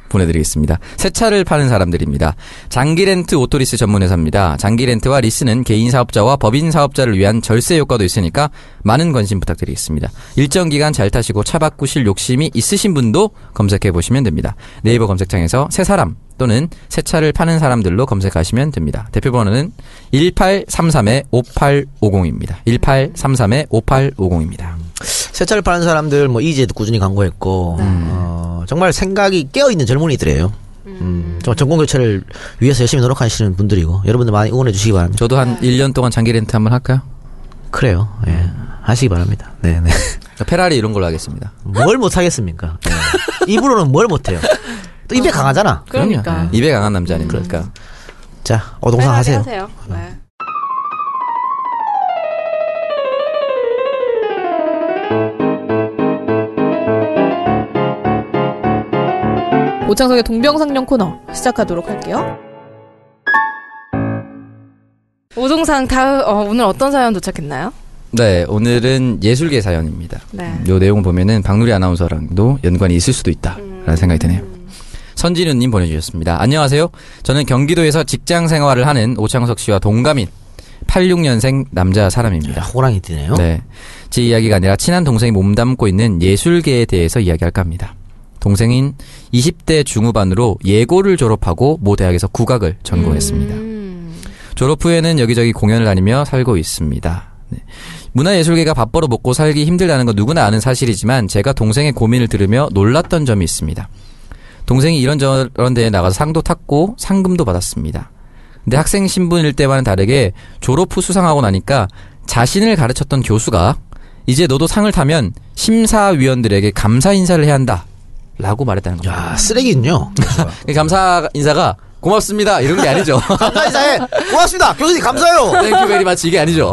[SPEAKER 3] 보내드리겠습니다. 새 차를 파는 사람들입니다. 장기 렌트 오토리스 전문 회사입니다. 장기 렌트와 리스는 개인 사업자와 법인 사업자를 위한 절세 효과도 있으니까 많은 관심 부탁드리겠습니다. 일정 기간 잘 타시고 차 바꾸실 욕심이 있으신 분도 검색해 보시면 됩니다. 네이버 검색창에서 새 사람 또는 새 차를 파는 사람들로 검색하시면 됩니다. 대표 번호는 1833-5850입니다. 1833-5850입니다.
[SPEAKER 4] 세차를 파는 사람들 뭐 이제도 꾸준히 광고했고 어, 정말 생각이 깨어 있는 젊은이들이에요. 음, 정말 전공 교체를 위해서 열심히 노력하시는 분들이고 여러분들 많이 응원해 주시기 바랍니다.
[SPEAKER 3] 저도 한 1년 동안 장기 렌트 한번 할까요?
[SPEAKER 4] 그래요. 예. 하시기 바랍니다. 네, 네.
[SPEAKER 3] 그러니까 페라리 이런 걸로 하겠습니다.
[SPEAKER 4] 뭘 못하겠습니까? 예. 입으로는 뭘 못해요. 또 입에 강하잖아.
[SPEAKER 2] 그러니까.
[SPEAKER 3] 입에 강한 남자 아닙니까?
[SPEAKER 4] 자, 어동상 하세요.
[SPEAKER 2] 하세요. 네. 오창석의 동병상련 코너 시작하도록 할게요. 오동상 다 어, 오늘 어떤 사연 도착했나요?
[SPEAKER 3] 네, 오늘은 예술계 사연입니다.
[SPEAKER 2] 네.
[SPEAKER 3] 요 내용 보면은 박누리 아나운서랑도 연관이 있을 수도 있다라는 생각이 드네요. 선진우님 보내주셨습니다. 안녕하세요. 저는 경기도에서 직장 생활을 하는 오창석 씨와 동갑인 86년생 남자 사람입니다.
[SPEAKER 4] 호랑이 뛰네요.
[SPEAKER 3] 네. 제 이야기가 아니라 친한 동생이 몸담고 있는 예술계에 대해서 이야기할까 합니다. 동생인 20대 중후반으로 예고를 졸업하고 모 대학에서 국악을 전공했습니다. 졸업 후에는 여기저기 공연을 다니며 살고 있습니다. 네. 문화예술계가 밥벌어 먹고 살기 힘들다는 건 누구나 아는 사실이지만 제가 동생의 고민을 들으며 놀랐던 점이 있습니다. 동생이 이런저런 데에 나가서 상도 탔고 상금도 받았습니다. 근데 학생 신분일 때와는 다르게 졸업 후 수상하고 나니까 자신을 가르쳤던 교수가 이제 너도 상을 타면 심사위원들에게 감사 인사를 해야 한다. 라고 말했다는 겁니다.
[SPEAKER 4] 야, 쓰레기군요.
[SPEAKER 3] 이 감사 인사가 고맙습니다. 이런 게 아니죠.
[SPEAKER 4] 감사인사해. 고맙습니다. 교수님 감사해요.
[SPEAKER 3] 땡큐 베리 마치 이게 아니죠.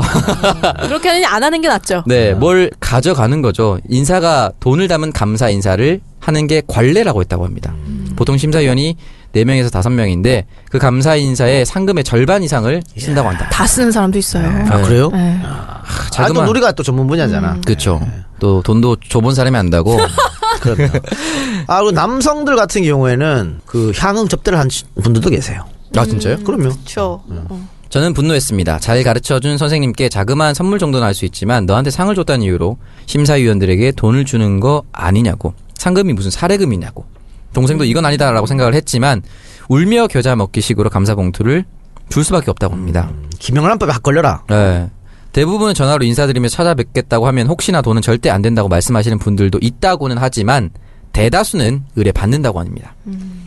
[SPEAKER 2] 그렇게 하느니 안 하는 게 낫죠.
[SPEAKER 3] 네, 뭘 가져가는 거죠. 인사가 돈을 담은 감사 인사를 하는 게 관례라고 했다고 합니다. 보통 심사위원이 4명에서 5명인데 그 감사 인사의 상금의 절반 이상을 쓴다고 한다.
[SPEAKER 2] 다 쓰는 사람도 있어요.
[SPEAKER 4] 아, 그래요?
[SPEAKER 2] 네.
[SPEAKER 4] 아, 또
[SPEAKER 3] 자그마한-
[SPEAKER 4] 우리가 또 전문 분야잖아.
[SPEAKER 3] 그렇죠. 또 돈도 줘본 사람이 안다고.
[SPEAKER 4] 그럼요. 아, 그리고 남성들 같은 경우에는 그 향응 접대를 한 분들도 계세요.
[SPEAKER 3] 아 진짜요?
[SPEAKER 4] 그럼요.
[SPEAKER 5] 그렇죠.
[SPEAKER 2] 어.
[SPEAKER 3] 저는 분노했습니다. 잘 가르쳐준 선생님께 자그마한 선물 정도는 알 수 있지만 너한테 상을 줬다는 이유로 심사위원들에게 돈을 주는 거 아니냐고 상금이 무슨 사례금이냐고 동생도 이건 아니다라고 생각을 했지만 울며 겨자 먹기 식으로 감사봉투를 줄 수밖에 없다고 합니다.
[SPEAKER 4] 김영란법에 확 걸려라.
[SPEAKER 3] 네. 대부분 전화로 인사드리며 찾아뵙겠다고 하면 혹시나 돈은 절대 안 된다고 말씀하시는 분들도 있다고는 하지만 대다수는 의뢰 받는다고 합니다.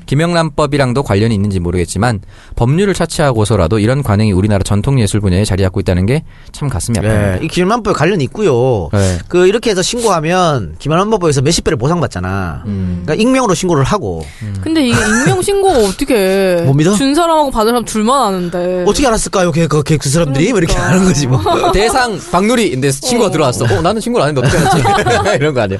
[SPEAKER 3] 김영란법이랑도 관련이 있는지 모르겠지만 법률을 차치하고서라도 이런 관행이 우리나라 전통 예술 분야에 자리 잡고 있다는 게 참 가슴이
[SPEAKER 4] 네,
[SPEAKER 3] 아픕니다.
[SPEAKER 4] 이 김영란법에 관련이 있고요.
[SPEAKER 3] 네.
[SPEAKER 4] 그 이렇게 해서 신고하면 김영란법에서 몇십 배를 보상받잖아.
[SPEAKER 3] 음.
[SPEAKER 4] 그러니까 익명으로 신고를 하고
[SPEAKER 2] 근데 이게 익명 신고가 어떻게
[SPEAKER 4] 못 믿어?
[SPEAKER 2] 준 사람하고 받은 사람 둘만 아는데.
[SPEAKER 4] 어떻게 알았을까요? 걔, 그, 걔, 그 사람들이 뭐 이렇게
[SPEAKER 2] 그러니까.
[SPEAKER 4] 하는 거지 뭐.
[SPEAKER 3] 대상 박누리인데 친구가 들어왔어. 어, 나는 친구를 안 했는데 어떻게 알았지? 이런 거 아니야.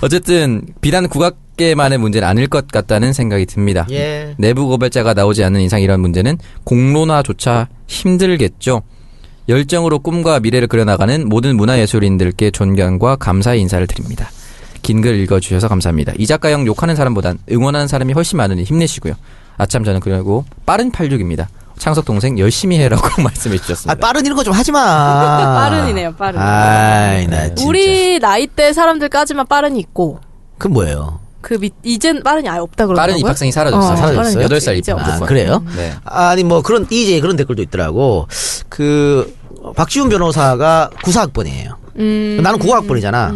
[SPEAKER 3] 어쨌든 비단 국악계만의 문제는 아닐 것 같다는 생각이 듭니다.
[SPEAKER 4] 예.
[SPEAKER 3] 내부 고발자가 나오지 않는 이상 이런 문제는 공론화조차 힘들겠죠. 열정으로 꿈과 미래를 그려나가는 모든 문화예술인들께 존경과 감사의 인사를 드립니다. 긴 글 읽어주셔서 감사합니다. 이 작가형 욕하는 사람보단 응원하는 사람이 훨씬 많으니 힘내시고요. 아참 저는 그리고 빠른 86입니다. 창석 동생 열심히 해라고 말씀해
[SPEAKER 4] 아,
[SPEAKER 3] 주셨습니다.
[SPEAKER 4] 빠른 이런 거 좀 하지 마.
[SPEAKER 2] 빠른이네요, 빠른.
[SPEAKER 4] 아이, 나 진짜.
[SPEAKER 2] 우리 나이 대 사람들까지만 빠른이 있고
[SPEAKER 4] 그 뭐예요?
[SPEAKER 2] 그 밑, 이젠 빠른이 아예 없다 그러더라고요.
[SPEAKER 3] 빠른 입학생이 사라졌어요.
[SPEAKER 2] 어,
[SPEAKER 4] 사라졌어요?
[SPEAKER 2] 빠른
[SPEAKER 3] 여덟 살
[SPEAKER 2] 입학생이
[SPEAKER 3] 입학.
[SPEAKER 2] 있죠.
[SPEAKER 4] 아,
[SPEAKER 3] 무조건.
[SPEAKER 4] 그래요?
[SPEAKER 3] 네.
[SPEAKER 4] 아니 뭐 그런 이제 그런 댓글도 있더라고. 그 박지훈 변호사가 구사학번이에요.
[SPEAKER 2] 음.
[SPEAKER 4] 나는 국어학번이잖아.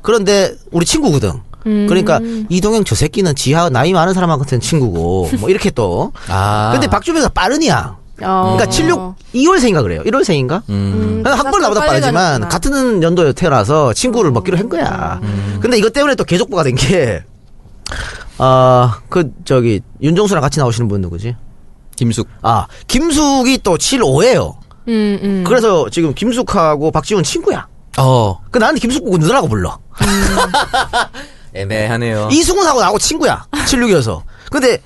[SPEAKER 4] 그런데 우리 친구거든.
[SPEAKER 2] 음.
[SPEAKER 4] 그러니까 이동형 저 새끼는 지하 나이 많은 사람한테는 친구고 뭐 이렇게 또.
[SPEAKER 3] 아.
[SPEAKER 4] 근데 박지훈 변호사 빠른이야.
[SPEAKER 2] 어.
[SPEAKER 4] 그러니까 76 2월생인가 그래요. 1월생인가?
[SPEAKER 3] 음.
[SPEAKER 4] 학벌
[SPEAKER 2] 음.
[SPEAKER 4] 나보다
[SPEAKER 2] 빨리
[SPEAKER 4] 빠르지만
[SPEAKER 2] 다녔구나.
[SPEAKER 4] 같은 연도에 태어나서 친구를 먹기로 한 거야.
[SPEAKER 3] 음.
[SPEAKER 4] 근데 이것 때문에 또 계족부가 된 게, 아, 그, 저기, 윤종수랑 같이 나오시는 분 누구지?
[SPEAKER 3] 김숙.
[SPEAKER 4] 아, 김숙이 또 7, 5예요
[SPEAKER 2] 음, 음.
[SPEAKER 4] 그래서 지금 김숙하고 박지훈 친구야.
[SPEAKER 3] 어.
[SPEAKER 4] 그 나한테 김숙 보고 누나라고 불러.
[SPEAKER 2] 어.
[SPEAKER 3] 애매하네요.
[SPEAKER 4] 이승훈하고 나하고 친구야.
[SPEAKER 2] 아.
[SPEAKER 4] 76이어서. 근데,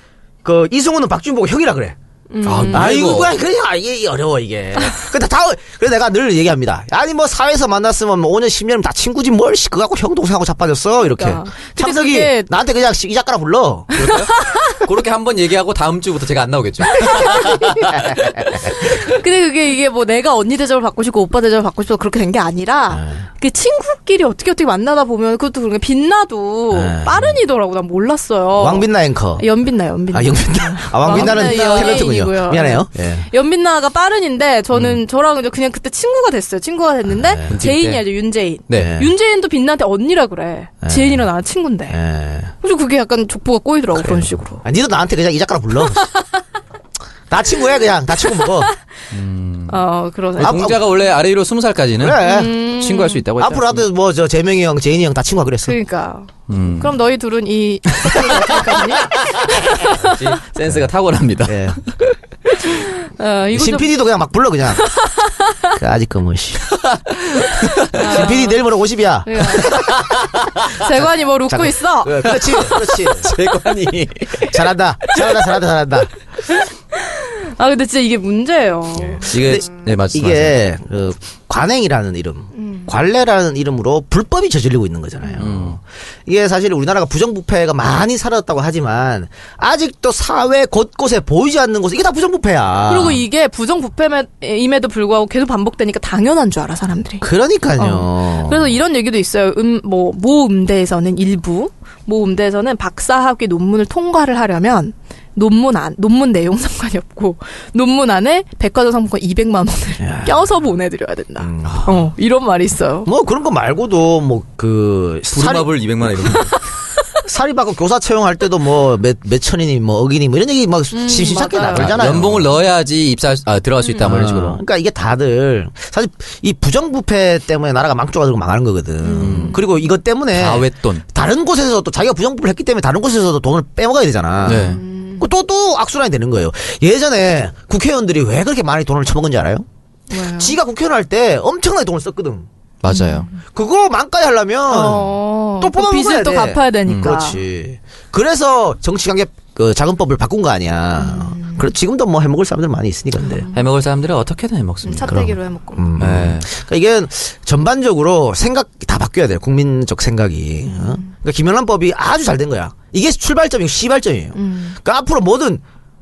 [SPEAKER 4] 그, 이승훈은 박지훈 보고 형이라 그래.
[SPEAKER 2] 음.
[SPEAKER 3] 음.
[SPEAKER 4] 아이고, 그냥, 그냥, 이게 어려워, 이게. 근데 다, 그래서 내가 늘 얘기합니다. 아니, 뭐, 사회에서 만났으면 뭐 5년, 10년이면 다 친구지 뭘, 씨, 그거 갖고 형 동생하고 자빠졌어, 이렇게.
[SPEAKER 2] 그러니까. 근데
[SPEAKER 4] 참석이
[SPEAKER 2] 그게-
[SPEAKER 4] 나한테 그냥 씨, 이 작가라 불러.
[SPEAKER 3] 그렇게 한 번 얘기하고 다음 주부터 제가 안 나오겠죠.
[SPEAKER 2] 근데 그게 이게 뭐 내가 언니 대접을 받고 싶고 오빠 대접을 받고 싶어 그렇게 된 게 아니라
[SPEAKER 3] 네.
[SPEAKER 2] 그 친구끼리 어떻게 어떻게 만나다 보면 그것도 그런 게 빛나도
[SPEAKER 4] 네.
[SPEAKER 2] 빠른이더라고. 난 몰랐어요.
[SPEAKER 4] 왕빛나 앵커.
[SPEAKER 2] 연빛나 연빛나.
[SPEAKER 4] 아, 영빈나. 아, 왕빛나는
[SPEAKER 2] 왕빛나 연예인이고요. 네.
[SPEAKER 4] 탤런트군요. 미안해요. 예.
[SPEAKER 2] 연빛나가 빠른인데 저는 저랑 이제 그냥 그때 친구가 됐어요. 친구가 됐는데
[SPEAKER 3] 음. 네.
[SPEAKER 2] 제인이야 이제 윤제인.
[SPEAKER 3] 네.
[SPEAKER 2] 윤제인도 빛나한테 언니라 그래. 제인이랑 나랑 친구인데.
[SPEAKER 3] 네.
[SPEAKER 4] 예.
[SPEAKER 2] 그래서 그게 약간 족보가 꼬이더라고 그런 식으로.
[SPEAKER 4] 아, 니도 나한테 그냥 이 작가라 불러. 나 친구야, 그냥. 나 친구 먹어.
[SPEAKER 2] 어 그런.
[SPEAKER 4] 아,
[SPEAKER 3] 공자가 원래 음. 아래 위로 스무 살까지는
[SPEAKER 4] 그래.
[SPEAKER 2] 음.
[SPEAKER 3] 친구할 수 있다고 했죠.
[SPEAKER 4] 앞으로라도 뭐, 저, 재명이 형, 재인이 형 다 친구가 그랬어.
[SPEAKER 2] 그러니까.
[SPEAKER 3] 음.
[SPEAKER 2] 그럼 너희 둘은 이
[SPEAKER 3] 역시 센스가 탁월합니다.
[SPEAKER 4] 예.
[SPEAKER 2] 어, 이거 좀
[SPEAKER 4] 신PD도 그냥 막 불러 그냥 그 아직 그 뭐시 신PD 내일 모레 50이야
[SPEAKER 2] 그래요. 예. 재관이 뭘 웃고
[SPEAKER 4] 잠깐.
[SPEAKER 2] 있어?
[SPEAKER 4] 그렇지 그렇지
[SPEAKER 3] 대관이.
[SPEAKER 4] 잘한다 잘한다 잘한다 잘한다
[SPEAKER 2] 아 근데 진짜 이게 문제예요.
[SPEAKER 3] 이게 네 맞습니다.
[SPEAKER 4] 이게 그 관행이라는 이름
[SPEAKER 2] 음.
[SPEAKER 4] 관례라는 이름으로 불법이 저질리고 있는 거잖아요
[SPEAKER 3] 음.
[SPEAKER 4] 이게 사실 우리나라가 부정부패가 많이 사라졌다고 하지만 아직도 사회 곳곳에 보이지 않는 곳에 이게 다 부정부패야
[SPEAKER 2] 그리고 이게 부정부패임에도 불구하고 계속 반복되니까 당연한 줄 알아 사람들이.
[SPEAKER 4] 그러니까요
[SPEAKER 2] 어. 그래서 이런 얘기도 있어요. 음, 뭐, 모 음대에서는 일부, 모 음대에서는 박사학위 논문을 통과를 하려면 논문 안, 논문 내용 상관이 없고, 논문 안에 백화점 상품권 200만원을 껴서 보내드려야 된다. 어, 이런 말이 있어요.
[SPEAKER 4] 뭐 그런 거 말고도 뭐그
[SPEAKER 3] 부르마블 200만 원 이런 거.
[SPEAKER 4] 사립하고 교사 채용할 때도 뭐 몇, 몇 천이니 뭐 억이니 뭐 이런 얘기 막 심심찮게
[SPEAKER 2] 음, 맞아요.
[SPEAKER 4] 나오잖아요.
[SPEAKER 3] 연봉을 넣어야지 입사 아, 들어갈 수 있다 뭐 이런 식으로.
[SPEAKER 4] 그러니까 이게 다들 사실 이 부정부패 때문에 나라가 망조가지고 망하는 거거든.
[SPEAKER 3] 음.
[SPEAKER 4] 그리고 이것 때문에
[SPEAKER 3] 다외돈.
[SPEAKER 4] 다른 곳에서 또 자기가 부정부패를 했기 때문에 다른 곳에서도 돈을 빼먹어야 되잖아. 그
[SPEAKER 3] 네.
[SPEAKER 4] 또또 또 악순환이 되는 거예요. 예전에 국회의원들이 왜 그렇게 많이 돈을 처먹은지 알아요? 지가 국회의원 할 때 엄청나게 돈을 썼거든.
[SPEAKER 3] 맞아요.
[SPEAKER 2] 음.
[SPEAKER 4] 그거 만까지 하려면
[SPEAKER 2] 어, 그러니까.
[SPEAKER 4] 또 뽑아먹어야
[SPEAKER 2] 빚을 또
[SPEAKER 4] 돼.
[SPEAKER 2] 갚아야 되니까.
[SPEAKER 4] 음, 그렇지. 그래서 정치관계 그 자금법을 바꾼 거 아니야.
[SPEAKER 2] 음.
[SPEAKER 4] 그래 지금도 뭐 해먹을 사람들 많이 있으니까 근데.
[SPEAKER 3] 해먹을 사람들은 어떻게든 해먹습니다.
[SPEAKER 2] 차떼기로 해먹고.
[SPEAKER 4] 음.
[SPEAKER 3] 네.
[SPEAKER 4] 그러니까 이게 전반적으로 생각이 다 바뀌어야 돼요. 국민적 생각이. 어? 그러니까 김영란법이 아주 잘 된 거야. 이게 출발점이고 시발점이에요. 그러니까 앞으로 뭐든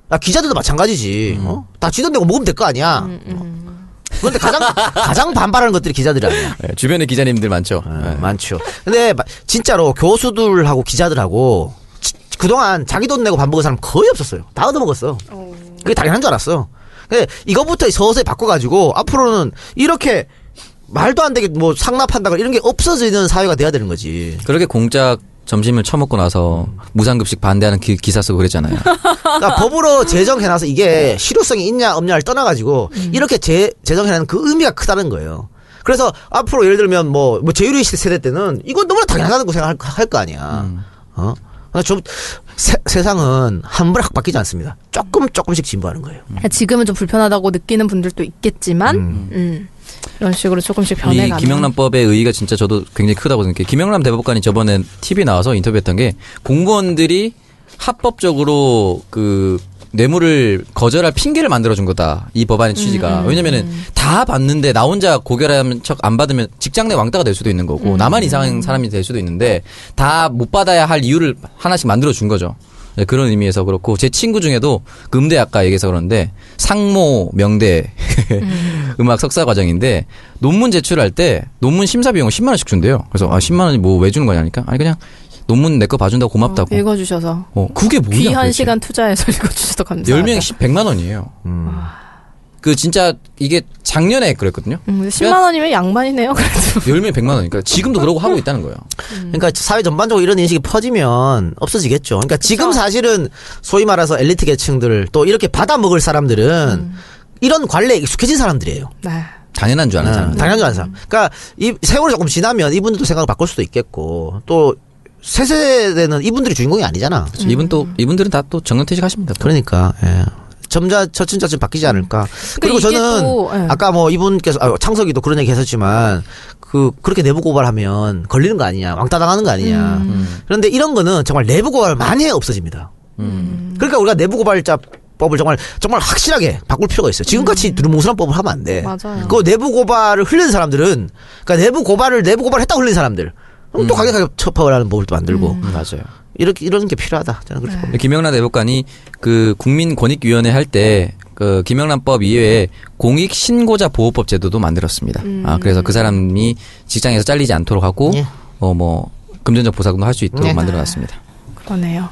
[SPEAKER 4] 아, 기자들도 마찬가지지. 어? 다 쥐던 데고 먹으면 될 거 아니야. 어. 그런데 가장 가장 반발하는 것들이 기자들이 아니야.
[SPEAKER 3] 네, 주변에 기자님들 많죠. 네.
[SPEAKER 4] 많죠. 근데 마- 진짜로 교수들하고 기자들하고 지- 그동안 자기 돈 내고 밥 먹은 사람 거의 없었어요. 다 얻어먹었어. 그게 당연한 줄 알았어. 근데 이거부터 서서히 바꿔가지고 앞으로는 이렇게 말도 안 되게 뭐 상납한다거나 이런 게 없어지는 사회가 돼야 되는 거지.
[SPEAKER 3] 그렇게 공짜 점심을 처먹고 나서 무상급식 반대하는 기, 기사 쓰고 그랬잖아요.
[SPEAKER 4] 그러니까 법으로 제정해놔서 이게 실효성이 있냐 없냐를 떠나가지고 이렇게 제, 제정해놓은 그 의미가 크다는 거예요. 그래서 앞으로 예를 들면 뭐, 뭐 제유리 씨 세대 때는 이건 너무나 당연하다고 생각할 거- 할거 아니야. 어? 그러니까 좀 세, 세상은 함부로 확 바뀌지 않습니다. 조금 조금씩 진보하는 거예요.
[SPEAKER 2] 아, 지금은 좀 불편하다고 느끼는 분들도 있겠지만, 음. 이런 식으로 조금씩
[SPEAKER 3] 이
[SPEAKER 2] 변해가는.
[SPEAKER 3] 김영란법의 의의가 진짜 저도 굉장히 크다고 생각해요. 김영란 대법관이 저번에 TV 나와서 인터뷰했던 게 공무원들이 합법적으로 그 뇌물을 거절할 핑계를 만들어준 거다. 이
[SPEAKER 2] 음,
[SPEAKER 3] 법안의 취지가. 왜냐면은 다 받는데 나 혼자 고결하는 척 안 받으면 직장 내 왕따가 될 수도 있는
[SPEAKER 2] 음.
[SPEAKER 3] 거고 나만 이상한 사람이 될 수도 있는데 다 못 받아야 할 이유를 하나씩 만들어준 거죠. 네, 그런 의미에서 그렇고 제 친구 중에도 그 음대 아까 얘기해서 그런데 상모 명대 음악 석사 과정인데 논문 제출할 때 논문 심사 비용 10만 원씩 준대요. 그래서 아 10만 원이 뭐 왜 주는 거냐니까 아니 그냥 논문 내 거 봐준다고 고맙다고. 어,
[SPEAKER 2] 읽어주셔서.
[SPEAKER 3] 그게 뭐냐?
[SPEAKER 2] 아, 귀한
[SPEAKER 3] 도대체.
[SPEAKER 2] 시간 투자해서 읽어주셔서 감사합니다.
[SPEAKER 3] 10명에 100만 원이에요. 그 진짜 이게 작년에 그랬거든요.
[SPEAKER 2] 음, 10만 원이면 양반이네요. 그래도.
[SPEAKER 3] 10명에 100만 원이니까 지금도 그러고 하고 있다는 거예요.
[SPEAKER 4] 그러니까 사회 전반적으로 이런 인식이 퍼지면 없어지겠죠. 그러니까 지금 사실은 소위 말해서 엘리트 계층들 또 이렇게 받아먹을 사람들은 이런 관례에 익숙해진 사람들이에요.
[SPEAKER 2] 아,
[SPEAKER 3] 당연한 줄 아는
[SPEAKER 4] 어,
[SPEAKER 3] 사람.
[SPEAKER 4] 당연한 줄 아는 사람. 그러니까 이 세월이 조금 지나면 이분들도 생각을 바꿀 수도 있겠고 또 새 세대는 이분들이 주인공이 아니잖아.
[SPEAKER 2] 음.
[SPEAKER 3] 이분 또 이분들은 다 또 정년퇴직 하십니다. 또.
[SPEAKER 4] 그러니까 예. 점자 처친자친 바뀌지 않을까. 그리고
[SPEAKER 2] 그러니까 이게
[SPEAKER 4] 저는
[SPEAKER 2] 또, 예.
[SPEAKER 4] 아까 뭐 이분께서 아, 창석이도 그런 얘기 했었지만 그 그렇게 내부 고발하면 걸리는 거 아니냐, 왕따 당하는 거 아니냐.
[SPEAKER 2] 음.
[SPEAKER 3] 음.
[SPEAKER 4] 그런데 이런 거는 정말 내부 고발 많이 없어집니다.
[SPEAKER 3] 음.
[SPEAKER 4] 그러니까 우리가 내부 고발자 법을 정말 정말 확실하게 바꿀 필요가 있어요. 지금같이 두루뭉술한 법을 하면 안 돼.
[SPEAKER 2] 음. 맞아요.
[SPEAKER 4] 그 내부 고발을 흘린 사람들은 그러니까 내부 고발을 내부 고발했다고 흘린 사람들 그럼 또 가격하게 처벌 하는 법을 또 만들고
[SPEAKER 3] 음, 맞아요.
[SPEAKER 4] 이렇게 이런 게 필요하다. 저는 그렇게
[SPEAKER 2] 네.
[SPEAKER 4] 봅니다.
[SPEAKER 3] 김영란 대법관이 그 국민권익위원회 할 때 그 김영란법 이외에 공익신고자 보호법 제도도 만들었습니다. 아 그래서 그 사람이 직장에서 잘리지 않도록 하고
[SPEAKER 4] 예.
[SPEAKER 3] 어 뭐 금전적 보상도 할 수 있도록
[SPEAKER 4] 예.
[SPEAKER 3] 만들어놨습니다.
[SPEAKER 2] 그러네요.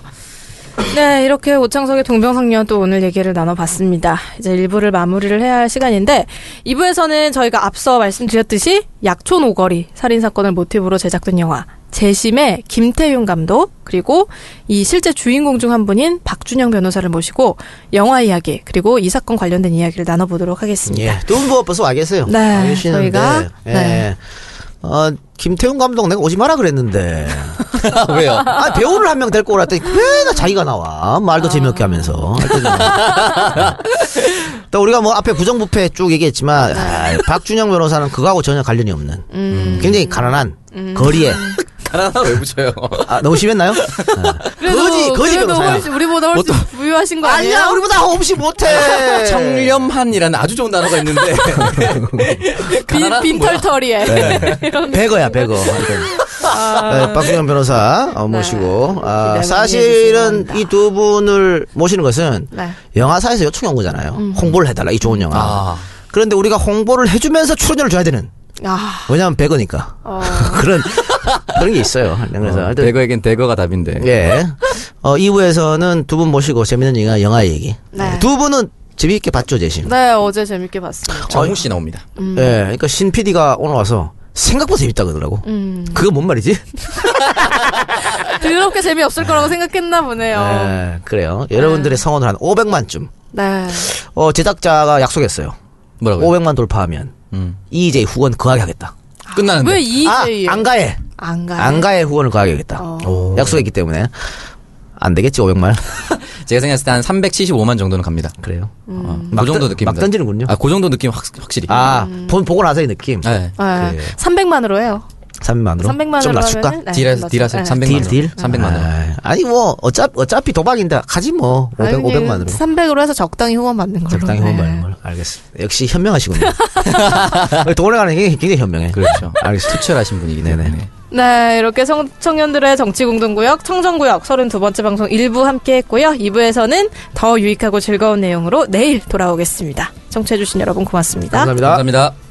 [SPEAKER 2] 네, 이렇게 오창석의 동병상련 또 오늘 얘기를 나눠봤습니다. 이제 일부를 마무리를 해야 할 시간인데, 2부에서는 저희가 앞서 말씀드렸듯이 약촌 오거리 살인사건을 모티브로 제작된 영화, 재심의 김태윤 감독, 그리고 이 실제 주인공 중 한 분인 박준영 변호사를 모시고 영화 이야기, 그리고 이 사건 관련된 이야기를 나눠보도록 하겠습니다.
[SPEAKER 4] 예. 두분 뭐 벌써 와 계세요.
[SPEAKER 2] 네,
[SPEAKER 4] 와 계시는데,
[SPEAKER 2] 저희가,
[SPEAKER 4] 예.
[SPEAKER 2] 네.
[SPEAKER 4] 어, 김태훈 감독 내가 오지 마라 그랬는데.
[SPEAKER 3] 왜요?
[SPEAKER 4] 아, 배우를 한 명 데리고 오라 했더니 왜나 자기가 나와.
[SPEAKER 2] 아.
[SPEAKER 4] 말도 재미없게 하면서. 또 우리가 뭐 앞에 부정부패 쭉
[SPEAKER 2] 네.
[SPEAKER 4] 얘기했지만 아, 박준영 변호사는 그거하고 전혀 관련이
[SPEAKER 2] 음.
[SPEAKER 4] 없는 음, 굉장히 가난한 거리에
[SPEAKER 3] 하나 왜 붙여요?
[SPEAKER 4] 아, 너무 심했나요? 아, 거지 거지
[SPEAKER 2] 그래도
[SPEAKER 4] 변호사야.
[SPEAKER 2] 훨씬, 우리보다 훨씬
[SPEAKER 3] 뭐
[SPEAKER 2] 부유하신 거 아니에요?
[SPEAKER 4] 아니야 우리보다 뭐 홈시 못해.
[SPEAKER 3] 청렴한이라는 아주 좋은 단어가 있는데 가난한
[SPEAKER 2] 빈,
[SPEAKER 3] 뭐야?
[SPEAKER 2] 빈털터리에.
[SPEAKER 4] 네.
[SPEAKER 2] 이런
[SPEAKER 4] 백어야 백어.
[SPEAKER 2] 아.
[SPEAKER 4] 네, 박준영 변호사 어, 모시고 아,
[SPEAKER 2] 네. 기대 많이
[SPEAKER 4] 사실은
[SPEAKER 2] 해주시기
[SPEAKER 4] 이 두 분을 모시는 것은
[SPEAKER 2] 네. 음.
[SPEAKER 4] 영화사에서 요청이 온 거잖아요. 홍보를 해달라 이 좋은 영화.
[SPEAKER 3] 아.
[SPEAKER 4] 그런데 우리가 홍보를 해주면서 출연료를 줘야 되는.
[SPEAKER 2] 아,
[SPEAKER 4] 왜냐하면 백어니까 그런 그런 게 있어요. 네, 그래서
[SPEAKER 3] 어,
[SPEAKER 4] 하여튼
[SPEAKER 3] 대거에겐 대거가 답인데.
[SPEAKER 4] 예. 어, 2부에서는 두 분 모시고 재밌는 영화 영화 얘기.
[SPEAKER 2] 네.
[SPEAKER 4] 두 분은 재미있게 봤죠 제시.
[SPEAKER 2] 네, 어제 재밌게 봤습니다.
[SPEAKER 3] 정우 씨 나옵니다.
[SPEAKER 2] 음.
[SPEAKER 4] 예. 그러니까 신 PD가 오늘 와서 생각보다 재밌다 그러더라고.
[SPEAKER 2] 음.
[SPEAKER 4] 그거 뭔 말이지?
[SPEAKER 2] 더럽게 재미없을 거라고 생각했나 보네요.
[SPEAKER 4] 예, 그래요. 여러분들의 성원을 한 500만쯤.
[SPEAKER 2] 네.
[SPEAKER 4] 어, 제작자가 약속했어요.
[SPEAKER 3] 뭐라고요?
[SPEAKER 4] 500만 돌파하면
[SPEAKER 3] 음.
[SPEAKER 4] EJ 후원 거하게 하겠다.
[SPEAKER 3] 끝나는데.
[SPEAKER 2] 왜
[SPEAKER 4] 아,
[SPEAKER 2] EJ?
[SPEAKER 4] 안 가해.
[SPEAKER 2] 안 가요?
[SPEAKER 4] 안 가해 후원을 거하게 하겠다.
[SPEAKER 2] 어.
[SPEAKER 3] 오.
[SPEAKER 4] 약속했기 때문에. 안 되겠지, 500만.
[SPEAKER 3] 제가 생각했을 때 한 375만 정도는 갑니다.
[SPEAKER 4] 그래요. 음.
[SPEAKER 3] 어,
[SPEAKER 4] 막
[SPEAKER 3] 그 정도
[SPEAKER 4] 던-
[SPEAKER 3] 느낌.
[SPEAKER 4] 막 던지는군요.
[SPEAKER 3] 아, 그 정도 느낌 확, 확실히.
[SPEAKER 4] 아,
[SPEAKER 2] 음.
[SPEAKER 4] 본, 보고 나서의 느낌.
[SPEAKER 3] 네.
[SPEAKER 2] 네.
[SPEAKER 4] 그
[SPEAKER 2] 300만으로 해요.
[SPEAKER 4] 300만으로.
[SPEAKER 2] 300만으로
[SPEAKER 4] 좀 낮출까?
[SPEAKER 2] 하면은, 네,
[SPEAKER 3] 딜에서,
[SPEAKER 2] 맞죠.
[SPEAKER 3] 딜에서
[SPEAKER 2] 네.
[SPEAKER 3] 300만
[SPEAKER 4] 딜,
[SPEAKER 3] 원.
[SPEAKER 4] 딜?
[SPEAKER 3] 300만 원.
[SPEAKER 4] 아, 아니, 뭐, 어차피, 어차피 도박인데, 가지 뭐. 500,
[SPEAKER 2] 아니,
[SPEAKER 4] 500만으로.
[SPEAKER 2] 300으로 해서 적당히 후원받는 걸로.
[SPEAKER 4] 적당히
[SPEAKER 2] 네.
[SPEAKER 4] 후원 받는 걸로. 알겠습니다. 역시 현명하시군요. 돈을 가는 게 굉장히 현명해.
[SPEAKER 3] 그렇죠.
[SPEAKER 4] 알겠습니다.
[SPEAKER 3] 투철하신 분이기
[SPEAKER 4] 네네.
[SPEAKER 3] 때문에.
[SPEAKER 2] 네, 이렇게 성, 청년들의 정치공동구역, 청정구역 32번째 방송 1부 함께 했고요. 2부에서는 더 유익하고 즐거운 내용으로 내일 돌아오겠습니다. 청취해주신 여러분 고맙습니다.
[SPEAKER 4] 감사합니다.
[SPEAKER 3] 감사합니다.